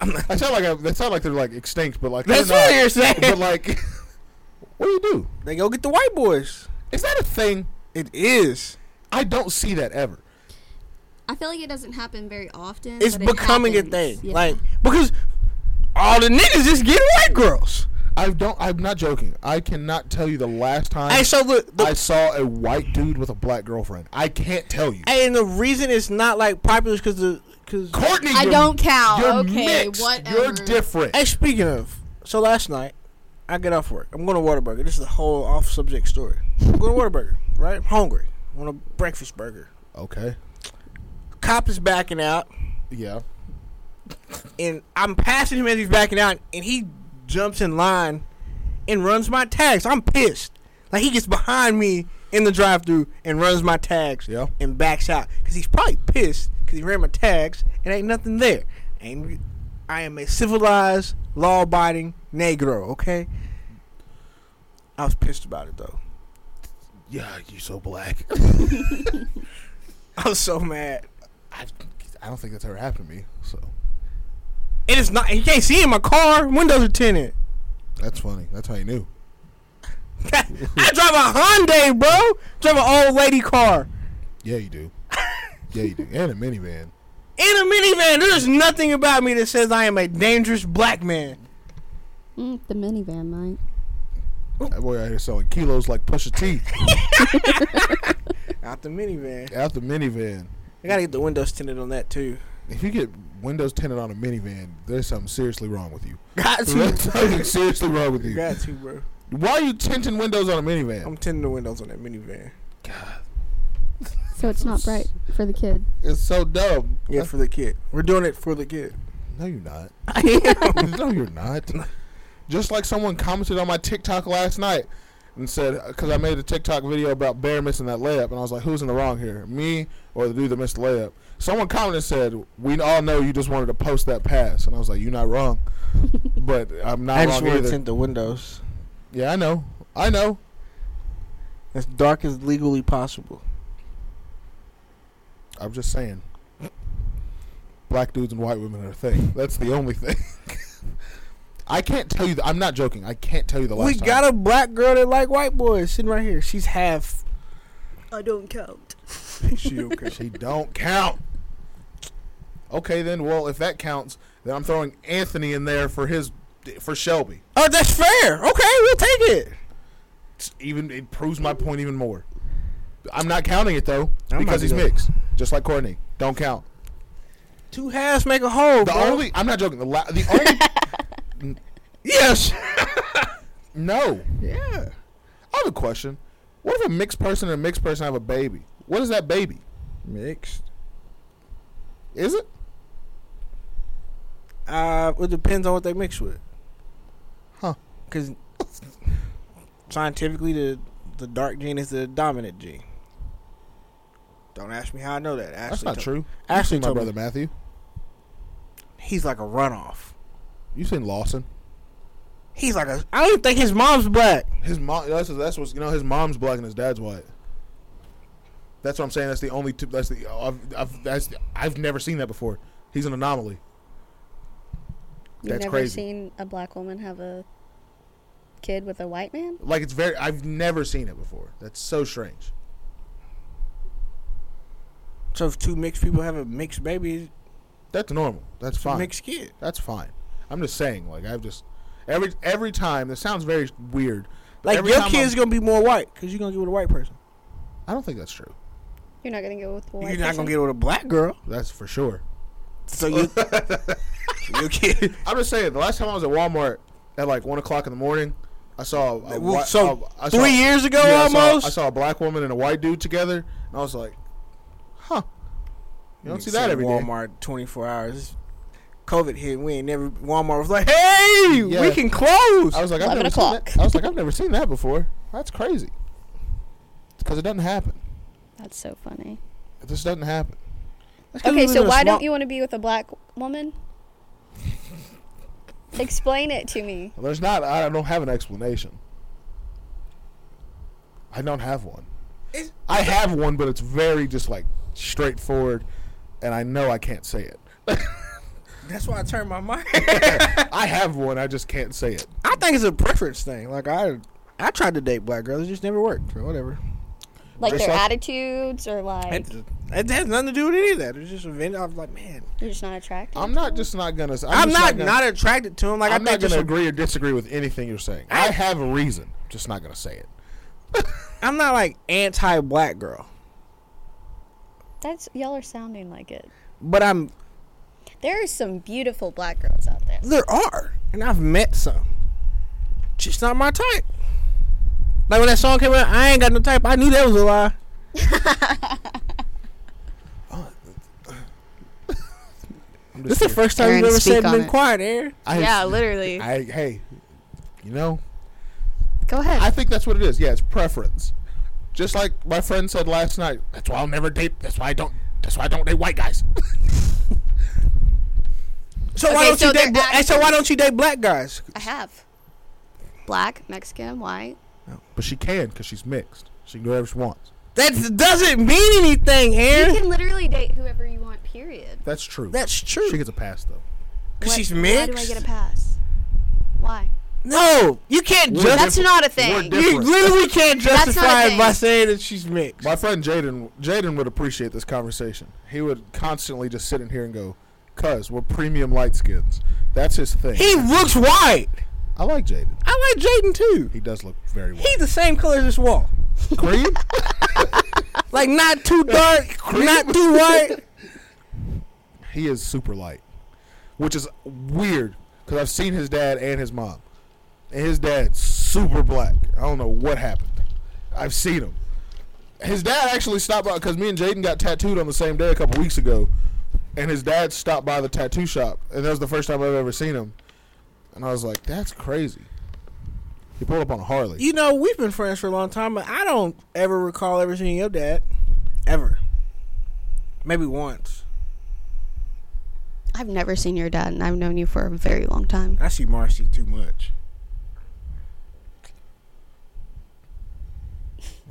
Speaker 1: I sound like I, that sound like they're like extinct, but like they're
Speaker 3: That's what
Speaker 1: not.
Speaker 3: you're saying.
Speaker 1: But like, *laughs* what do you do?
Speaker 3: They go get the white boys.
Speaker 1: Is that a thing?
Speaker 3: It is.
Speaker 1: I don't see that ever.
Speaker 2: *laughs* I feel like it doesn't happen very often.
Speaker 3: It's
Speaker 2: but it
Speaker 3: becoming a
Speaker 2: happens.
Speaker 3: thing.
Speaker 2: Yeah.
Speaker 3: Like because all the niggas just get white girls.
Speaker 1: I don't. I'm not joking. I cannot tell you the last time
Speaker 3: Hey, so look.
Speaker 1: I
Speaker 3: The,
Speaker 1: saw a white dude with a black girlfriend. I can't tell you.
Speaker 3: hey, and the reason it's not like popular is because the Cause
Speaker 1: Courtney, *laughs*
Speaker 2: I
Speaker 1: you're-
Speaker 2: don't count.
Speaker 1: You're
Speaker 2: okay,
Speaker 1: mixed.
Speaker 2: whatever.
Speaker 1: You're different.
Speaker 3: hey, speaking of, so last night I get off work. I'm going to Whataburger. This is a whole off-subject story. I'm going to Whataburger. Right? I'm hungry. I want a breakfast burger.
Speaker 1: Okay.
Speaker 3: Cop is backing out,
Speaker 1: Yeah.
Speaker 3: and I'm passing him as he's backing out, and he jumps in line and runs my tags. I'm pissed. Like he gets behind me in the drive-through and runs my tags.
Speaker 1: Yeah.
Speaker 3: and backs out because he's probably pissed because he ran my tags and ain't nothing there. And I am a civilized, law-abiding Negro. Okay, I was pissed about it though. *laughs*
Speaker 1: Yeah, you so black. *laughs*
Speaker 3: I was so mad.
Speaker 1: I, I don't think that's ever happened to me. So
Speaker 3: It is not. He can't see in my car. Windows are tinted. *laughs*
Speaker 1: that's funny. That's how you knew.
Speaker 3: I drive a Hyundai, bro. Drive an old lady car
Speaker 1: Yeah, you do. yeah, you do. And a minivan.
Speaker 3: in a minivan. There's nothing about me that says I am a dangerous black man.
Speaker 5: Mm, the minivan, Mike.
Speaker 1: That boy out here selling kilos like Pusha T
Speaker 3: Out the minivan.
Speaker 1: out the minivan.
Speaker 3: I gotta get the windows tinted on that too.
Speaker 1: If you get windows tinted on a minivan, there's something seriously wrong with you.
Speaker 3: Got
Speaker 1: There's
Speaker 3: to.
Speaker 1: something seriously wrong with you.
Speaker 3: Got to, bro.
Speaker 1: Why are you tinting windows on a minivan?
Speaker 3: I'm tinting the windows on that minivan.
Speaker 1: God,
Speaker 5: So it's not bright for the kid.
Speaker 1: it's so dumb.
Speaker 3: Yeah, for the kid. We're doing it for the kid.
Speaker 1: No, you're not.
Speaker 3: *laughs* I
Speaker 1: *laughs*
Speaker 3: am.
Speaker 1: no, you're not. Just like someone commented on my TikTok last night and said, because I made a TikTok video about Bear missing that layup, and I was like, who's in the wrong here, me or the dude that missed the layup? Someone commented and said, we all know you just wanted to post that pass, and I was like, you're not
Speaker 3: *laughs*
Speaker 1: wrong, but I'm not
Speaker 3: I just
Speaker 1: wrong
Speaker 3: want
Speaker 1: either.
Speaker 3: to tint the windows
Speaker 1: yeah, I know, I know.
Speaker 3: as dark as legally possible.
Speaker 1: I'm just saying, black dudes and white women are a thing. That's the only thing. *laughs* I can't tell you. The, I'm not joking. I can't tell you the last
Speaker 3: We
Speaker 1: time.
Speaker 3: got a black girl that like white boys sitting right here. She's half.
Speaker 6: I don't count.
Speaker 1: *laughs* She don't count. she don't count. Okay, then. Well, if that counts, then I'm throwing Anthony in there for his for Shelby.
Speaker 3: Oh, that's fair. Okay, we'll take it.
Speaker 1: It's even it proves my point even more. I'm not counting it though
Speaker 3: I might
Speaker 1: because
Speaker 3: be
Speaker 1: he's
Speaker 3: the-
Speaker 1: mixed, just like Courtney. Don't count.
Speaker 3: Two halves make a whole.
Speaker 1: The
Speaker 3: bro.
Speaker 1: only I'm not joking. The la- the only *laughs*
Speaker 3: yes.
Speaker 1: no.
Speaker 3: Yeah.
Speaker 1: I have a question. What if a mixed person and a mixed person have a baby? What is that baby?
Speaker 3: Mixed.
Speaker 1: Is it?
Speaker 3: Uh, it depends on what they mix with.
Speaker 1: Huh.
Speaker 3: Because scientifically, the the dark gene is the dominant gene. Don't ask me how I know that. Ashley
Speaker 1: That's not
Speaker 3: told-
Speaker 1: true.
Speaker 3: Ashley
Speaker 1: Actually, my
Speaker 3: told me.
Speaker 1: brother Matthew.
Speaker 3: He's like a runoff.
Speaker 1: You seen Lawson?
Speaker 3: He's like a. I don't even think his mom's black.
Speaker 1: His mom. That's that's what's you know. His mom's black and his dad's white. That's what I'm saying. That's the only. Two, that's the. I've, I've that's I've never seen that before. He's an anomaly.
Speaker 5: You've
Speaker 1: That's
Speaker 5: never
Speaker 1: crazy.
Speaker 5: seen a black woman have a kid with a white man?
Speaker 1: Like it's very. I've never seen it before. That's so strange.
Speaker 3: So if two mixed people have a mixed baby,
Speaker 1: That's normal. That's
Speaker 3: it's a
Speaker 1: fine.
Speaker 3: mixed kid.
Speaker 1: That's fine. I'm just saying. Like I've just every every time. This sounds very weird. but
Speaker 3: Like
Speaker 1: every
Speaker 3: your
Speaker 1: time
Speaker 3: kid's
Speaker 1: I'm-
Speaker 3: gonna be more white because you're gonna get with a white person.
Speaker 1: I don't think that's true.
Speaker 5: You're not gonna go with a white.
Speaker 3: you're not
Speaker 5: person?
Speaker 3: gonna get with a black girl.
Speaker 1: That's for sure. *laughs*
Speaker 3: So you, your kid.
Speaker 1: I'm just saying. The last time I was at Walmart at like one o'clock in the morning, I saw. A, a
Speaker 3: Well,
Speaker 1: whi-
Speaker 3: so
Speaker 1: a- I saw-
Speaker 3: three years ago,
Speaker 1: Yeah, I saw-
Speaker 3: almost.
Speaker 1: I saw, a black woman and a white dude together, and I was like, "Huh." You don't see that every day.
Speaker 3: Walmart 24 hours. COVID hit. We ain't never. Walmart was like, "Hey,
Speaker 1: Yeah.
Speaker 3: we can close."
Speaker 1: I was like, "I've
Speaker 5: 11
Speaker 1: never seen
Speaker 5: o'clock.
Speaker 1: that." I was like, "I've never seen that before. That's crazy." Because it doesn't happen.
Speaker 5: That's so funny.
Speaker 1: It just doesn't happen.
Speaker 3: That's 'cause we
Speaker 5: Okay,
Speaker 3: live
Speaker 5: so
Speaker 3: in a
Speaker 5: why
Speaker 3: swamp.
Speaker 5: don't you want to be with a black woman? Explain it to me.
Speaker 1: There's not. I don't have an explanation. I don't have one.
Speaker 3: It's-
Speaker 1: I have one, but it's very just like straightforward, and I know I can't say it.
Speaker 3: That's why I turned my mind.
Speaker 1: I have one. I just can't say it.
Speaker 3: *laughs* I think it's a preference thing. Like I, I tried to date black girls. It just never worked. Or whatever.
Speaker 5: Like
Speaker 1: Just
Speaker 5: their
Speaker 1: like-
Speaker 5: attitudes or like
Speaker 3: It, it has nothing to do with any of that. It's just a vendor. I was like, man,
Speaker 5: you're just not attracted.
Speaker 1: I'm
Speaker 5: to
Speaker 1: not
Speaker 5: them?
Speaker 1: just not gonna. I'm, just
Speaker 3: I'm, not
Speaker 1: gonna-
Speaker 3: not attracted to him. Like
Speaker 1: I'm
Speaker 3: I
Speaker 1: not going
Speaker 3: think just
Speaker 1: to
Speaker 3: a-
Speaker 1: agree or disagree with anything you're saying. I, have a reason. Just not going to say it.
Speaker 3: I'm not like anti-black girl,
Speaker 5: That's y'all are sounding like it.
Speaker 3: but I'm
Speaker 5: There are some beautiful black girls out there.
Speaker 3: There are, and I've met some. Just not my type. Like when that song came out, I ain't got no type. I knew that was a lie.
Speaker 1: I'm just
Speaker 3: This is the
Speaker 1: here.
Speaker 3: first time
Speaker 5: Aaron,
Speaker 3: you've ever
Speaker 5: speak
Speaker 3: said
Speaker 5: on
Speaker 3: been
Speaker 5: it.
Speaker 3: quiet, Aaron.
Speaker 1: I,
Speaker 5: yeah, literally.
Speaker 1: I hey, you know,
Speaker 5: Go ahead.
Speaker 1: I think that's what it is. Yeah, it's preference. Just like my friend said last night. That's why I'll never date. That's why I don't. That's why I don't date white guys.
Speaker 3: So
Speaker 5: Okay,
Speaker 3: why don't
Speaker 5: so
Speaker 3: you
Speaker 5: they're
Speaker 3: date? Bla- hey, so why don't you date black guys?
Speaker 5: I have. Black, Mexican,
Speaker 3: *laughs*
Speaker 5: white.
Speaker 1: but she can because she's mixed. She can do whatever she wants.
Speaker 3: That doesn't mean anything,
Speaker 5: You
Speaker 3: Aaron.
Speaker 5: can literally date whoever you want, period.
Speaker 1: That's true.
Speaker 3: That's true.
Speaker 1: She gets a pass though.
Speaker 3: Cause
Speaker 5: What-
Speaker 3: she's
Speaker 5: Why
Speaker 3: mixed.
Speaker 5: do I get a pass? Why?
Speaker 3: no, you can't
Speaker 1: We're
Speaker 3: justify.
Speaker 5: That's not a
Speaker 1: We're
Speaker 5: thing.
Speaker 1: different.
Speaker 3: You literally can't
Speaker 5: That's not a
Speaker 3: justify it by
Speaker 5: thing.
Speaker 3: saying that she's mixed.
Speaker 1: My friend Jaden Jaden would appreciate this conversation. He would constantly just sit in here and go, "Cuz we're premium light skins." That's his thing.
Speaker 3: He looks white.
Speaker 1: I like Jaden.
Speaker 3: I like Jaden too.
Speaker 1: He does look very well.
Speaker 3: He the same color as this wall.
Speaker 1: Cream?
Speaker 3: Like
Speaker 5: *laughs*
Speaker 3: not too dark, not too white.
Speaker 1: he is super light, which is weird because I've seen his dad and his mom, and his dad's super black. I don't know what happened. I've seen him. His dad actually stopped by because me and Jaden got tattooed on the same day a couple weeks ago, and his dad stopped by the tattoo shop, and that was the first time I've ever seen him, and I was like, "That's crazy." He pulled up on a Harley.
Speaker 3: You know, we've been friends for a long time, but I don't ever recall ever seeing your dad. Ever. Maybe once.
Speaker 5: I've never seen your dad, and I've known you for a very long time.
Speaker 3: I see Marcy too *laughs* much.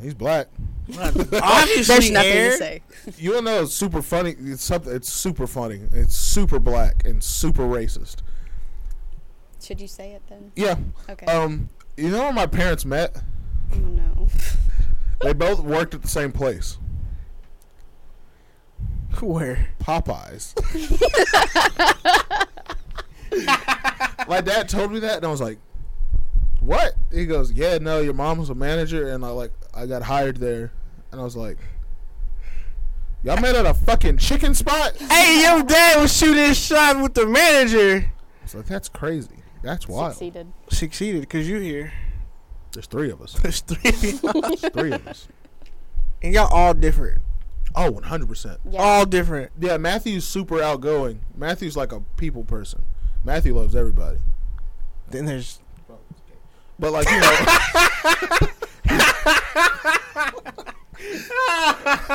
Speaker 1: He's black.
Speaker 3: Obviously,
Speaker 5: There's nothing
Speaker 3: Aaron,
Speaker 5: to say.
Speaker 1: You don't know it's super funny. It's something. It's super funny. It's super black and super racist.
Speaker 2: Should you say it then?
Speaker 1: Yeah.
Speaker 2: Okay.
Speaker 1: Um, you know when my parents met?
Speaker 5: Oh no.
Speaker 1: They both worked at the same place,
Speaker 3: Where?
Speaker 1: Popeyes. my dad told me that, and I was like, "What?" He goes, "Yeah, no, your mom was a manager, and I like I got hired there," and I was like. Y'all met at a fucking chicken spot?
Speaker 3: Hey, your dad was shooting his shot with the manager.
Speaker 1: It's like that's crazy. That's
Speaker 3: Oh.
Speaker 1: wild.
Speaker 2: Succeeded.
Speaker 3: Succeeded because you here.
Speaker 1: There's three of us.
Speaker 5: *laughs*
Speaker 3: There's three.
Speaker 1: There's three of us.
Speaker 3: and y'all all different.
Speaker 1: Oh, 100 percent.
Speaker 2: Yeah.
Speaker 3: All different.
Speaker 1: Yeah, Matthew's super outgoing. Matthew's like a people person. Matthew loves everybody.
Speaker 3: Then there's
Speaker 1: But like you know,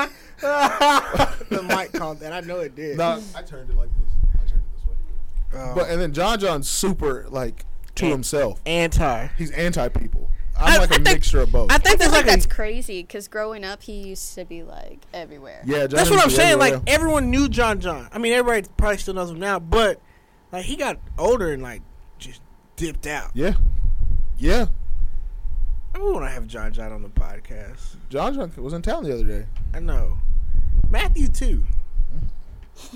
Speaker 1: *laughs*
Speaker 3: the mic called that. I know it did.
Speaker 1: no, I turned it like this. I turned it this way.
Speaker 3: Um,
Speaker 1: But and then John John's super like to
Speaker 3: An-
Speaker 1: himself.
Speaker 3: anti.
Speaker 1: He's anti people. I'm
Speaker 5: I-
Speaker 1: like a
Speaker 5: I think-
Speaker 1: mixture of both.
Speaker 3: I think there's
Speaker 5: Like
Speaker 3: like a
Speaker 5: that's crazy, because growing up, he used to be like everywhere.
Speaker 1: yeah, John
Speaker 3: That's what I'm
Speaker 1: is the
Speaker 3: saying.
Speaker 1: way-
Speaker 3: Like everyone knew John John. I mean, everybody probably still knows him now, but like he got older and like just dipped out.
Speaker 1: yeah, yeah.
Speaker 3: I want to have John John on the podcast.
Speaker 1: John John was in town the other day.
Speaker 3: I know Matthew too.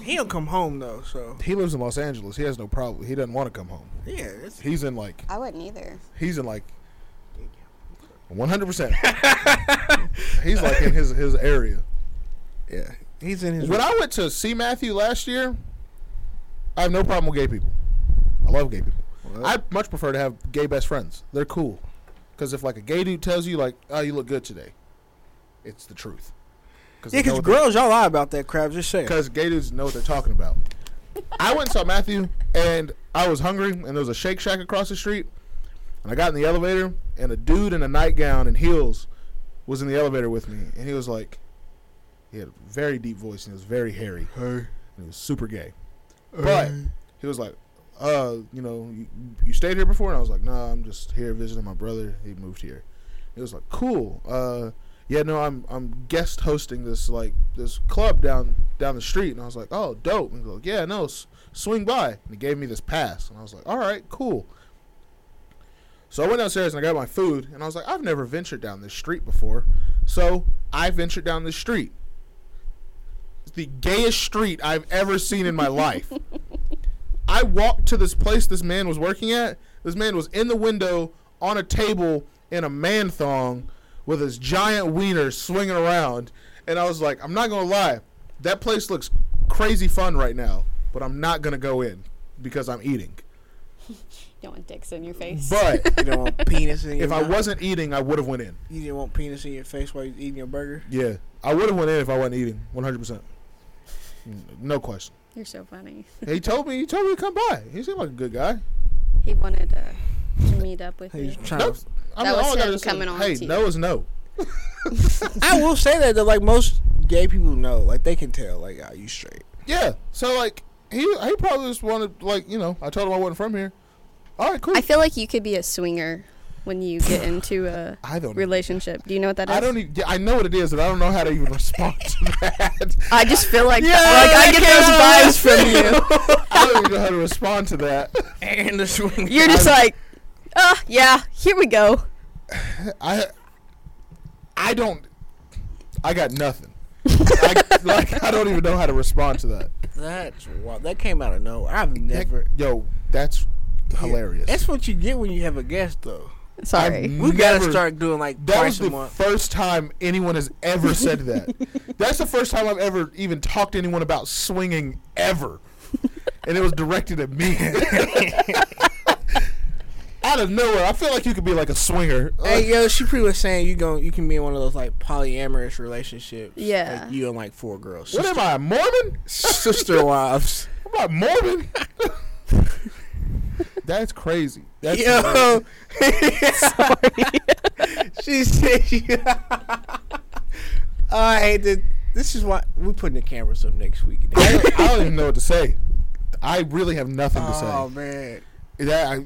Speaker 3: He don't come home though, so
Speaker 1: He lives in Los Angeles. He has no problem. He doesn't want to come home.
Speaker 3: yeah. It's,
Speaker 1: He's in like
Speaker 2: I wouldn't either.
Speaker 1: he's in like 100. percent He's like in his his area.
Speaker 3: yeah, he's in his.
Speaker 1: When I went to see Matthew last year, I have no problem with gay people. I love gay people. I much prefer to have gay best friends. They're cool. Because if like a gay dude tells you like, "Oh, you look good today," it's the truth.
Speaker 3: yeah, because girls, y'all lie about that crap. Just saying.
Speaker 1: Because gay dudes know what they're talking about. I went and saw Matthew, and I was hungry, and there was a Shake Shack across the street, and I got in the elevator, and a dude in a nightgown and heels was in the elevator with me, and he was like, he had a very deep voice, and he was very hairy.
Speaker 3: Hey,
Speaker 1: And he was super gay. But he was like, uh, you know, you, you stayed here before? And I was like, nah, I'm just here visiting my brother. He moved here. He was like, cool. Uh, yeah, no, I'm I'm guest hosting this like this club down down the street, and I was like, oh, dope. And he was like, yeah, no, s- swing by. And he gave me this pass, and I was like, all right, cool. So I went downstairs and I got my food, and I was like, I've never ventured down this street before, so I ventured down this street. It's the gayest street I've ever seen in my life. *laughs* I walked to this place this man was working at. This man was in the window on a table in a man thong with his giant wiener swinging around. And I was like, I'm not going to lie. That place looks crazy fun right now. but I'm not gonna go in because I'm eating.
Speaker 5: don't want dicks in your face.
Speaker 1: But
Speaker 3: *laughs* You don't want penis in your
Speaker 1: if I
Speaker 3: mouth.
Speaker 1: wasn't eating, I would have went in.
Speaker 3: you didn't want penis in your face while you eating your burger.
Speaker 1: Yeah, I would have went in if I wasn't eating. 100. percent Mm, No question.
Speaker 5: You're so funny.
Speaker 1: He told me. He told me to come by. He seemed like a good guy.
Speaker 5: He wanted uh, to meet up with
Speaker 3: He's
Speaker 5: you.
Speaker 3: trying
Speaker 1: Nope.
Speaker 3: to-
Speaker 1: I
Speaker 5: That was
Speaker 1: all I gotta
Speaker 5: him
Speaker 1: say is,
Speaker 5: coming on
Speaker 1: Hey,
Speaker 5: to you.
Speaker 1: no is no.
Speaker 3: I will say that though, like most gay people know, like they can tell, like are you straight? *laughs*
Speaker 1: Yeah. So like he he probably just wanted like you know I told him I wasn't from here. All right, cool.
Speaker 5: I feel like you could be a swinger when you get into a
Speaker 1: I don't.
Speaker 5: relationship. Do you know what that is?
Speaker 1: I don't. Even, yeah, I know what it is, and I don't know how to even respond to *laughs* that.
Speaker 5: I just feel like,
Speaker 1: Yeah,
Speaker 5: like I get those vibes from
Speaker 1: I don't even know how to respond to that. *laughs*
Speaker 3: And the swing.
Speaker 5: you. You're just like, oh, yeah, here we go.
Speaker 1: I I don't. I got
Speaker 5: *laughs*
Speaker 1: nothing. I, like I don't even know how to respond to that.
Speaker 3: That's wild. That came out of nowhere. I've never.
Speaker 1: Yo, that's hilarious.
Speaker 3: That's what you get when you have a guest, though.
Speaker 5: Sorry.
Speaker 1: I've
Speaker 3: We gotta
Speaker 1: never-
Speaker 3: start doing like
Speaker 1: That was
Speaker 3: twice a
Speaker 1: the
Speaker 3: month.
Speaker 1: first time anyone has ever said
Speaker 3: *laughs*
Speaker 1: that. That's the first time I've ever even talked to anyone about swinging ever, and it was directed at
Speaker 3: *laughs*
Speaker 1: me. Out of nowhere, I feel like you could be like a swinger.
Speaker 3: Hey
Speaker 1: Like,
Speaker 3: yo, she pretty much saying you gon' you can be in one of those like polyamorous relationships.
Speaker 5: Yeah.
Speaker 3: like, you and like four girls.
Speaker 1: what am I, a Mormon?
Speaker 3: sister wives.
Speaker 1: Am I Mormon? *laughs* That's crazy. *laughs* That's
Speaker 3: Yo, *laughs* she said she. *laughs* Oh, I hate that. This is why we're putting the cameras up next
Speaker 1: *laughs*
Speaker 3: week.
Speaker 1: I don't, I don't even know what to say. I really have nothing to say.
Speaker 3: oh man.
Speaker 1: that I,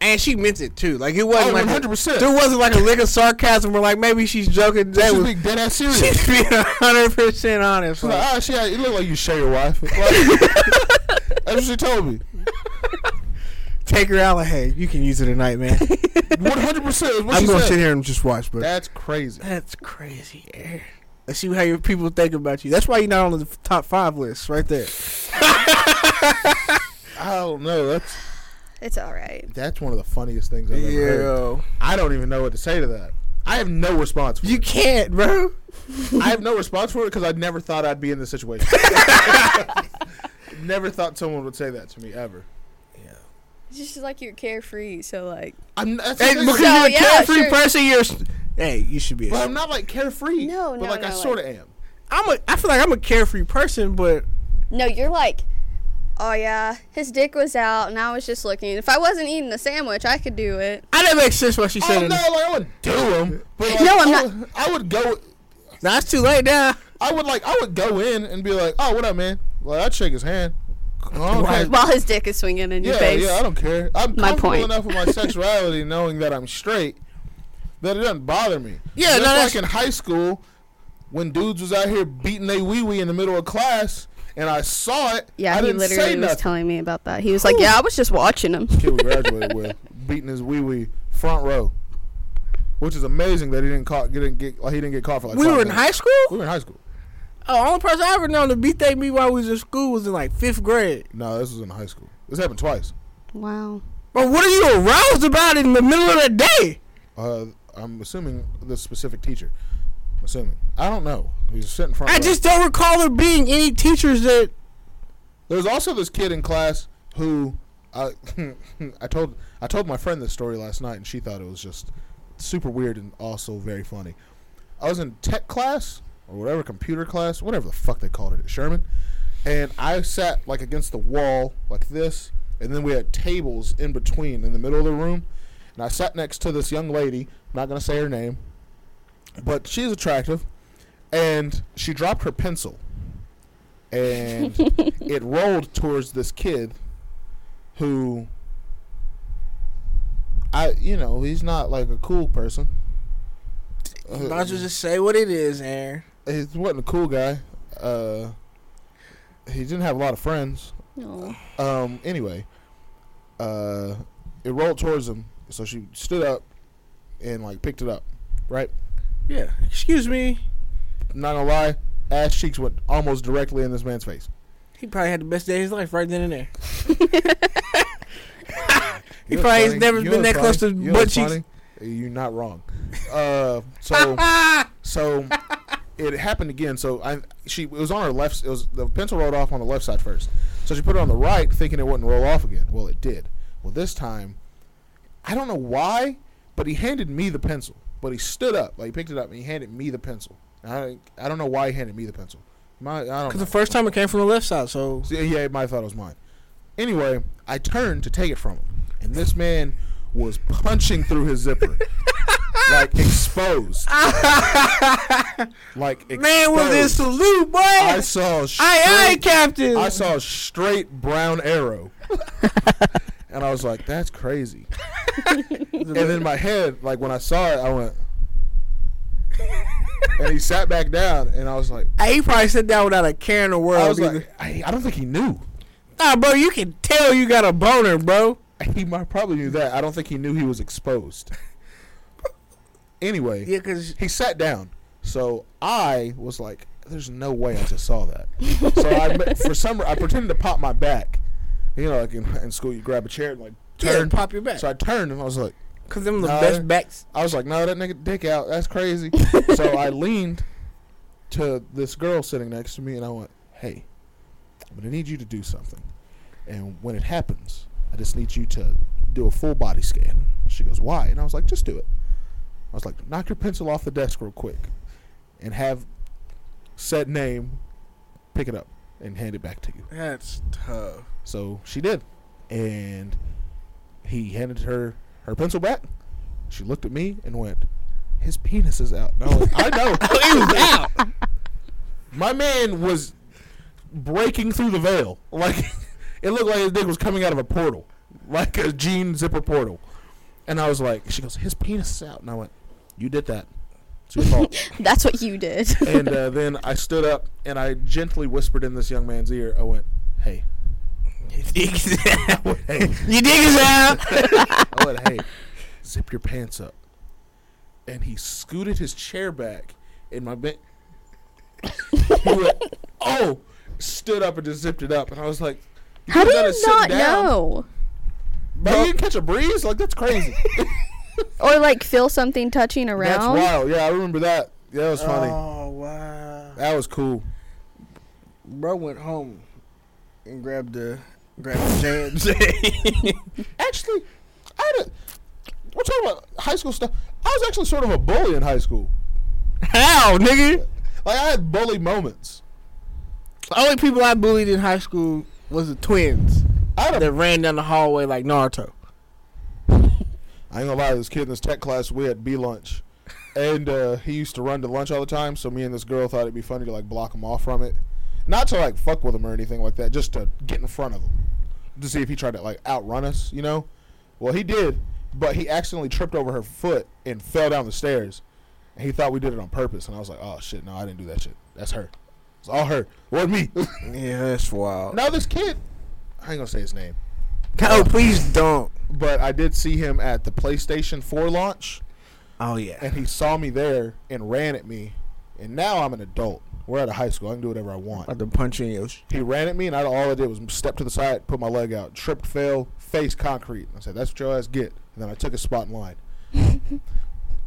Speaker 3: And she meant it too. Like it wasn't
Speaker 1: Oh,
Speaker 3: like
Speaker 1: 100%.
Speaker 3: There wasn't like a lick of sarcasm or like maybe she's joking. That
Speaker 1: she's
Speaker 3: was
Speaker 1: being dead ass serious.
Speaker 3: *laughs* she's being hundred percent honest.
Speaker 1: She's like,
Speaker 3: Like,
Speaker 1: ah, she, it looked like you share your
Speaker 3: *laughs*
Speaker 1: wife. Like, that's what she told me.
Speaker 3: take her out. Like, hey, you can use it
Speaker 1: *laughs*
Speaker 3: tonight, man.
Speaker 1: 100% is what
Speaker 3: I'm
Speaker 1: she
Speaker 3: gonna
Speaker 1: said.
Speaker 3: sit here and just watch. But
Speaker 1: That's crazy.
Speaker 3: that's crazy. Aaron. Let's see how your people think about you. That's why you're not on the top five list, right there.
Speaker 1: I don't know. That's
Speaker 5: It's all right.
Speaker 1: that's one of the funniest things I've ever heard. I don't even know what to say to that. I have no response. For
Speaker 3: you can't,
Speaker 1: it.
Speaker 3: bro.
Speaker 1: I have no response for it because I never thought I'd be in this situation. *laughs* never thought someone would say that to me ever.
Speaker 5: It's just like you're carefree, so like.
Speaker 1: I'm that's the
Speaker 3: Hey,
Speaker 1: thing.
Speaker 3: because
Speaker 5: So,
Speaker 3: you're a
Speaker 5: yeah,
Speaker 3: carefree
Speaker 5: sure.
Speaker 3: person, you're. s- Hey, you should be.
Speaker 1: but
Speaker 3: i
Speaker 1: I'm not like carefree.
Speaker 5: No,
Speaker 1: but
Speaker 5: no,
Speaker 1: like I
Speaker 5: no,
Speaker 1: sort of am.
Speaker 3: I'm a. I feel like I'm a carefree person, but
Speaker 5: No, you're like, oh yeah, his dick was out, and I was just looking. If I wasn't eating a sandwich, I could do it.
Speaker 3: I that makes sense why she said
Speaker 1: Oh no,
Speaker 3: it.
Speaker 1: like I would do them. But like,
Speaker 5: No, I'm
Speaker 1: I
Speaker 5: not-
Speaker 1: would- I would go.
Speaker 3: Nah, it's too late now.
Speaker 1: I would like. I would go in and be like, "Oh, what up, man?" Like I'd shake his hand. Oh, okay.
Speaker 5: *laughs* While his dick is swinging in your
Speaker 1: Yeah,
Speaker 5: face.
Speaker 1: yeah, I don't care. I'm
Speaker 5: My
Speaker 1: comfortable
Speaker 5: point.
Speaker 1: enough with
Speaker 5: *laughs*
Speaker 1: my sexuality, knowing that I'm straight, that it doesn't bother me.
Speaker 3: Yeah,
Speaker 1: just
Speaker 3: no,
Speaker 1: like
Speaker 3: that's-
Speaker 1: in high school, when dudes was out here beating they wee wee in the middle of class, and I saw it.
Speaker 5: Yeah,
Speaker 1: I
Speaker 5: he
Speaker 1: didn't say
Speaker 5: literally was
Speaker 1: nothing.
Speaker 5: telling me about that. He was like, "Yeah, I was just watching him." *laughs*
Speaker 1: Kid we graduated with beating his wee wee front row, which is amazing that he didn't caught. Didn't get like he didn't get caught for like.
Speaker 3: We
Speaker 1: five
Speaker 3: were in
Speaker 1: minutes.
Speaker 3: high
Speaker 1: We
Speaker 3: school.
Speaker 1: were in high school.
Speaker 3: Oh, only person I ever known to beat they me while we was in school was in like fifth grade.
Speaker 1: No, this was in high school. This happened twice.
Speaker 5: Wow.
Speaker 3: Bro, what are you aroused about in the middle of the day?
Speaker 1: Uh, I'm assuming the specific teacher. I'm assuming. I don't know. He was sitting front.
Speaker 3: I
Speaker 1: row.
Speaker 3: just don't recall there being any teachers that.
Speaker 1: There was also this kid in class who I, *laughs* I told I told my friend this story last night, and she thought it was just super weird and also very funny. I was in tech class or whatever computer class, whatever the fuck they called it at Sherman, and I sat like against the wall like this, and then we had tables in between in the middle of the room, and I sat next to this young lady. I'm not gonna say her name, but she's attractive, and she dropped her pencil and it rolled towards this kid who I you know, he's not like a cool person.
Speaker 3: Might
Speaker 1: Uh,
Speaker 3: as well just say what it is, Aaron.
Speaker 1: he wasn't a cool guy. Uh he didn't have a lot of friends.
Speaker 5: No.
Speaker 1: Um anyway, uh it rolled towards him, so she stood up and like picked it up, right?
Speaker 3: Yeah. Excuse me.
Speaker 1: Not gonna lie, ass cheeks went almost directly in this man's face.
Speaker 3: He probably had the best day of his life right then and there. he
Speaker 1: You're
Speaker 3: probably has
Speaker 1: funny.
Speaker 3: never
Speaker 1: You're
Speaker 3: been that
Speaker 1: funny.
Speaker 3: close to
Speaker 1: You're
Speaker 3: butt cheeks.
Speaker 1: funny. You're not wrong.
Speaker 3: *laughs*
Speaker 1: Uh, so so it happened again. So I she it was on her left. It was the pencil rolled off on the left side first. So she put it on the right, thinking it wouldn't roll off again. Well, it did. Well, this time, I don't know why, but he handed me the pencil. But he stood up, like he picked it up, and he handed me the pencil. I I don't know why he handed me the pencil. My I don't.
Speaker 3: Because
Speaker 1: know.
Speaker 3: the first time it came from the left side, so
Speaker 1: So, yeah, yeah, my thought it was mine. Anyway, I turned to take it from him, and this man was punching through his
Speaker 3: *laughs*
Speaker 1: zipper, like exposed. like exposed.
Speaker 3: man, was this salute, boy?
Speaker 1: I
Speaker 3: I,
Speaker 1: saw. Straight,
Speaker 3: I, Captain.
Speaker 1: I saw a straight brown arrow. *laughs* and I was like, that's
Speaker 3: *laughs*
Speaker 1: crazy. and in my head, like when I saw it, I went. *laughs* and he sat back down, and I was like,
Speaker 3: Hey, he probably sat down without a care in the world.
Speaker 1: I was
Speaker 3: either.
Speaker 1: like, I, I don't think he knew.
Speaker 3: nah, bro, you can tell you got a boner, bro.
Speaker 1: *laughs* He might probably knew that. I don't think he knew he was exposed. *laughs* Anyway,
Speaker 3: Yeah, because
Speaker 1: he sat down. So I was like, "There's no way I just saw that." so
Speaker 3: *laughs*
Speaker 1: I, ma- for some, I pretended to pop my back. You know, like in, in school, you grab a chair and like
Speaker 3: turn
Speaker 1: turn.
Speaker 3: pop your back.
Speaker 1: So I turned and I was like,
Speaker 3: Because them the
Speaker 1: Nah,
Speaker 3: best
Speaker 1: that-
Speaker 3: backs.
Speaker 1: I was like, "No, that nigga dick out. That's crazy." so I leaned to this girl sitting next to me and I went, "Hey, I'm gonna need you to do something." And when it happens, I just need you to do a full body scan. She goes, Why? And I was like, Just do it. I was like, Knock your pencil off the desk real quick and have said name pick it up and hand it back to you.
Speaker 4: That's tough.
Speaker 1: So she did. And he handed her her pencil back. She looked at me and went, His penis is out. And I, was like, I *laughs* know. it Oh, was out. My man was breaking through the veil. Like, *laughs* it looked like his dick was coming out of a portal, like a jean zipper portal. And I was like, She goes, His penis is out. And I went, You did that. It's your fault *laughs*
Speaker 5: That's what you did.
Speaker 1: and uh, then I stood up and I gently whispered in this young man's ear. I went, *laughs* "Hey,
Speaker 3: *laughs* You dig out.
Speaker 1: hey!"
Speaker 3: *laughs* You dig us out.
Speaker 1: I went, "Hey, zip your pants up." And he scooted his chair back, and my man, he went, "Oh!" Stood up and just zipped it up, and I was like,
Speaker 5: *laughs* How do
Speaker 1: gotta
Speaker 5: you
Speaker 1: sit
Speaker 5: not
Speaker 1: down."
Speaker 5: know?
Speaker 1: "Bro, you didn't catch a breeze? Like that's
Speaker 5: *laughs*
Speaker 1: crazy.
Speaker 5: Or like feel something touching
Speaker 1: that's
Speaker 5: around?
Speaker 1: wild. Yeah, I remember that. Yeah, that was funny.
Speaker 3: Uh,
Speaker 4: Oh wow.
Speaker 1: that was cool.
Speaker 4: Bro went home and grabbed the grabbed the J
Speaker 1: Actually, I had a, we're talking about high school stuff. I was actually sort of a bully in high school.
Speaker 3: *laughs* How, nigga?
Speaker 1: Like I had bully moments.
Speaker 3: The only people I bullied in high school was the twins
Speaker 1: I had a,
Speaker 3: that ran down the hallway like Naruto.
Speaker 1: I ain't gonna lie, this kid in this tech class we had B lunch, and uh, he used to run to lunch all the time. So me and this girl thought it'd be funny to like block him off from it, not to like fuck with him or anything like that, just to get in front of him to see if he tried to like outrun us, you know. Well, he did, but he accidentally tripped over her foot and fell down the stairs. And he thought we did it on purpose, and I was like, "Oh shit, no, I didn't do that shit. That's her. It's all her. What me?" *laughs*
Speaker 4: Yeah, that's wild.
Speaker 1: now this kid, I ain't gonna say his name.
Speaker 3: Oh, please don't.
Speaker 1: but I did see him at the PlayStation 4 launch,
Speaker 3: Oh yeah.
Speaker 1: and he saw me there and ran at me. And now I'm an adult. We're out of high school. I can do whatever I want.
Speaker 3: About to punch you in your. Sh-
Speaker 1: He ran at me, and I, all I did was step to the side, put my leg out, tripped, fell, face concrete. I said, "That's what your ass get." And then I took a spot in
Speaker 3: *laughs*
Speaker 1: line.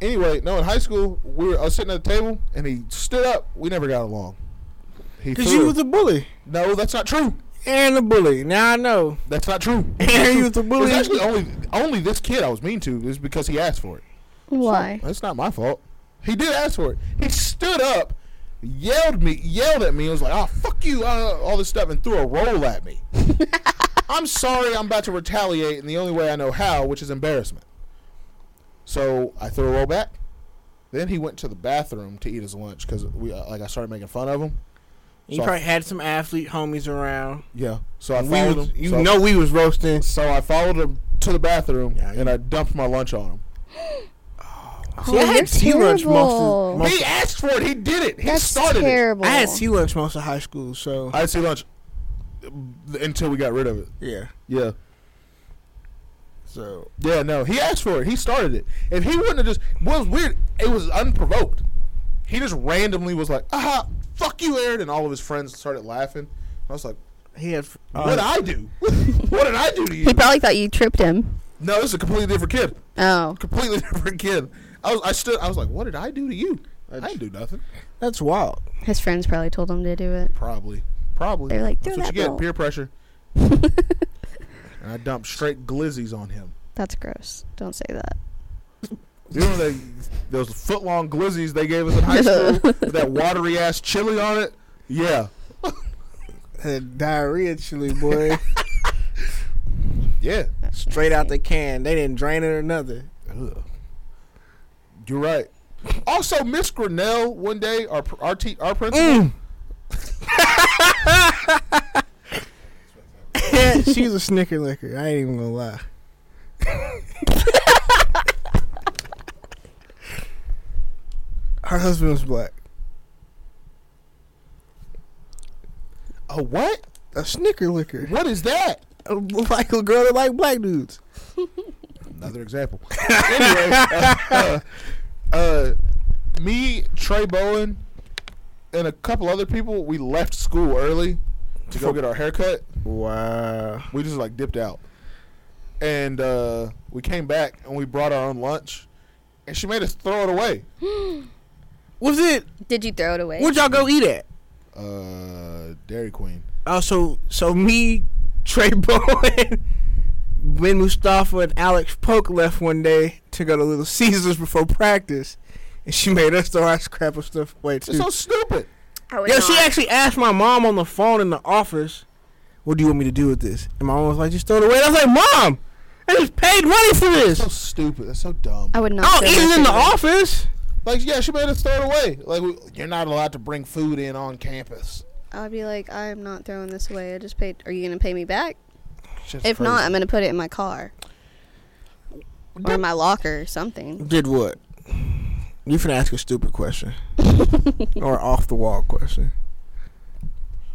Speaker 1: anyway, no, in high school, we were I was sitting at a table, and he stood up. We never got along. He
Speaker 3: Cause
Speaker 1: threw-
Speaker 3: you was a bully
Speaker 1: no, that's not true.
Speaker 3: and a bully. Now I know.
Speaker 1: That's not
Speaker 3: *laughs*
Speaker 1: true.
Speaker 3: And you was a
Speaker 1: It was
Speaker 3: bully.
Speaker 1: actually only only this kid I was mean to is because he asked for it.
Speaker 5: Why?
Speaker 1: That's not my fault. He did ask for it. He stood up, yelled me, yelled at me. and was like, "Oh fuck you!" Uh, all this stuff, and threw a roll at
Speaker 3: *laughs*
Speaker 1: me. I'm sorry. I'm about to retaliate, and the only way I know how, which is embarrassment. So I threw a roll back. Then he went to the bathroom to eat his lunch because we, uh, like, I started making fun of him.
Speaker 3: You probably had some athlete homies around.
Speaker 1: Yeah. So I
Speaker 3: We
Speaker 1: followed
Speaker 3: was,
Speaker 1: him.
Speaker 3: you
Speaker 1: so,
Speaker 3: know we was roasting.
Speaker 1: So I followed him to the bathroom,
Speaker 3: Yeah,
Speaker 1: and I dumped my lunch on him.
Speaker 3: See, I
Speaker 5: you're
Speaker 3: had sea lunch most
Speaker 5: terrible.
Speaker 3: of, most
Speaker 1: He asked for it. He did it. He
Speaker 5: That's
Speaker 1: started it.
Speaker 5: terrible.
Speaker 3: I had sea lunch most of high school, so
Speaker 1: I didn't see lunch uh, until we got rid of it.
Speaker 3: yeah.
Speaker 1: Yeah.
Speaker 3: So
Speaker 1: Yeah, no. He asked for it. He started it. If he wouldn't have just what was weird, it was unprovoked. He just randomly was like, aha, fuck you, Aaron, and all of his friends started laughing. I was like,
Speaker 3: he had.
Speaker 1: what did I *laughs* do? what did I do to you?
Speaker 5: He probably thought you tripped him.
Speaker 1: no, this is a completely different kid.
Speaker 5: Oh.
Speaker 1: Completely *laughs* different kid. I was I stood I was like, What did I do to you? I didn't do nothing.
Speaker 3: That's wild.
Speaker 5: His friends probably told him to do it.
Speaker 1: Probably. Probably.
Speaker 5: They're like,
Speaker 1: That's
Speaker 5: "Do
Speaker 1: what you get.
Speaker 5: that, bro."
Speaker 1: Peer pressure. and I dumped straight glizzies on him.
Speaker 5: That's gross. Don't say that.
Speaker 1: You know they, those foot long glizzies they gave us in high school with that watery ass chili on it? Yeah.
Speaker 3: Had diarrhea chili, *laughs* boy.
Speaker 1: Yeah.
Speaker 3: Straight out the can. They didn't drain it or nothing.
Speaker 1: Ugh. You're right. Also, Miss Grinnell, one day, our pr- our, te- our principal,
Speaker 3: Mm. *laughs* She's a snicker licker. I ain't even gonna lie. *laughs* Her husband was black.
Speaker 1: a what?
Speaker 3: A snicker licker.
Speaker 1: What is that?
Speaker 3: A, *laughs* like a girl that like black dudes.
Speaker 1: Another example. anyway, uh, uh, uh, me, Trey Bowen, and a couple other people, we left school early to go get our haircut.
Speaker 3: Wow.
Speaker 1: We just like dipped out, and uh, we came back and we brought our own lunch, and she made us throw it away.
Speaker 7: Was it?
Speaker 5: Did you throw it away?
Speaker 7: Where'd y'all go eat at?
Speaker 1: Uh, Dairy Queen.
Speaker 7: Oh, so so me, Trey Bowen, *laughs* Ben Mustafa, and Alex Polk left one day to go to Little Caesars before practice, and she made us throw our scrap of stuff away too.
Speaker 1: It's so stupid.
Speaker 5: I would
Speaker 7: Yo,
Speaker 5: not.
Speaker 7: she actually asked my mom on the phone in the office, "What do you want me to do with this?" And my mom was like, "Just throw it away." And I was like, "Mom, I just paid money for this.
Speaker 1: So stupid. That's so dumb.
Speaker 5: I would not.
Speaker 3: Oh,
Speaker 7: I don't
Speaker 5: throw
Speaker 7: eat
Speaker 5: my
Speaker 7: it in
Speaker 5: food
Speaker 7: the
Speaker 5: away.
Speaker 7: office."
Speaker 1: Like, yeah, she made us throw it away. Like, we, you're not allowed to bring food in on campus.
Speaker 5: I'd be like, I'm not throwing this away. I just paid. Are you gonna pay me back?
Speaker 1: Shit's
Speaker 5: If not,
Speaker 1: crazy.
Speaker 5: I'm gonna put it in my car or in my locker or something.
Speaker 3: Did what? You finna ask a stupid question.
Speaker 5: *laughs*
Speaker 3: or off the wall question.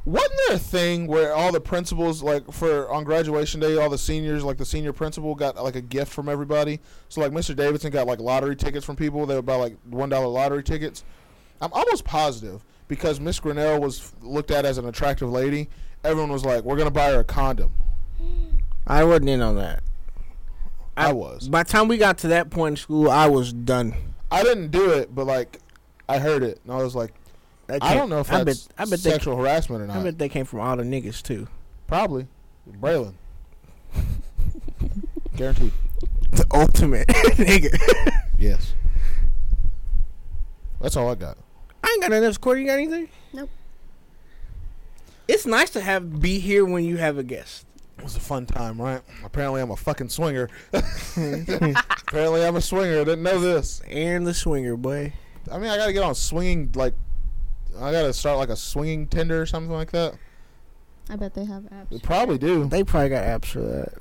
Speaker 1: Wasn't there a thing where all the principals, like for on graduation day, all the seniors, like the senior principal, got like a gift from everybody? So like Mr. Davidson got like lottery tickets from people. They would buy like one dollar lottery tickets. I'm almost positive because Miss Grinnell was looked at as an attractive lady. Everyone was like, "We're gonna buy her a condom."
Speaker 3: I wasn't in on that.
Speaker 1: I was.
Speaker 3: By the time we got to that point in school, I was done.
Speaker 1: I didn't do it, but like I heard it and I was like,
Speaker 3: That
Speaker 1: I
Speaker 3: came-
Speaker 1: don't know if
Speaker 3: I
Speaker 1: that's
Speaker 3: bet, I bet they,
Speaker 1: sexual harassment or not.
Speaker 3: I bet they came from all the niggas too.
Speaker 1: Probably, Braylon. *laughs* Guaranteed.
Speaker 3: *laughs* The ultimate *laughs* nigga.
Speaker 1: Yes. That's all I got.
Speaker 3: I ain't got nothing else. Corey, you got anything?
Speaker 5: Nope.
Speaker 3: It's nice to have be here when you have a guest.
Speaker 1: It was a fun time, right? Apparently, I'm a fucking
Speaker 3: *laughs*
Speaker 1: swinger. *laughs* Apparently, I'm a swinger. I didn't know this.
Speaker 3: Aaron the swinger, boy.
Speaker 1: I mean, I gotta get on swinging, like, I gotta start like a swinging Tinder or something like that.
Speaker 5: I bet they have apps.
Speaker 1: They probably do.
Speaker 3: They probably got apps for that.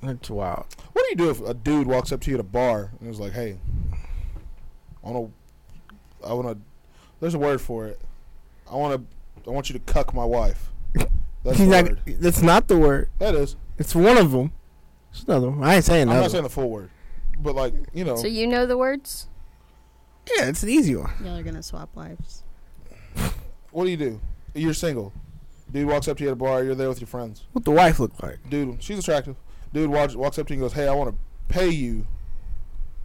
Speaker 3: That's wild.
Speaker 1: What do you do if a dude walks up to you at a bar and is like, hey, I wanna, I wanna, there's a word for it. I wanna, I want you to cuck my wife. That's the
Speaker 3: *laughs* He's not-
Speaker 1: word.
Speaker 3: that's not the word.
Speaker 1: That is.
Speaker 3: It's one of them. It's another one. I ain't saying
Speaker 1: I'm
Speaker 3: another.
Speaker 1: not saying the full word, but like, you know.
Speaker 5: So you know the words?
Speaker 3: yeah, it's an easy one.
Speaker 5: Y'all are gonna swap wives.
Speaker 1: What do you do? You're single. Dude walks up to you at a bar. You're there with your friends.
Speaker 3: What the wife look like?
Speaker 1: Dude, she's attractive. Dude walks, walks up to you and goes, "Hey, I want to pay you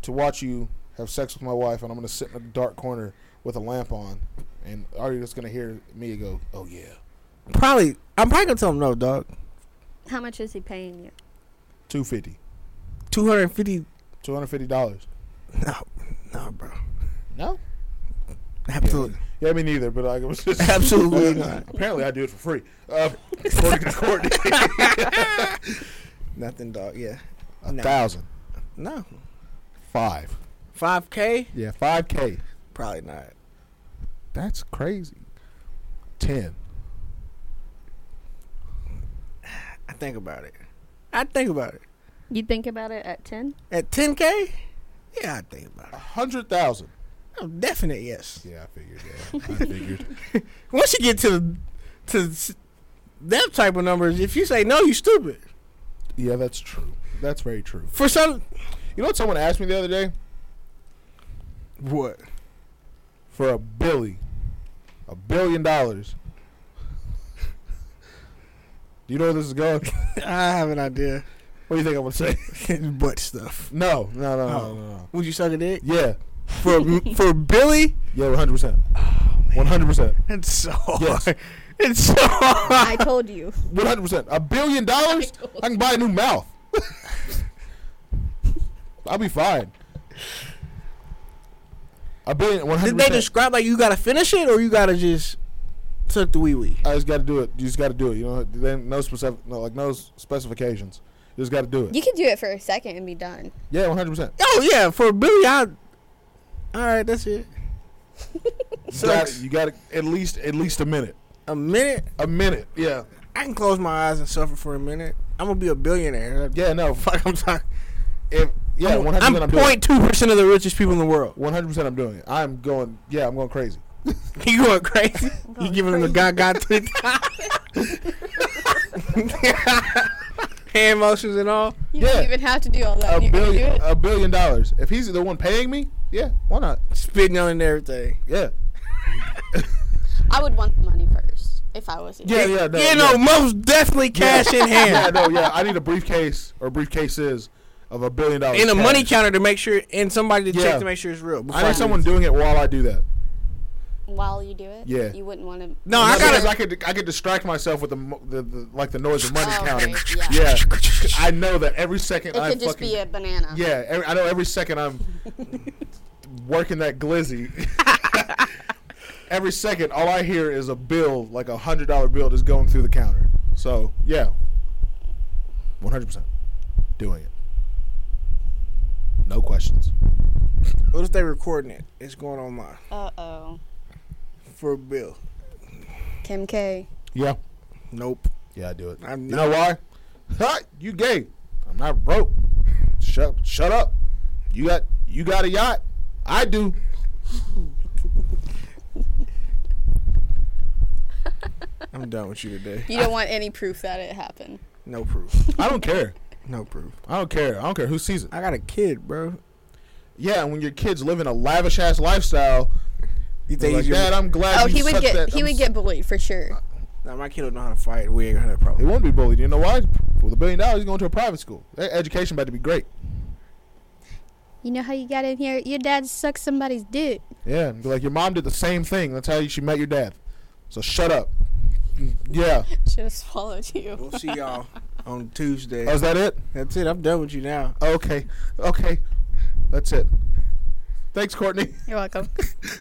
Speaker 1: to watch you have sex with my wife, and I'm gonna sit in a dark corner with a lamp on, and are you just gonna hear me go, oh yeah,
Speaker 3: Probably. I'm probably gonna tell him no, dog.
Speaker 5: How much is he paying you?
Speaker 1: two fifty,
Speaker 3: Two hundred fifty.
Speaker 1: two hundred fifty dollars?
Speaker 3: No, no, bro.
Speaker 1: No,
Speaker 3: Absolutely,
Speaker 1: yeah, me neither. But I was just *laughs*
Speaker 3: *laughs* absolutely not.
Speaker 1: apparently I do it for free. Uh, according to Courtney,
Speaker 3: Nothing, dog. Yeah.
Speaker 1: a
Speaker 3: *laughs* No.
Speaker 1: thousand
Speaker 3: No.
Speaker 1: five,
Speaker 3: Five k?
Speaker 1: yeah, five k.
Speaker 3: Probably not.
Speaker 1: That's crazy. Ten.
Speaker 3: I think about it. I think about it.
Speaker 5: You think about it at ten?
Speaker 3: At ten k? Yeah, I think about
Speaker 1: A
Speaker 3: it.
Speaker 1: hundred thousand.
Speaker 3: Oh, definite yes.
Speaker 1: Yeah, I figured. Yeah, I figured.
Speaker 3: Once you get to the to s- that type of numbers, if you say no, you stupid.
Speaker 1: *laughs* yeah, that's true. That's very true.
Speaker 3: For some,
Speaker 1: You know what someone asked me the other day?
Speaker 3: what?
Speaker 1: For a billy, a billion dollars. Do you know where this is going?
Speaker 3: *laughs* I have an idea.
Speaker 1: What do you think I would say?
Speaker 3: *laughs* Butt stuff.
Speaker 1: *laughs* No, no, no, no, no,
Speaker 3: Oh.
Speaker 1: no.
Speaker 3: Would you suck a dick
Speaker 1: Yeah,
Speaker 3: for for Billy?
Speaker 1: yeah, one hundred percent.
Speaker 3: Oh man,
Speaker 1: One hundred percent.
Speaker 3: It's so
Speaker 1: Yes.
Speaker 3: hard. It's so
Speaker 1: *laughs*
Speaker 3: hard.
Speaker 5: I told you.
Speaker 1: One hundred percent. A billion dollars? *laughs* I can buy a new mouth. *laughs* I'll be fine. A billion. One
Speaker 3: Did
Speaker 1: hundred
Speaker 3: they
Speaker 1: percent.
Speaker 3: describe like you gotta finish it or you gotta just took the wee wee?
Speaker 1: I just got to do it. You just got to do it. You know, there ain't no specific, no, like no s- specifications. You just got to do it.
Speaker 5: You could do it for a second and be done.
Speaker 1: Yeah, one hundred percent.
Speaker 3: Oh yeah, for Billy, I. All right, that's it. Sucks.
Speaker 1: You got at least at least a minute.
Speaker 3: A minute,
Speaker 1: A minute. Yeah.
Speaker 3: I can close my eyes and suffer for a minute. I'm gonna be a billionaire.
Speaker 1: Yeah. No. Fuck.
Speaker 3: Fuck, I'm sorry.
Speaker 1: If, yeah. One hundred
Speaker 3: I'm
Speaker 1: percent. I'm doing.
Speaker 3: point two percent of the richest people in the world. *laughs*
Speaker 1: One hundred percent. I'm doing it. I'm going. Yeah. I'm going crazy.
Speaker 3: You going crazy? you
Speaker 2: going
Speaker 3: giving him the god god to hand motions and all?
Speaker 5: You
Speaker 1: Yeah.
Speaker 5: don't even have to do all that.
Speaker 1: A
Speaker 5: You're gonna
Speaker 1: billion. Uh,
Speaker 5: do it.
Speaker 1: A billion dollars. If he's the one paying me, yeah. Why not?
Speaker 3: Spitting on it and everything.
Speaker 1: Yeah.
Speaker 5: I would want the money first if I was.
Speaker 1: Yeah. Yeah. No.
Speaker 3: you know, most definitely cash
Speaker 1: *laughs*
Speaker 3: in
Speaker 1: Yeah.
Speaker 3: hand.
Speaker 1: No. Yeah. I need a briefcase or briefcases of a billion dollars
Speaker 3: And a
Speaker 1: cash.
Speaker 3: money counter to make sure, and somebody to
Speaker 1: Yeah.
Speaker 3: check to make sure it's real. before
Speaker 1: I need someone doing it while I do that.
Speaker 5: While you do it,
Speaker 1: Yeah.
Speaker 5: you wouldn't want to.
Speaker 3: No, I
Speaker 1: Because
Speaker 3: gotta.
Speaker 1: I could. I could distract myself with the, mo- the, the like the noise of money
Speaker 5: Oh,
Speaker 1: counting.
Speaker 5: right, yeah.
Speaker 1: Yeah. I know that every second
Speaker 5: It
Speaker 1: I
Speaker 5: could just
Speaker 1: fucking
Speaker 5: be a uh-huh. banana.
Speaker 1: yeah. Every, I know every second I'm working that glizzy. every second, all I hear is a bill, like a hundred dollar bill, just going through the counter. So yeah, one hundred percent doing it. No questions.
Speaker 3: What if they recording it? It's going online
Speaker 5: Uh oh.
Speaker 3: for a bill.
Speaker 5: Kim *laughs* K.
Speaker 1: Yeah.
Speaker 3: Nope.
Speaker 1: Yeah, I do it.
Speaker 3: I'm
Speaker 1: you know why? Huh? You gay. I'm not broke. Shut shut up. You got you got a yacht. I do.
Speaker 3: I'm done with you today.
Speaker 5: You don't want any proof that it happened.
Speaker 3: No proof.
Speaker 1: I don't care.
Speaker 3: No proof.
Speaker 1: I don't care. I don't care who sees it.
Speaker 3: I got a kid, bro.
Speaker 1: Yeah, and when your kids living a lavish ass lifestyle,
Speaker 3: You
Speaker 1: they're
Speaker 3: think
Speaker 1: like,
Speaker 3: he's
Speaker 1: Dad, I'm glad.
Speaker 5: Oh,
Speaker 1: you
Speaker 5: he would
Speaker 1: sucked
Speaker 5: get
Speaker 1: that-
Speaker 5: he
Speaker 1: I'm
Speaker 5: would
Speaker 1: s-
Speaker 5: get bullied for sure.
Speaker 3: Nah, my kid don't know how to fight. We ain't gonna have a problem.
Speaker 1: He won't be bullied. You know why? With a billion dollars, he's going to a private school. That education about to be great.
Speaker 5: You know how you got in here? Your dad sucked somebody's *laughs* dick.
Speaker 1: Yeah, and be like your mom did the same thing. That's how she met your dad. So shut up.
Speaker 5: *laughs*
Speaker 1: Yeah.
Speaker 5: Should have swallowed you.
Speaker 3: We'll see y'all on Tuesday.
Speaker 1: Oh, is that it?
Speaker 3: That's it. I'm done with you now.
Speaker 1: Okay. Okay. That's it. Thanks, Courtney.
Speaker 5: You're welcome.